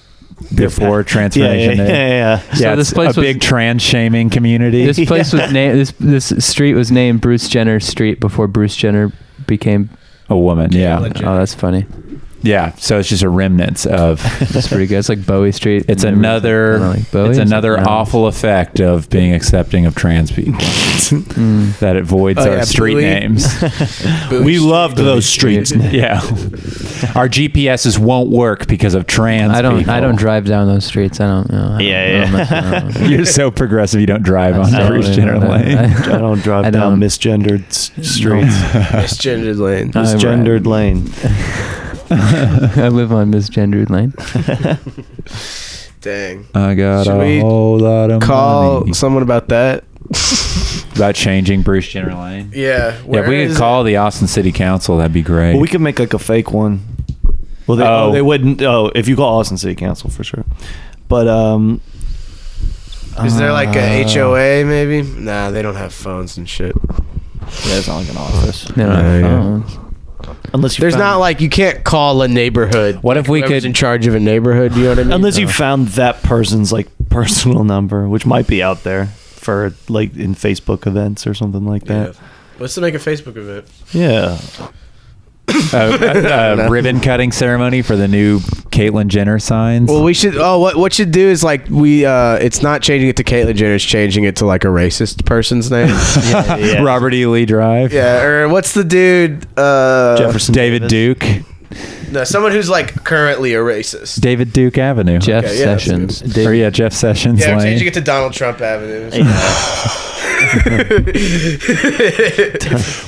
[SPEAKER 4] before transformation
[SPEAKER 5] Yeah, yeah,
[SPEAKER 4] day.
[SPEAKER 5] yeah, yeah. So
[SPEAKER 4] it's
[SPEAKER 3] this place
[SPEAKER 4] a
[SPEAKER 3] was-
[SPEAKER 4] big trans shaming community. (laughs)
[SPEAKER 3] This place was named this this street was named Bruce Jenner Street before Bruce Jenner became
[SPEAKER 4] a woman. Yeah. Uh,
[SPEAKER 3] Oh, that's funny.
[SPEAKER 4] Yeah, so it's just a remnants of.
[SPEAKER 3] That's pretty good. It's like Bowie Street.
[SPEAKER 4] It's
[SPEAKER 3] and everyone's
[SPEAKER 4] another.
[SPEAKER 3] kinda like, Bowie?
[SPEAKER 4] it's
[SPEAKER 3] Is it-
[SPEAKER 4] another
[SPEAKER 3] no.
[SPEAKER 4] awful effect of being accepting of trans people that it voids
[SPEAKER 3] Oh,
[SPEAKER 4] our
[SPEAKER 3] yeah,
[SPEAKER 4] street
[SPEAKER 3] Bowie.
[SPEAKER 4] names.
[SPEAKER 5] (laughs)
[SPEAKER 2] (laughs)
[SPEAKER 4] (laughs)
[SPEAKER 5] we loved those streets.
[SPEAKER 4] yeah, our GPSs won't work because of trans.
[SPEAKER 3] I don't. I
[SPEAKER 4] people.
[SPEAKER 3] don't drive down those streets. I don't know. I don't- I don't mess around.
[SPEAKER 4] (laughs) You're so progressive. You don't drive on
[SPEAKER 3] Absolutely.
[SPEAKER 4] Bruce Jenner
[SPEAKER 3] No,
[SPEAKER 4] Lane.
[SPEAKER 3] I-
[SPEAKER 5] I don't drive
[SPEAKER 3] I don't.
[SPEAKER 5] down misgendered s- streets.
[SPEAKER 2] Misgendered lane.
[SPEAKER 5] Misgendered lane.
[SPEAKER 3] (laughs) I live on misgendered lane.
[SPEAKER 5] (laughs)
[SPEAKER 2] Dang.
[SPEAKER 4] I got
[SPEAKER 2] Should
[SPEAKER 4] a
[SPEAKER 2] we
[SPEAKER 4] whole lot of
[SPEAKER 2] call
[SPEAKER 4] money.
[SPEAKER 2] someone about that?
[SPEAKER 4] about changing Bruce Jenner Lane.
[SPEAKER 2] Yeah.
[SPEAKER 4] Yeah, if
[SPEAKER 2] where
[SPEAKER 4] we could
[SPEAKER 2] is
[SPEAKER 4] call the Austin City Council, that'd be great.
[SPEAKER 5] Well, we could make like a fake one. Well, they, oh.
[SPEAKER 4] Oh.
[SPEAKER 5] they wouldn't. Oh, if you call Austin City Council for sure. But um,
[SPEAKER 2] it? Is there like a
[SPEAKER 5] uh,
[SPEAKER 2] HOA maybe? Nah, they don't have phones and shit.
[SPEAKER 5] Yeah, it's not like an office.
[SPEAKER 3] They don't have phones.
[SPEAKER 5] Unless you
[SPEAKER 2] There's
[SPEAKER 5] found-
[SPEAKER 2] not like you can't call a neighborhood. What if we could in charge of a neighborhood? You know what I mean?
[SPEAKER 5] (laughs) Unless you
[SPEAKER 2] Uh,
[SPEAKER 5] found that person's like personal number, which might be out there for like in Facebook events or something like
[SPEAKER 2] Oh.
[SPEAKER 5] that.
[SPEAKER 2] let's make a Facebook event.
[SPEAKER 5] Yeah.
[SPEAKER 4] a,
[SPEAKER 2] (laughs)
[SPEAKER 4] a, a uh, ribbon cutting ceremony for the new Caitlyn Jenner signs. (laughs)
[SPEAKER 2] Well, we should. Oh, what what should do is like we. uh It's not changing it to Caitlyn Jenner. It's changing it to like a racist person's name. yeah,
[SPEAKER 4] Robert E. Lee Drive.
[SPEAKER 2] Or what's the dude? Uh,
[SPEAKER 5] Jefferson
[SPEAKER 4] David Duke.
[SPEAKER 2] No, someone who's like currently a racist.
[SPEAKER 4] David Duke Avenue.
[SPEAKER 3] Jeff
[SPEAKER 2] Okay, yeah, that's
[SPEAKER 3] Sessions.
[SPEAKER 4] Or yeah, Jeff Sessions
[SPEAKER 2] Yeah, we're
[SPEAKER 4] Lane.
[SPEAKER 2] changing it to Donald Trump Avenue.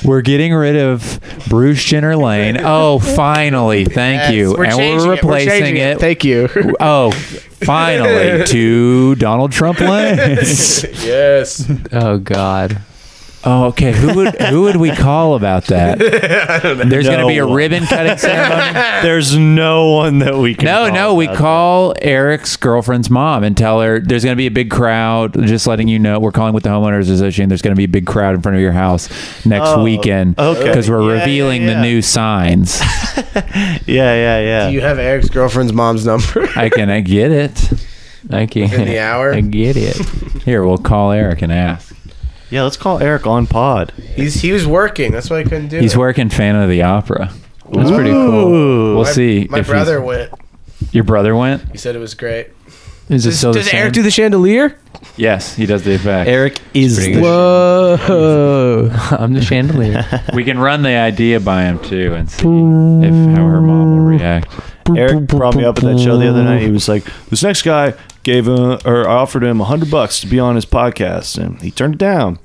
[SPEAKER 4] We're getting rid of Bruce
[SPEAKER 2] (laughs)
[SPEAKER 4] Jenner Lane. Oh, finally. Thank
[SPEAKER 2] Yes,
[SPEAKER 4] you.
[SPEAKER 2] we're
[SPEAKER 4] and
[SPEAKER 2] changing
[SPEAKER 4] we're
[SPEAKER 2] it, we're
[SPEAKER 4] replacing
[SPEAKER 2] changing
[SPEAKER 4] it.
[SPEAKER 2] it. Thank you. (laughs)
[SPEAKER 4] Oh, finally to Donald Trump Lane.
[SPEAKER 2] yes.
[SPEAKER 3] Oh God.
[SPEAKER 4] Oh, okay. Who would who would we call about
[SPEAKER 2] (laughs)
[SPEAKER 4] that? There's going to be a
[SPEAKER 5] No one.
[SPEAKER 4] ribbon
[SPEAKER 5] (laughs)
[SPEAKER 4] cutting ceremony.
[SPEAKER 5] There's no one that we can.
[SPEAKER 4] No,
[SPEAKER 5] call
[SPEAKER 4] no, we
[SPEAKER 5] about
[SPEAKER 4] call Eric's girlfriend's mom and tell her there's going to be a big crowd. Just letting you know, we're calling with the homeowners association. There's going to be a big crowd in front of your house next
[SPEAKER 5] Oh,
[SPEAKER 4] weekend.
[SPEAKER 5] okay.
[SPEAKER 4] because we're
[SPEAKER 5] Yeah, yeah,
[SPEAKER 4] revealing
[SPEAKER 5] yeah.
[SPEAKER 4] the new signs.
[SPEAKER 5] that. Yeah, yeah, yeah.
[SPEAKER 2] Do you have Eric's girlfriend's mom's number?
[SPEAKER 4] I can, I get it.
[SPEAKER 3] I can't.
[SPEAKER 2] In the hour?
[SPEAKER 3] I get it.
[SPEAKER 4] Here, we'll call Eric and ask.
[SPEAKER 5] yeah, let's call Eric on pod.
[SPEAKER 2] He's he was working. That's why he couldn't do
[SPEAKER 4] He's
[SPEAKER 2] it.
[SPEAKER 4] working Phantom of the Opera.
[SPEAKER 3] That's pretty cool.
[SPEAKER 4] We'll
[SPEAKER 2] My-
[SPEAKER 4] see.
[SPEAKER 2] My
[SPEAKER 4] if he's-
[SPEAKER 2] brother went.
[SPEAKER 4] Your brother went.
[SPEAKER 2] He said it was great.
[SPEAKER 3] Is it
[SPEAKER 2] Does,
[SPEAKER 3] still the
[SPEAKER 2] does
[SPEAKER 3] same?
[SPEAKER 2] Eric do the chandelier?
[SPEAKER 4] Yes, he does the effect.
[SPEAKER 5] Eric is
[SPEAKER 4] pretty
[SPEAKER 5] the
[SPEAKER 4] good.
[SPEAKER 3] Whoa! (laughs) I'm the chandelier.
[SPEAKER 4] We can run the idea by him too and see if how her mom will react.
[SPEAKER 5] Eric brought me up at that show the other night. He was like, "This next guy gave him or offered him a hundred bucks to be on his podcast, and he turned it down."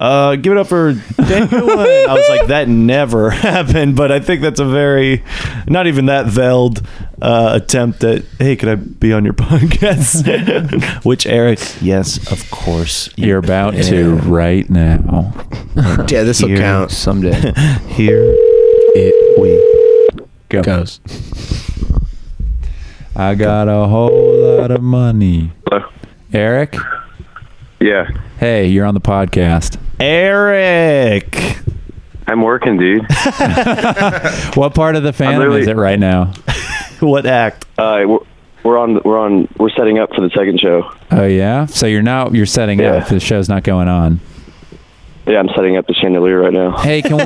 [SPEAKER 5] Uh, give it up for Daniel. and I was like, "That never (laughs) happened," but I think that's a very, not even that veiled uh, attempt at, "Hey, could I be on your (laughs) podcast?" Which Eric, yes, of course,
[SPEAKER 4] You're about to right now.
[SPEAKER 2] Yeah, this will
[SPEAKER 5] Here.
[SPEAKER 2] count.
[SPEAKER 3] Someday.
[SPEAKER 5] Here it we
[SPEAKER 4] Go.
[SPEAKER 2] Goes.
[SPEAKER 4] I got a whole lot of money. Eric?
[SPEAKER 14] Yeah,
[SPEAKER 4] Hey, you're on the podcast.
[SPEAKER 5] Eric.
[SPEAKER 14] I'm working, dude.
[SPEAKER 4] What part of the Phantom is
[SPEAKER 14] literally-
[SPEAKER 4] it right now?
[SPEAKER 5] What act?
[SPEAKER 14] Uh, we're, we're on. We're on. We're setting up for the second show.
[SPEAKER 4] Oh yeah? So you're now you're setting up. The show's not going on.
[SPEAKER 14] Yeah, I'm setting up the chandelier right now.
[SPEAKER 4] Hey, can we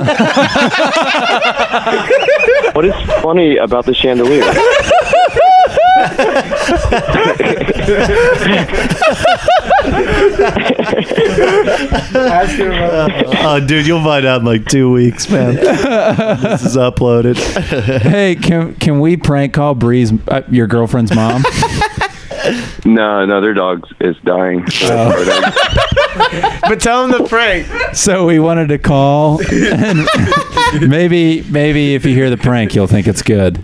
[SPEAKER 4] (laughs)
[SPEAKER 14] What is funny about the chandelier?
[SPEAKER 5] Oh, dude, you'll find out in like two weeks, man. this is uploaded.
[SPEAKER 4] Hey, can can we prank call Bree's uh, your girlfriend's
[SPEAKER 14] (laughs)
[SPEAKER 4] mom?
[SPEAKER 14] No, no, their dog is dying.
[SPEAKER 2] But tell him the prank.
[SPEAKER 4] so we wanted to call and maybe maybe if you hear the prank you'll think it's good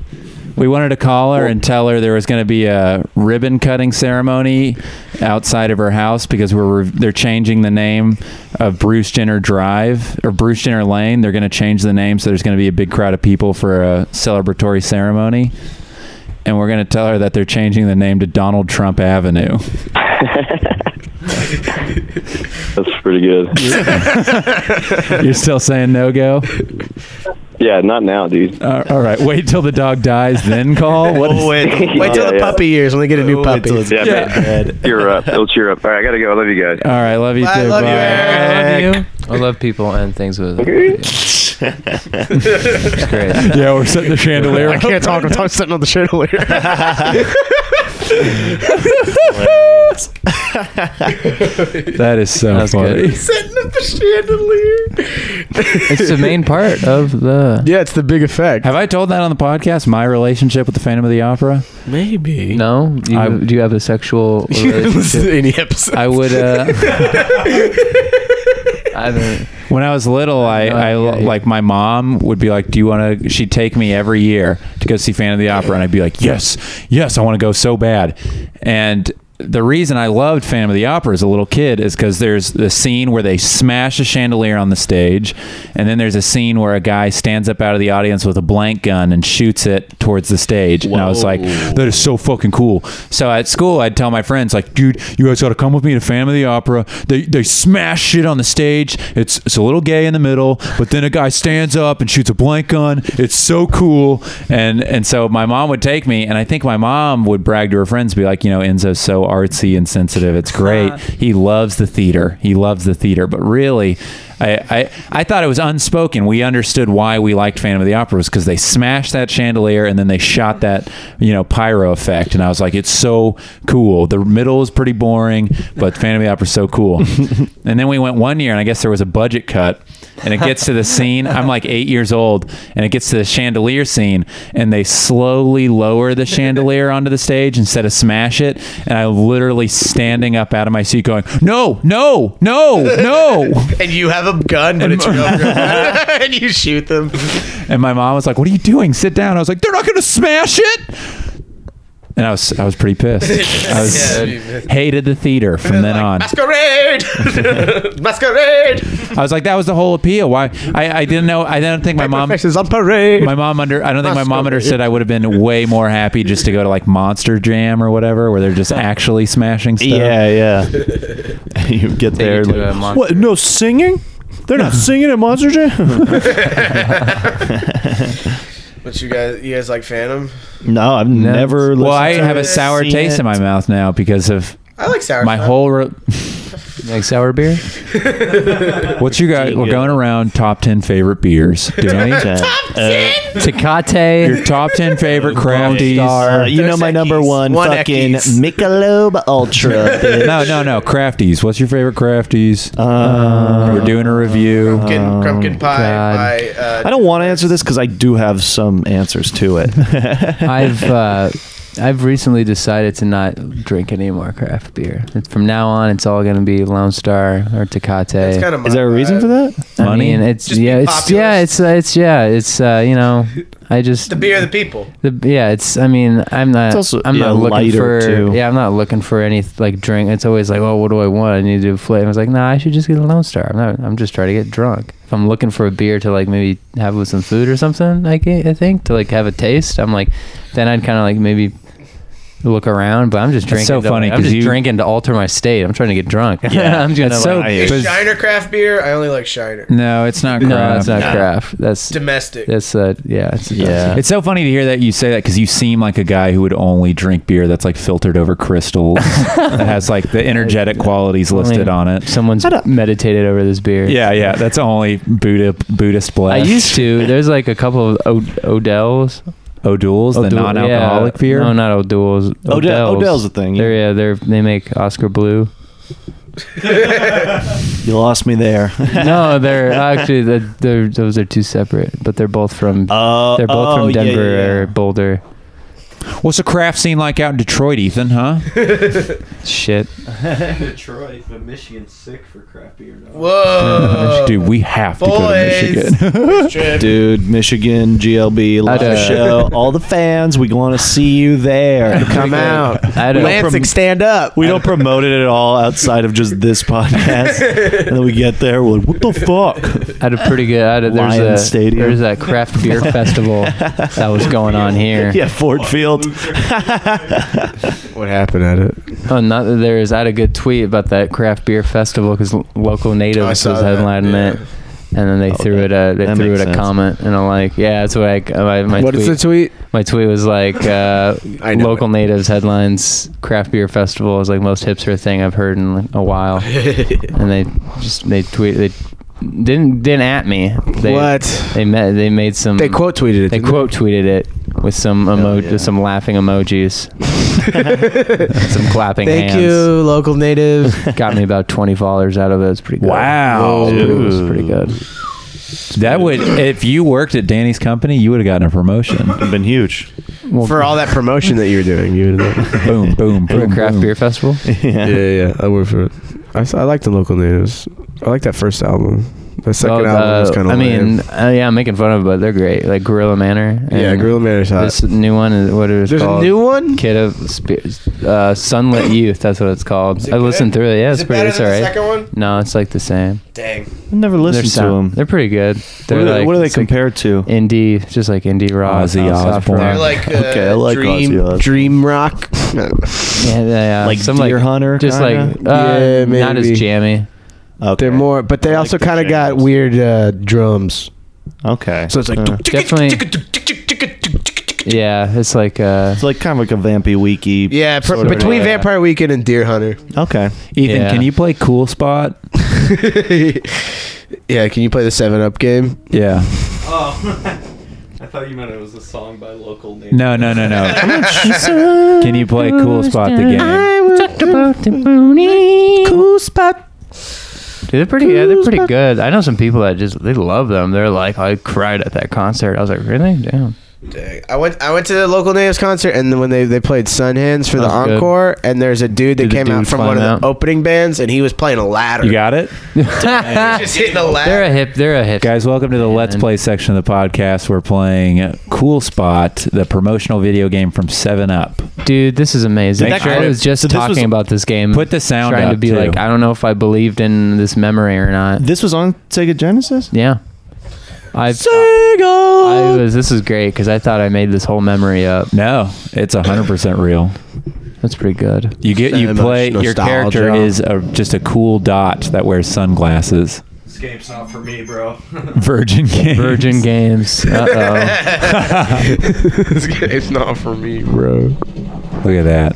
[SPEAKER 4] we wanted to call her and tell her there was going to be a ribbon cutting ceremony outside of her house because we're re- they're changing the name of Bruce Jenner Drive or Bruce Jenner Lane. They're going to change the name, so there's going to be a big crowd of people for a celebratory ceremony. And we're going to tell her that they're changing the name to Donald Trump Avenue.
[SPEAKER 14] (laughs) That's pretty good.
[SPEAKER 4] You're still saying no go?
[SPEAKER 14] Yeah, not now, dude.
[SPEAKER 4] Uh, all right, wait till the dog dies,
[SPEAKER 14] (laughs)
[SPEAKER 4] then call. What
[SPEAKER 5] (laughs)
[SPEAKER 4] is-
[SPEAKER 2] wait till the puppy years when they get a new puppy.
[SPEAKER 14] Yeah,
[SPEAKER 4] Yeah.
[SPEAKER 14] man. Cheer up. It'll cheer up. All right, I gotta go. I love you guys.
[SPEAKER 4] All right, love you
[SPEAKER 14] Bye,
[SPEAKER 4] too.
[SPEAKER 14] love you,
[SPEAKER 4] Bye.
[SPEAKER 14] Eric.
[SPEAKER 3] Love you. I love people and things with. It's great.
[SPEAKER 4] Yeah, we're setting the chandelier.
[SPEAKER 2] I can't talk. I'm talking sitting on the chandelier.
[SPEAKER 4] That is so funny.
[SPEAKER 2] (laughs) Setting up the chandelier.
[SPEAKER 4] It's the main part of the.
[SPEAKER 2] Yeah, it's the big effect.
[SPEAKER 4] Have I told that on the podcast? My relationship with the Phantom of the Opera.
[SPEAKER 2] Maybe.
[SPEAKER 3] No, do you, do you have a
[SPEAKER 2] (laughs)
[SPEAKER 3] sexual relationship?
[SPEAKER 2] Any episode.
[SPEAKER 3] I would.
[SPEAKER 2] (laughs)
[SPEAKER 3] Uh, I haven't.
[SPEAKER 4] When I was little, I, I like my mom would be like, "Do you want to?" She'd take me every year to go see Fan of the Opera, and I'd be like, "Yes, yes, I want to go so bad." And the reason I loved Phantom of the Opera as a little kid is because there's the scene where they smash a chandelier on the stage, and then there's a scene where a guy stands up out of the audience with a blank gun and shoots it towards the stage. And I was like, that is so fucking cool. So at school, I'd tell my friends, like, dude, you guys got to come with me to Phantom of the Opera. They, they smash shit on the stage. It's, it's a little gay in the middle, but then a guy stands up and shoots a blank gun. It's so cool. And, and so my mom would take me, and I think my mom would brag to her friends, be like, you know, Enzo's so artsy and sensitive. It's great. he loves the theater. He loves the theater. But really, I, I, I thought it was unspoken. We understood why we liked Phantom of the Opera was because they smashed that chandelier and then they shot that you know pyro effect, and I was like, it's so cool. The middle is pretty boring, but Phantom of the Opera is so cool. and then we went one year, and I guess there was a budget cut, and it gets to the scene. I'm like eight years old, and it gets to the chandelier scene, and they slowly lower the chandelier onto the stage instead of smash it, and I literally standing up out of my seat going, no, no, no, no.
[SPEAKER 2] and you have a gun, but it's real gun. (laughs) and you shoot them.
[SPEAKER 4] And my mom was like, "What are you doing? Sit down." I was like, "They're not going to smash it." And I was I was pretty pissed.
[SPEAKER 2] (laughs)
[SPEAKER 4] I was,
[SPEAKER 2] Yeah, you missed.
[SPEAKER 4] hated the theater from then on.
[SPEAKER 2] Masquerade! (laughs) Masquerade!
[SPEAKER 4] I was like, that was the whole appeal. Why I, I didn't know. I don't think my mom
[SPEAKER 2] is on parade.
[SPEAKER 4] My mom under. I don't think my mom
[SPEAKER 2] Masquerade.
[SPEAKER 4] understood. I would have been way more happy just to go to like Monster Jam or whatever, where they're just actually smashing stuff.
[SPEAKER 5] (laughs)
[SPEAKER 4] (laughs)
[SPEAKER 5] Yeah, yeah. you get there.
[SPEAKER 4] you to
[SPEAKER 5] like,
[SPEAKER 4] a monster-
[SPEAKER 5] (laughs) what? No singing?
[SPEAKER 4] (laughs)
[SPEAKER 5] They're not singing at Monster Jam.
[SPEAKER 2] But you guys, you guys like Phantom?
[SPEAKER 5] (laughs) no, I've never.
[SPEAKER 4] Well, I
[SPEAKER 5] listened to
[SPEAKER 4] have
[SPEAKER 5] it,
[SPEAKER 4] a sour
[SPEAKER 5] seen
[SPEAKER 4] taste
[SPEAKER 5] it.
[SPEAKER 4] in my mouth now because of
[SPEAKER 2] I like sour.
[SPEAKER 4] my
[SPEAKER 2] stuff.
[SPEAKER 4] whole. Re-
[SPEAKER 3] like sour beer.
[SPEAKER 4] What's your
[SPEAKER 2] (laughs)
[SPEAKER 4] guys? We're going around top ten favorite beers. Do you have any?
[SPEAKER 5] Top
[SPEAKER 4] Uh,
[SPEAKER 5] ten.
[SPEAKER 3] Tecate.
[SPEAKER 4] Your top ten favorite crafties.
[SPEAKER 5] Uh, you know my number one,
[SPEAKER 2] One
[SPEAKER 5] fucking
[SPEAKER 2] Eckies.
[SPEAKER 5] Michelob
[SPEAKER 3] (laughs)
[SPEAKER 5] Ultra.
[SPEAKER 4] (laughs)
[SPEAKER 5] bitch.
[SPEAKER 4] no, no, no. Crafties. What's your favorite crafties?
[SPEAKER 3] Uh,
[SPEAKER 5] Uh,
[SPEAKER 4] We're doing a review.
[SPEAKER 2] Pumpkin, pumpkin pie. by, uh,
[SPEAKER 5] I don't want to answer this because I do have some answers to it.
[SPEAKER 3] (laughs) I've uh, I've recently decided to not drink any more craft beer. From now on, it's all going to be Lone Star or Tecate.
[SPEAKER 2] That's kinda my
[SPEAKER 5] (laughs) Is there a reason
[SPEAKER 3] (laughs)
[SPEAKER 5] for that?
[SPEAKER 3] I
[SPEAKER 4] Money?
[SPEAKER 3] mean, it's
[SPEAKER 2] Just be
[SPEAKER 3] yeah, it's
[SPEAKER 2] populist.
[SPEAKER 3] yeah, it's uh, it's yeah, it's uh, you know, I just
[SPEAKER 2] the beer of the people.
[SPEAKER 3] the, yeah, it's. I mean, I'm not.
[SPEAKER 5] It's also-
[SPEAKER 3] I'm
[SPEAKER 5] yeah,
[SPEAKER 3] not looking
[SPEAKER 5] lighter,
[SPEAKER 3] for.
[SPEAKER 5] too.
[SPEAKER 3] Yeah, I'm not looking for any like drink. It's always like, oh, what do I want? I need to do a flavor. I was like, nah, I should just get a Lone Star. I'm not. I'm just trying to get drunk. If I'm looking for a beer to like maybe have with some food or something, like I think to like have a taste. I'm like, then I'd kind of like maybe look around. But I'm just drinking.
[SPEAKER 4] That's so
[SPEAKER 3] to,
[SPEAKER 4] funny
[SPEAKER 3] I'm
[SPEAKER 4] 'cause
[SPEAKER 3] just
[SPEAKER 4] you-
[SPEAKER 3] drinking to alter my state. I'm trying to get drunk.
[SPEAKER 5] Yeah,
[SPEAKER 3] (laughs) I'm
[SPEAKER 4] that's
[SPEAKER 3] just
[SPEAKER 4] so
[SPEAKER 2] Is
[SPEAKER 4] But-
[SPEAKER 2] Shiner craft beer? I only like Shiner.
[SPEAKER 4] No, it's not craft.
[SPEAKER 3] no, that's not craft. That's
[SPEAKER 2] Domestic.
[SPEAKER 3] that's uh yeah. It's,
[SPEAKER 5] Yeah.
[SPEAKER 4] It's so funny to hear that you say that because you seem like a guy who would only drink beer that's like filtered
[SPEAKER 3] (laughs)
[SPEAKER 4] over crystals that has like the energetic qualities listed on it.
[SPEAKER 3] Someone's meditated over this beer.
[SPEAKER 4] Yeah, yeah, that's only Buddha Buddhist
[SPEAKER 3] I
[SPEAKER 4] bless.
[SPEAKER 3] used
[SPEAKER 4] (laughs)
[SPEAKER 3] to. There's like a couple of o- Odell's.
[SPEAKER 4] O'Doul's, the
[SPEAKER 3] Odell-
[SPEAKER 4] non-alcoholic
[SPEAKER 3] yeah.
[SPEAKER 4] beer.
[SPEAKER 3] No, not Odell's.
[SPEAKER 5] Odell- Odell's a thing, yeah.
[SPEAKER 3] They're, yeah, they're they make Oscar
[SPEAKER 5] (laughs)
[SPEAKER 3] Blue.
[SPEAKER 5] You lost me there.
[SPEAKER 3] (laughs)
[SPEAKER 5] (laughs)
[SPEAKER 3] no, they're actually they're, they're, those are two separate, but they're both from
[SPEAKER 5] Oh,
[SPEAKER 3] they're both
[SPEAKER 5] oh,
[SPEAKER 3] from
[SPEAKER 5] yeah, yeah,
[SPEAKER 3] Denver
[SPEAKER 5] yeah.
[SPEAKER 3] or Boulder.
[SPEAKER 4] What's the craft scene like out in Detroit, Ethan? Huh?
[SPEAKER 3] Shit.
[SPEAKER 15] Detroit, but Michigan's sick for craft beer. Now.
[SPEAKER 3] Uh,
[SPEAKER 2] Whoa.
[SPEAKER 4] (laughs) Dude, we have to go to
[SPEAKER 2] Boys.
[SPEAKER 4] Michigan.
[SPEAKER 2] Trip.
[SPEAKER 5] Dude, Michigan, GLB, live
[SPEAKER 3] I'd, uh, (laughs)
[SPEAKER 5] show. All the fans, we want to see you there.
[SPEAKER 2] Come out.
[SPEAKER 3] I don't know.
[SPEAKER 2] Lansing, stand up.
[SPEAKER 5] We don't promote it at all outside of just this podcast. and then we get there, we're like, what the fuck?
[SPEAKER 3] I had a pretty good. I had a, there's
[SPEAKER 5] Lion
[SPEAKER 3] a
[SPEAKER 5] Stadium.
[SPEAKER 3] there's that craft
[SPEAKER 5] (laughs)
[SPEAKER 3] beer festival that was going on here.
[SPEAKER 5] Yeah, Ford Field.
[SPEAKER 2] What happened at it?
[SPEAKER 3] Oh, not that there is. I had a good tweet about that craft beer festival because local natives
[SPEAKER 2] saw
[SPEAKER 3] was
[SPEAKER 2] that,
[SPEAKER 3] headlining
[SPEAKER 2] yeah.
[SPEAKER 3] it, And then they threw it a they
[SPEAKER 5] that
[SPEAKER 3] threw it
[SPEAKER 5] makes
[SPEAKER 3] a
[SPEAKER 5] sense.
[SPEAKER 3] comment, and I'm like, yeah, that's what I uh, my, my
[SPEAKER 5] What is
[SPEAKER 3] tweet, Mm.
[SPEAKER 5] the
[SPEAKER 2] tweet?
[SPEAKER 3] My tweet was like, uh, local natives headlines craft beer festival is like most hipster thing I've heard in like, a while, and they just they tweet they didn't didn't at me. They,
[SPEAKER 2] What?
[SPEAKER 3] they met they made some they quote
[SPEAKER 2] tweeted it. (laughs)
[SPEAKER 3] They quote (laughs) tweeted it with some emo with some laughing emojis,
[SPEAKER 2] (laughs)
[SPEAKER 3] some clapping.
[SPEAKER 2] Thank
[SPEAKER 3] hands.
[SPEAKER 2] you, local native.
[SPEAKER 5] (laughs)
[SPEAKER 3] Got me about twenty followers out of it. It's pretty good.
[SPEAKER 4] Wow.
[SPEAKER 3] It was pretty good.
[SPEAKER 4] That would, if you worked at Danny's company, you would have gotten a promotion. Been huge.
[SPEAKER 2] For all that promotion that you were doing, you would have
[SPEAKER 4] (laughs) boom, boom,
[SPEAKER 3] boom, craft boom. beer festival.
[SPEAKER 5] (laughs)
[SPEAKER 13] yeah, yeah, yeah. I work for. I, s- I like the local natives. I like that first album. The second
[SPEAKER 3] Oh,
[SPEAKER 13] album was
[SPEAKER 3] the-
[SPEAKER 13] kind of.
[SPEAKER 3] I mean, uh, yeah, I'm making fun of, it, but they're great. Like Gorilla Manor.
[SPEAKER 13] Yeah,
[SPEAKER 3] and
[SPEAKER 13] Gorilla Manor's hot.
[SPEAKER 3] This new one is what it was
[SPEAKER 2] There's a
[SPEAKER 3] called.
[SPEAKER 2] new one.
[SPEAKER 3] Kid of Spe- uh, Sunlit Youth. That's what it's called. I listened through it. Yeah,
[SPEAKER 2] Is
[SPEAKER 3] it's
[SPEAKER 2] it better
[SPEAKER 3] pretty. It's
[SPEAKER 2] than the
[SPEAKER 3] alright.
[SPEAKER 2] second one?
[SPEAKER 3] No, it's like the same.
[SPEAKER 2] Dang.
[SPEAKER 5] I never listened
[SPEAKER 3] They're
[SPEAKER 5] to
[SPEAKER 3] sound-
[SPEAKER 5] them.
[SPEAKER 3] They're pretty good. They're
[SPEAKER 5] do they-
[SPEAKER 3] like,
[SPEAKER 5] what do they
[SPEAKER 3] it's like
[SPEAKER 5] compared to?
[SPEAKER 3] Indie, just like indie rock. uh,
[SPEAKER 5] Ozzy
[SPEAKER 3] soft
[SPEAKER 5] Osbourne.
[SPEAKER 3] rock.
[SPEAKER 5] They're like, uh, Okay, I like Dream- Ozzy Osbourne.
[SPEAKER 2] Dream (laughs) rock.
[SPEAKER 3] yeah, yeah,
[SPEAKER 5] Like
[SPEAKER 3] some
[SPEAKER 5] Deer
[SPEAKER 3] like,
[SPEAKER 5] Hunter
[SPEAKER 3] Just like
[SPEAKER 5] kinda?
[SPEAKER 3] uh,
[SPEAKER 2] Yeah,
[SPEAKER 3] not as
[SPEAKER 2] maybe.
[SPEAKER 3] jammy.
[SPEAKER 2] They're more, but they also kind of got weird uh, drums.
[SPEAKER 5] Okay. Uh,
[SPEAKER 2] So it's like
[SPEAKER 3] Definitely. Yeah, it's like uh,
[SPEAKER 5] it's like kind of like a vampy weeky.
[SPEAKER 2] yeah, pr-
[SPEAKER 5] sort of
[SPEAKER 2] between
[SPEAKER 5] vibe.
[SPEAKER 2] Vampire Weekend and Deer Hunter.
[SPEAKER 5] Okay.
[SPEAKER 4] Ethan, can you play Cool Spot?
[SPEAKER 2] yeah, can you play the Seven Up game?
[SPEAKER 4] Yeah.
[SPEAKER 15] Oh, (laughs) I thought you meant it was a song by local natives.
[SPEAKER 4] No, no, no, no. (laughs) Can you play Cool Spot the game?
[SPEAKER 3] talked about the boonie.
[SPEAKER 2] Cool spot.
[SPEAKER 3] Dude, they're pretty. Yeah, they're pretty good. I know some people that just they love them. They're like, I cried at that concert. I was like, really? Damn.
[SPEAKER 2] Dang. I went. I went to the local natives concert, and then when they, they played Sun Hands for the
[SPEAKER 3] Sounds good.
[SPEAKER 2] encore, and there's a dude that
[SPEAKER 3] Did the
[SPEAKER 2] came out
[SPEAKER 3] dude
[SPEAKER 2] from
[SPEAKER 3] climb
[SPEAKER 2] one of
[SPEAKER 3] out?
[SPEAKER 2] the opening bands, and he was playing a ladder.
[SPEAKER 4] You got it?
[SPEAKER 2] (laughs) just hitting a ladder.
[SPEAKER 3] (laughs) They're a hip. They're a hip.
[SPEAKER 4] Guys, welcome to the Let's Play section of the podcast. We're playing Cool Spot, the promotional video game from 7 Up.
[SPEAKER 3] Dude, this is amazing.
[SPEAKER 4] Make
[SPEAKER 3] I
[SPEAKER 4] sure-
[SPEAKER 3] was just
[SPEAKER 4] So this
[SPEAKER 3] talking
[SPEAKER 4] was-
[SPEAKER 3] about this game.
[SPEAKER 4] Put the sound
[SPEAKER 3] Trying to
[SPEAKER 4] up,
[SPEAKER 3] be
[SPEAKER 4] too.
[SPEAKER 3] like, I don't know if I believed in this memory or not.
[SPEAKER 5] This was on Sega Genesis.
[SPEAKER 3] Yeah. I, I was. This is great because I thought I made this whole memory up.
[SPEAKER 4] No, it's hundred percent real.
[SPEAKER 3] That's pretty good.
[SPEAKER 4] You get you
[SPEAKER 3] So
[SPEAKER 4] play
[SPEAKER 3] much
[SPEAKER 4] your character
[SPEAKER 3] nostalgia.
[SPEAKER 4] is a, just a cool dot that wears sunglasses.
[SPEAKER 15] This game's not for me, bro.
[SPEAKER 4] Virgin Games.
[SPEAKER 3] Virgin Games.
[SPEAKER 4] (laughs)
[SPEAKER 2] this game's not for me,
[SPEAKER 4] bro. Look at that.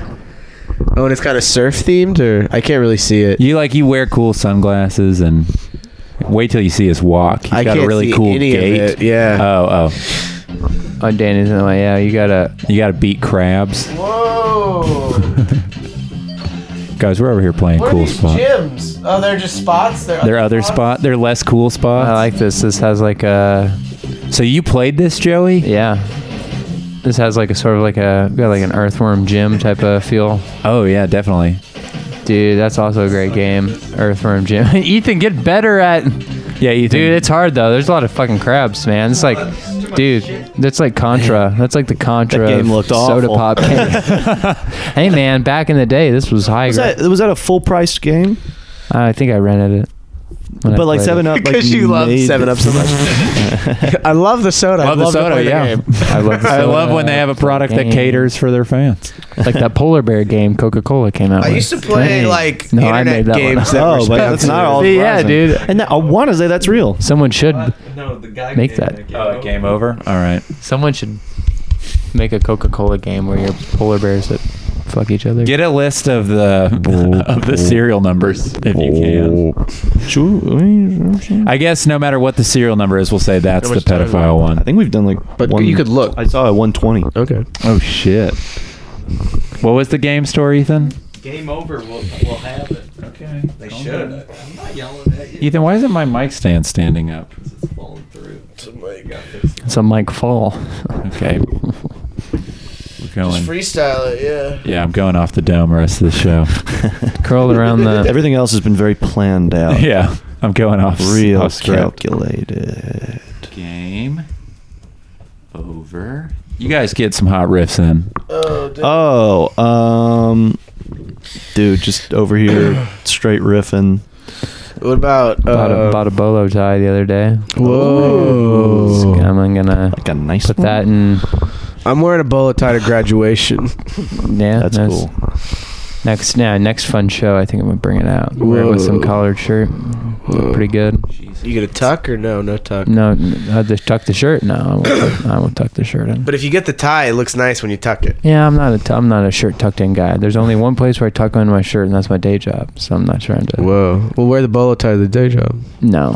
[SPEAKER 2] Oh, and it's kind of surf themed, or I can't really see it.
[SPEAKER 4] You like you wear cool sunglasses and wait till you see us walk. He's
[SPEAKER 2] I
[SPEAKER 4] got a
[SPEAKER 2] can't
[SPEAKER 4] really
[SPEAKER 2] see
[SPEAKER 4] cool
[SPEAKER 2] any of
[SPEAKER 4] gate.
[SPEAKER 2] it, yeah.
[SPEAKER 4] Oh oh.
[SPEAKER 3] Oh, Danny's in the way. Yeah, you gotta
[SPEAKER 4] you gotta beat crabs,
[SPEAKER 2] Whoa!
[SPEAKER 4] guys. We're over here playing cool spot.
[SPEAKER 2] gyms? Oh, they're just spots. They're
[SPEAKER 4] Their other spot, their less cool spot. I
[SPEAKER 3] like this. This has like a.
[SPEAKER 4] So you played this, Joey?
[SPEAKER 3] Yeah. This has like a sort of like a got like an earthworm gym type of feel.
[SPEAKER 4] Oh yeah, definitely.
[SPEAKER 3] Dude, that's also a great game. Earthworm gym. (laughs) Ethan, get better at
[SPEAKER 4] Yeah, Ethan.
[SPEAKER 3] Dude, it's hard though. There's a lot of fucking crabs, man. It's like dude, that's like Contra. That's like the Contra
[SPEAKER 5] That
[SPEAKER 3] of
[SPEAKER 5] game looked
[SPEAKER 3] soda
[SPEAKER 5] awful.
[SPEAKER 3] pop game.
[SPEAKER 5] (laughs)
[SPEAKER 3] hey man, back in the day this was high
[SPEAKER 5] Was
[SPEAKER 3] gra-
[SPEAKER 5] that was that a full priced game?
[SPEAKER 3] I think I rented it. when I
[SPEAKER 5] But like
[SPEAKER 3] played it.
[SPEAKER 5] Seven oh- Up, like
[SPEAKER 2] Because you love
[SPEAKER 5] made-
[SPEAKER 2] 7 Up so much.
[SPEAKER 5] (laughs)
[SPEAKER 2] I love the soda.
[SPEAKER 4] Love
[SPEAKER 2] I
[SPEAKER 4] the
[SPEAKER 2] love to
[SPEAKER 4] soda,
[SPEAKER 2] play the
[SPEAKER 4] yeah.
[SPEAKER 2] game.
[SPEAKER 3] I love the
[SPEAKER 4] I love
[SPEAKER 3] soda.
[SPEAKER 4] when they have a product that
[SPEAKER 3] Dang.
[SPEAKER 4] caters for their fans.
[SPEAKER 3] like that polar bear game Coca Cola came out.
[SPEAKER 2] I
[SPEAKER 3] with.
[SPEAKER 2] used to play, like,
[SPEAKER 3] no, I
[SPEAKER 2] internet
[SPEAKER 3] made that one
[SPEAKER 2] games
[SPEAKER 3] up.
[SPEAKER 2] that were
[SPEAKER 5] Oh, but that's not all.
[SPEAKER 3] See, yeah,
[SPEAKER 5] surprising.
[SPEAKER 3] dude.
[SPEAKER 5] And that, I want to say that's real.
[SPEAKER 3] Someone should make that.
[SPEAKER 4] Oh, game over. All right.
[SPEAKER 3] Someone should make a Coca Cola game where your polar bears that fuck each other.
[SPEAKER 4] Get a list of the (laughs) of the serial numbers if you can. I guess no matter what the serial number is, we'll say that's
[SPEAKER 5] How
[SPEAKER 4] the
[SPEAKER 5] much time?
[SPEAKER 4] pedophile
[SPEAKER 5] I
[SPEAKER 4] one.
[SPEAKER 5] think we've done like.
[SPEAKER 4] But you could
[SPEAKER 2] look.
[SPEAKER 5] I saw a 120. (laughs)
[SPEAKER 2] Okay.
[SPEAKER 4] Oh shit. What was the game store, Ethan?
[SPEAKER 15] Game over. We'll, we'll have it. Okay. They should. I'm not yelling at you.
[SPEAKER 4] Ethan, why isn't my mic stand standing up?
[SPEAKER 15] It's falling through. Somebody got
[SPEAKER 3] It's a Mike Fall.
[SPEAKER 4] Okay. We're going.
[SPEAKER 2] freestyle it, yeah.
[SPEAKER 4] Yeah, I'm going off the dome rest of the show. (laughs)
[SPEAKER 3] Curled around the.
[SPEAKER 5] Everything else has been very planned out.
[SPEAKER 4] yeah, Oh, I'm going off
[SPEAKER 5] Real
[SPEAKER 4] off Oh. script.
[SPEAKER 5] calculated.
[SPEAKER 4] Game over. You guys get some hot riffs in.
[SPEAKER 5] Oh, um, dude, just
[SPEAKER 4] (clears throat)
[SPEAKER 5] over here, straight riffing.
[SPEAKER 2] What about uh,
[SPEAKER 3] Bought a, bought a bolo tie the other day. Whoa! I'm gonna
[SPEAKER 5] like a nice
[SPEAKER 3] put that in.
[SPEAKER 2] I'm wearing a bolo tie to graduation.
[SPEAKER 3] Yeah,
[SPEAKER 5] That's
[SPEAKER 3] nice.
[SPEAKER 5] cool.
[SPEAKER 3] Next, yeah, next fun show. I think I'm gonna bring it out. Wear it with some
[SPEAKER 2] Whoa.
[SPEAKER 3] collared shirt. Look Pretty good.
[SPEAKER 2] You get a tuck or no? No tuck.
[SPEAKER 3] No, I to tuck the shirt. No, I won't tuck, I won't tuck the shirt in.
[SPEAKER 2] But if you get the tie, it looks nice when you tuck it.
[SPEAKER 3] Yeah, I'm not a t- I'm not a shirt tucked in guy. There's only one place where I tuck in my shirt, and that's my day job. So I'm not trying to.
[SPEAKER 13] Whoa. Well, wear the bolo tie to the day job.
[SPEAKER 5] (laughs)
[SPEAKER 3] No,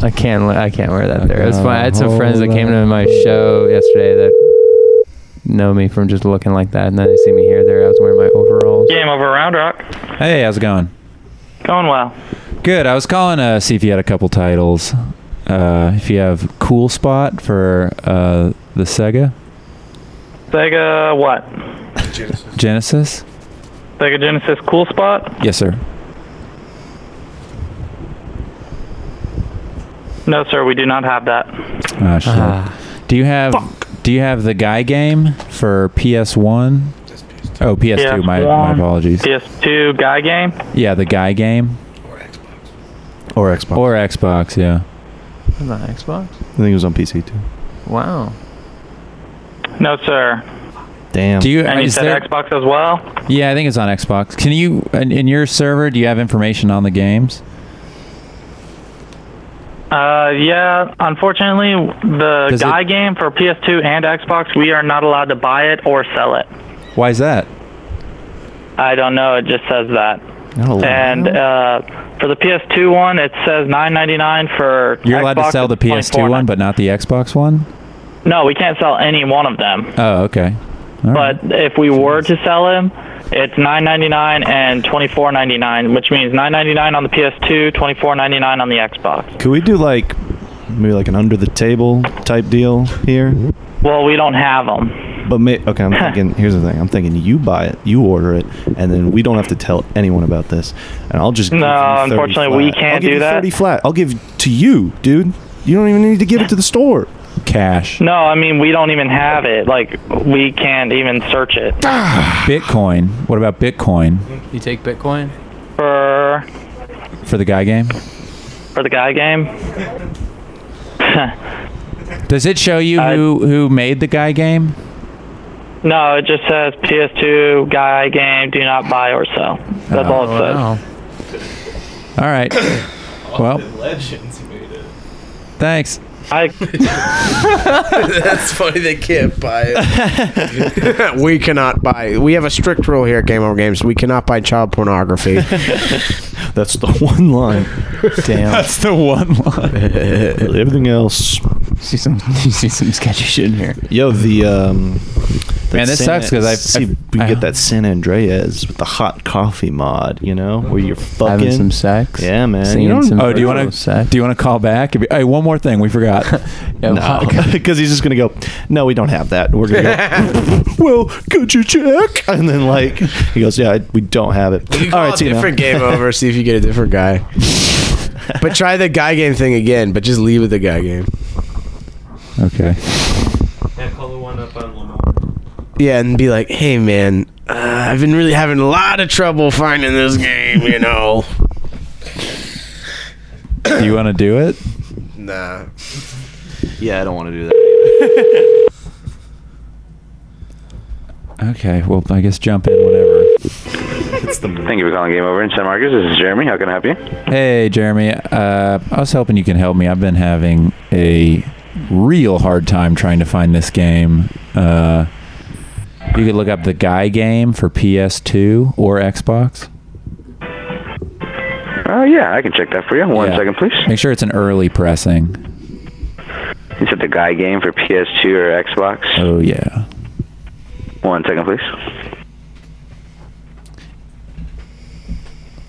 [SPEAKER 3] I can't. le- I can't wear that there. It was fun. I had some friends that came to my show yesterday that know me from just looking like that, and then they see me here. There, I was wearing my overalls.
[SPEAKER 6] Game over Round Rock.
[SPEAKER 4] Hey, how's it going?
[SPEAKER 6] Going well.
[SPEAKER 4] Good. I was calling to see if you had a couple titles. Uh, if you have cool spot for uh, the Sega
[SPEAKER 6] Sega what?
[SPEAKER 4] Genesis.
[SPEAKER 6] Sega Genesis Cool Spot?
[SPEAKER 4] Yes, sir.
[SPEAKER 6] No, sir, we do not have that.
[SPEAKER 4] Oh, shit.
[SPEAKER 6] Ah.
[SPEAKER 4] do you have Do you have the guy game for PS One? Oh, PS2. My, my
[SPEAKER 6] PS1,
[SPEAKER 4] apologies.
[SPEAKER 6] PS2 guy game.
[SPEAKER 4] Yeah, the guy game. Or Xbox. Or Xbox. Yeah.
[SPEAKER 3] I'm not Xbox.
[SPEAKER 5] I think it was on PC too.
[SPEAKER 3] Wow.
[SPEAKER 6] No, sir.
[SPEAKER 5] Damn.
[SPEAKER 4] Do you?
[SPEAKER 6] and you
[SPEAKER 4] is
[SPEAKER 6] said
[SPEAKER 4] there-
[SPEAKER 6] Xbox as well?
[SPEAKER 4] Yeah, I think it's on Xbox. Can you in, in your server? Do you have information on the games?
[SPEAKER 6] Uh, yeah. Unfortunately, the
[SPEAKER 4] Does
[SPEAKER 6] guy
[SPEAKER 4] it-
[SPEAKER 6] game for PS2 and Xbox, we are not allowed to buy it or sell it.
[SPEAKER 4] Why is that?
[SPEAKER 6] I don't know. It just says that.
[SPEAKER 4] Not allowed?
[SPEAKER 6] And uh, for the PS2 one, it says 9.99 for.
[SPEAKER 4] You're allowed to
[SPEAKER 6] Xbox,
[SPEAKER 4] sell the
[SPEAKER 6] it's
[SPEAKER 4] PS2
[SPEAKER 6] $24.99.
[SPEAKER 4] one, but not the Xbox one.
[SPEAKER 6] No, we can't sell any one of them.
[SPEAKER 4] Oh, okay. All right.
[SPEAKER 6] But if we were to sell them, it's 9.99 and 24.99, which means 9.99 on the PS2, 24.99 on the Xbox.
[SPEAKER 5] Could we do like maybe like an under the table type deal here?
[SPEAKER 4] Mm-hmm.
[SPEAKER 6] Well, we don't have them.
[SPEAKER 5] But may, okay, I'm thinking. here's the thing. I'm thinking you buy it, you order it, and then we don't have to tell anyone about this. And I'll just give
[SPEAKER 6] No,
[SPEAKER 5] you 30
[SPEAKER 6] unfortunately, we
[SPEAKER 5] flat.
[SPEAKER 6] can't
[SPEAKER 5] I'll give
[SPEAKER 6] do
[SPEAKER 5] you
[SPEAKER 6] that.
[SPEAKER 5] Thirty flat. I'll give to you, dude. You don't even need to give it to the store.
[SPEAKER 4] Cash.
[SPEAKER 6] (laughs) No, I mean we don't even have it. Like we can't even search it.
[SPEAKER 4] Bitcoin. What about Bitcoin
[SPEAKER 3] You take Bitcoin?
[SPEAKER 6] For
[SPEAKER 4] for the guy game?
[SPEAKER 6] for the guy game. (laughs)
[SPEAKER 4] Does it show you who who made the guy game?
[SPEAKER 6] no, it just says PS2 guy game. Do not buy or sell. That's all it
[SPEAKER 3] Oh,
[SPEAKER 6] says.
[SPEAKER 5] Oh,
[SPEAKER 15] (coughs)
[SPEAKER 4] All right. well,
[SPEAKER 15] Legends made it.
[SPEAKER 4] thanks.
[SPEAKER 2] (laughs) That's funny. They can't buy it.
[SPEAKER 5] (laughs)
[SPEAKER 13] we cannot buy. We have a strict rule here at Game Over Games. We cannot buy child pornography.
[SPEAKER 5] That's the
[SPEAKER 4] (laughs)
[SPEAKER 5] one line.
[SPEAKER 3] Damn.
[SPEAKER 4] That's (laughs) the one line.
[SPEAKER 5] Everything else.
[SPEAKER 3] See some. (laughs) You see some sketchy shit in here.
[SPEAKER 5] Yo, the um.
[SPEAKER 4] Man, this sucks 'cause I've-
[SPEAKER 5] see, we get that San Andreas with the hot coffee mod, you know, where you're fucking
[SPEAKER 3] Having some sex.
[SPEAKER 5] Yeah, man.
[SPEAKER 3] Seeing some
[SPEAKER 4] oh, do you
[SPEAKER 3] virtual
[SPEAKER 4] want to
[SPEAKER 3] sex.
[SPEAKER 4] do you want to call back? If you- Hey, one more thing
[SPEAKER 3] (laughs)
[SPEAKER 4] we forgot.
[SPEAKER 5] (laughs) because he's just gonna go. No, we don't have that. We're gonna
[SPEAKER 4] (laughs)
[SPEAKER 5] go. well, could you check? And then like he goes, yeah, I- we don't have it.
[SPEAKER 2] You call a
[SPEAKER 5] see you now.
[SPEAKER 2] different
[SPEAKER 5] (laughs)
[SPEAKER 2] game over, see if you get a different guy. but try the guy game thing again, but just leave with the guy game.
[SPEAKER 3] (laughs)
[SPEAKER 4] Okay.
[SPEAKER 15] Yeah, call the one up on Lamar.
[SPEAKER 2] Yeah, and be like, hey man, uh, I've been really having a lot of trouble finding this game, you know.
[SPEAKER 4] do you want to do it?
[SPEAKER 2] Nah.
[SPEAKER 5] Yeah, I don't want to do that.
[SPEAKER 4] Okay. Well, I guess jump in whenever.
[SPEAKER 14] Thank you for calling Game Over in San Marcos. This is Jeremy. How can I help you?
[SPEAKER 4] Hey, Jeremy. Uh, I was hoping you can help me. I've been having a real hard time trying to find this game. Uh, you could look up the Guy game for PS2 or Xbox.
[SPEAKER 14] Oh, yeah, I can check that for you. One
[SPEAKER 4] Yeah.
[SPEAKER 14] second, please.
[SPEAKER 4] Make sure it's an early pressing.
[SPEAKER 14] You said the guy game for PS2 or Xbox?
[SPEAKER 4] Oh yeah.
[SPEAKER 14] One second, please.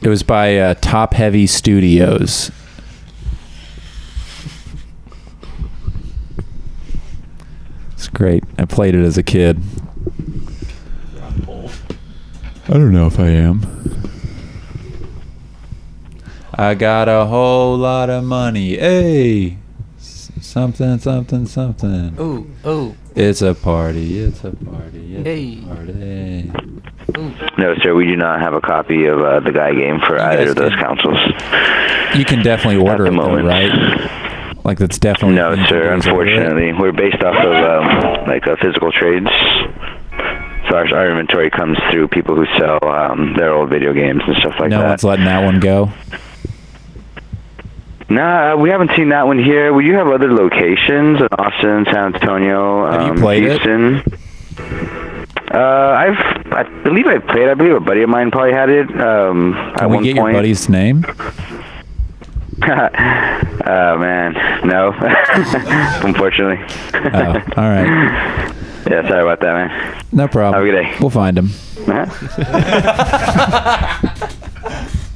[SPEAKER 4] It was by uh, Top Heavy Studios. It's great. I played it as a kid. I don't know if I am. I got a whole lot of money. Hey, S- something, something, something.
[SPEAKER 3] Ooh, ooh.
[SPEAKER 4] It's a party. It's a party. It's
[SPEAKER 3] Hey.
[SPEAKER 4] a party.
[SPEAKER 14] No, sir, we do not have a copy of uh, the guy game for either of those consoles.
[SPEAKER 4] You can definitely order it, though, right? Like that's definitely
[SPEAKER 14] No, sir,
[SPEAKER 4] Is that right?
[SPEAKER 14] unfortunately. We're based off of um, like uh, physical trades. So far as our inventory comes through people who sell um, their old video games and stuff like
[SPEAKER 4] no
[SPEAKER 14] that.
[SPEAKER 4] one's letting that one go.
[SPEAKER 14] Nah, uh, we haven't seen that one here. We do have other locations in Austin, San Antonio, um,
[SPEAKER 4] played it?
[SPEAKER 14] Houston. Uh, I've, I believe I played. I believe a buddy of mine probably had it. Um,
[SPEAKER 4] Can we get
[SPEAKER 14] (laughs)
[SPEAKER 4] your buddy's name?
[SPEAKER 14] oh man, no. (laughs) Unfortunately.
[SPEAKER 4] Oh, all right.
[SPEAKER 14] Yeah, (laughs) sorry about that, man.
[SPEAKER 4] No problem.
[SPEAKER 14] Have a good day.
[SPEAKER 4] We'll find him.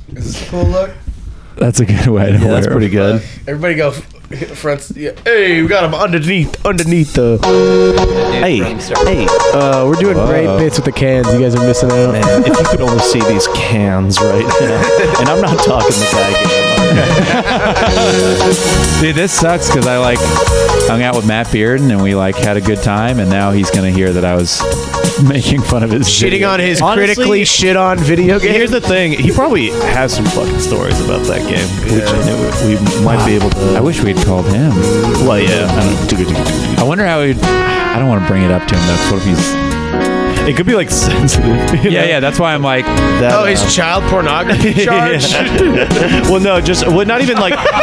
[SPEAKER 2] Is this a cool look?
[SPEAKER 4] That's a good way to
[SPEAKER 2] Yeah,
[SPEAKER 4] wear
[SPEAKER 2] that's
[SPEAKER 4] it.
[SPEAKER 2] pretty good. Everybody go f- front. Yeah. Hey, we got him underneath, underneath the. Hey, hey. Uh, we're doing great bits with the cans. You guys are missing out.
[SPEAKER 5] if you could only see these cans right (laughs) now, and I'm not talking the guy game.
[SPEAKER 4] Dude, this sucks because I like hung out with Matt Bearden and we like had a good time, and now he's gonna hear that I was (laughs) making fun of his video.
[SPEAKER 5] Honestly,
[SPEAKER 2] shit on video game.
[SPEAKER 5] Here's the thing: he probably has some fucking stories about that game, which I knew we we might be able to. I
[SPEAKER 4] wish we'd called him.
[SPEAKER 5] Well, yeah, I don't too good, too good, too good.
[SPEAKER 4] I wonder how he'd. I don't want to bring it up to him though. 'cause what if he's?
[SPEAKER 5] It could be like (laughs) sensitive.
[SPEAKER 4] Yeah, yeah. um, That's why I'm like.
[SPEAKER 2] oh, his (laughs) child (laughs) pornography charge.
[SPEAKER 5] (laughs) well, no, just well, not even like
[SPEAKER 2] (laughs)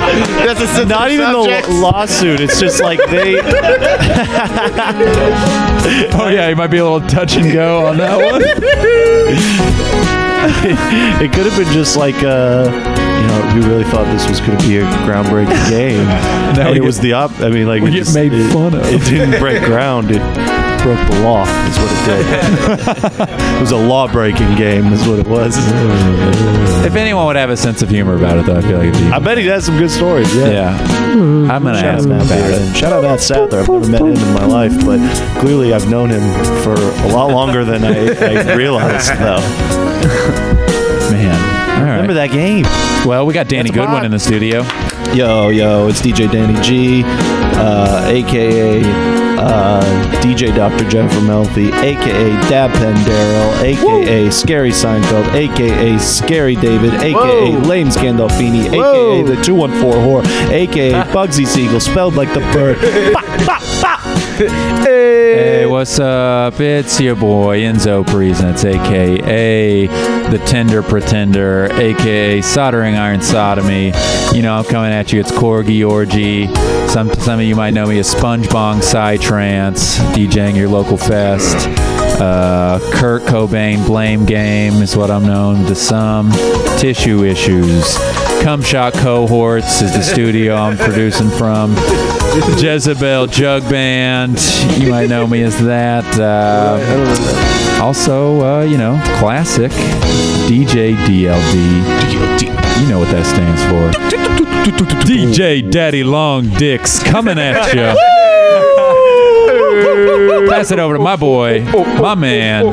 [SPEAKER 2] That's a sensitive
[SPEAKER 5] not even
[SPEAKER 2] subject.
[SPEAKER 5] the lawsuit. It's just like they. (laughs)
[SPEAKER 4] oh yeah, he might be a little touch and go on that one.
[SPEAKER 5] it could have been just like uh, you know we really thought this was going to be a groundbreaking game,
[SPEAKER 4] (laughs) Now
[SPEAKER 5] and
[SPEAKER 4] we
[SPEAKER 5] it
[SPEAKER 4] get-
[SPEAKER 5] was the op. I mean, like
[SPEAKER 4] we
[SPEAKER 5] it
[SPEAKER 4] get made
[SPEAKER 5] it-
[SPEAKER 4] fun of.
[SPEAKER 5] It didn't break ground. It broke the law. Is what it (laughs) did. it was a law-breaking game. Is what it was.
[SPEAKER 4] If anyone would have a sense of humor about it, though, I feel like it'd be.
[SPEAKER 5] I bet he has some good stories. Yeah.
[SPEAKER 4] I'm gonna
[SPEAKER 5] Shout
[SPEAKER 4] ask him
[SPEAKER 5] out Matt
[SPEAKER 4] about it.
[SPEAKER 5] Bearden. Shout out Matt Sather. I've never met him in my life, but clearly I've known him for a lot longer than I, I realized, though.
[SPEAKER 4] Man, all right.
[SPEAKER 5] Remember that game?
[SPEAKER 4] Well, we got Danny Goodwin in the studio.
[SPEAKER 5] Yo, yo, it's DJ Danny G, uh, aka uh, DJ Dr. Jennifer Melfi, aka Dab Pendarel, aka Scary Seinfeld, aka Scary David, aka Lame Scandalfini, aka the 214 Whore, aka Bugsy Siegel, spelled like the bird. Bah, bah, bah.
[SPEAKER 4] Hey, what's up? It's your boy Enzo Presents, aka the Tender Pretender, aka Soldering Iron Sodomy. You know, I'm coming at you. It's Corgi Orgy. Some some of you might know me as SpongeBong Psytrance, DJing your local fest. Uh, Kurt Cobain Blame Game is what I'm known to some. Tissue Issues. Cum Shot Cohorts is the studio I'm producing from. Jezebel Jug Band. You might know me as that. Uh, also, uh, you know, classic DJ DLD. You know what that stands for. DJ Daddy Long Dicks coming at you. Pass it over to my boy, my man,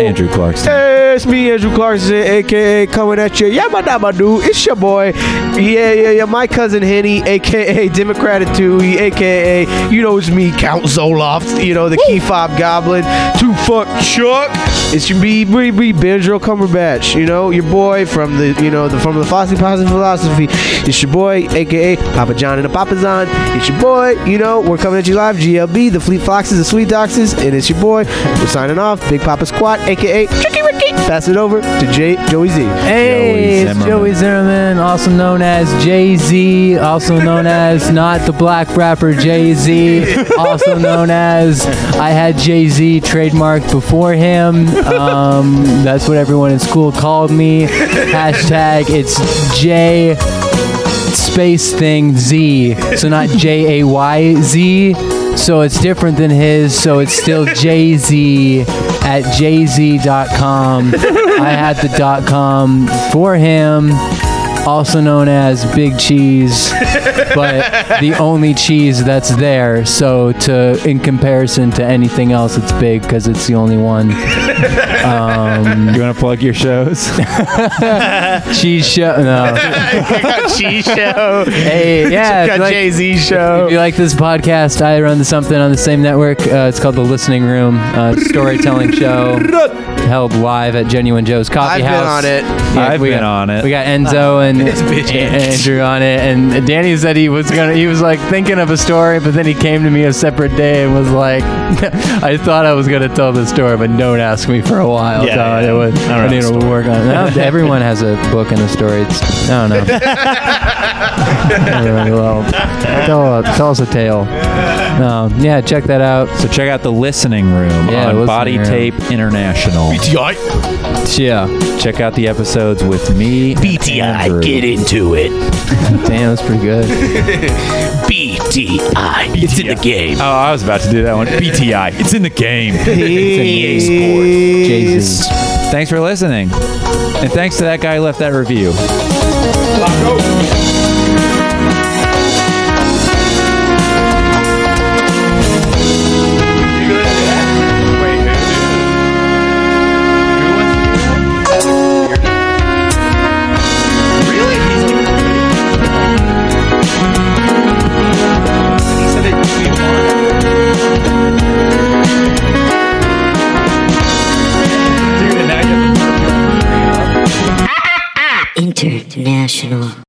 [SPEAKER 4] Andrew Clarkson.
[SPEAKER 2] Hey, it's me, Andrew Clarkson, aka coming at you. Yeah, my dabba do. It's your boy. Yeah, yeah, yeah. My cousin Henny, aka Democrat Atui, aka you know it's me, Count Zoloft. You know the key fob goblin, two fuck Chuck. It's your me, me, me, Benjamin Cumberbatch. You know your boy from the you know the from the Fosse Positive Philosophy. It's your boy, aka Papa John and the Papazon. It's your boy. You know we're coming at you live. GLB, the Fleet Foxes, the Sweet Doxes, and it's your boy. We're signing off. Big Papa Squat, aka Tricky Ricky. Pass it over to J- Joey Z.
[SPEAKER 3] Hey,
[SPEAKER 2] Joey
[SPEAKER 3] it's
[SPEAKER 2] Zimmerman.
[SPEAKER 3] Joey Zimmerman, also known as Jay Z, also known as not the black rapper Jay Z, also known as I had Jay Z trademarked before him. Um, that's what everyone in school called me. Hashtag it's J space thing Z, so not J A Y Z. So it's different than his, so it's still Jay Z at jz.com. I had the dot com for him, also known as Big Cheese, but the only cheese that's there. So to in comparison to anything else, it's big because it's the only
[SPEAKER 4] (laughs)
[SPEAKER 3] one. Um,
[SPEAKER 4] you want to plug your shows?
[SPEAKER 3] (laughs) cheese show?
[SPEAKER 2] (laughs)
[SPEAKER 3] No.
[SPEAKER 2] cheese (laughs) show.
[SPEAKER 3] Hey, yeah, if you like-
[SPEAKER 2] Jay Z show.
[SPEAKER 3] If you like this podcast, I run something on the same network. Uh, it's called The Listening Room, uh, it's a storytelling show. held live at Genuine Joe's
[SPEAKER 2] I've
[SPEAKER 3] Coffee
[SPEAKER 2] been
[SPEAKER 3] House.
[SPEAKER 2] on it. I've
[SPEAKER 3] we
[SPEAKER 2] been
[SPEAKER 3] got-
[SPEAKER 2] on it.
[SPEAKER 3] We got Enzo and
[SPEAKER 2] (laughs) This bitch
[SPEAKER 3] A-
[SPEAKER 2] ain't.
[SPEAKER 3] Andrew on it, and Danny said he was gonna. He was like thinking of a story, but then he came to me a separate day and was like, (laughs) "I thought I was gonna tell this story, but don't ask me for a while."
[SPEAKER 15] Yeah,
[SPEAKER 3] so
[SPEAKER 15] yeah, yeah.
[SPEAKER 3] it was.
[SPEAKER 15] I don't
[SPEAKER 3] I,
[SPEAKER 15] have a
[SPEAKER 3] need to
[SPEAKER 15] story.
[SPEAKER 3] work on it. Now (laughs) Everyone has a book and a story. It's I don't (laughs) know. Anyway, well, tell, tell us a tale. Um, yeah, check that out.
[SPEAKER 4] So check out the listening room
[SPEAKER 3] Yeah,
[SPEAKER 4] on
[SPEAKER 3] Listening
[SPEAKER 4] Body
[SPEAKER 3] Room.
[SPEAKER 4] Tape International. BTI.
[SPEAKER 3] Yeah.
[SPEAKER 4] Check out the episodes with me. BTI,
[SPEAKER 15] get
[SPEAKER 4] into it.
[SPEAKER 3] Damn, that's pretty good.
[SPEAKER 15] BTI. It's in the game.
[SPEAKER 4] Oh, I was about to do that one. BTI. It's in the game.
[SPEAKER 2] E
[SPEAKER 15] EA
[SPEAKER 4] Sports. Jay-Z. Thanks for listening. And thanks to that guy who left that review.
[SPEAKER 1] International.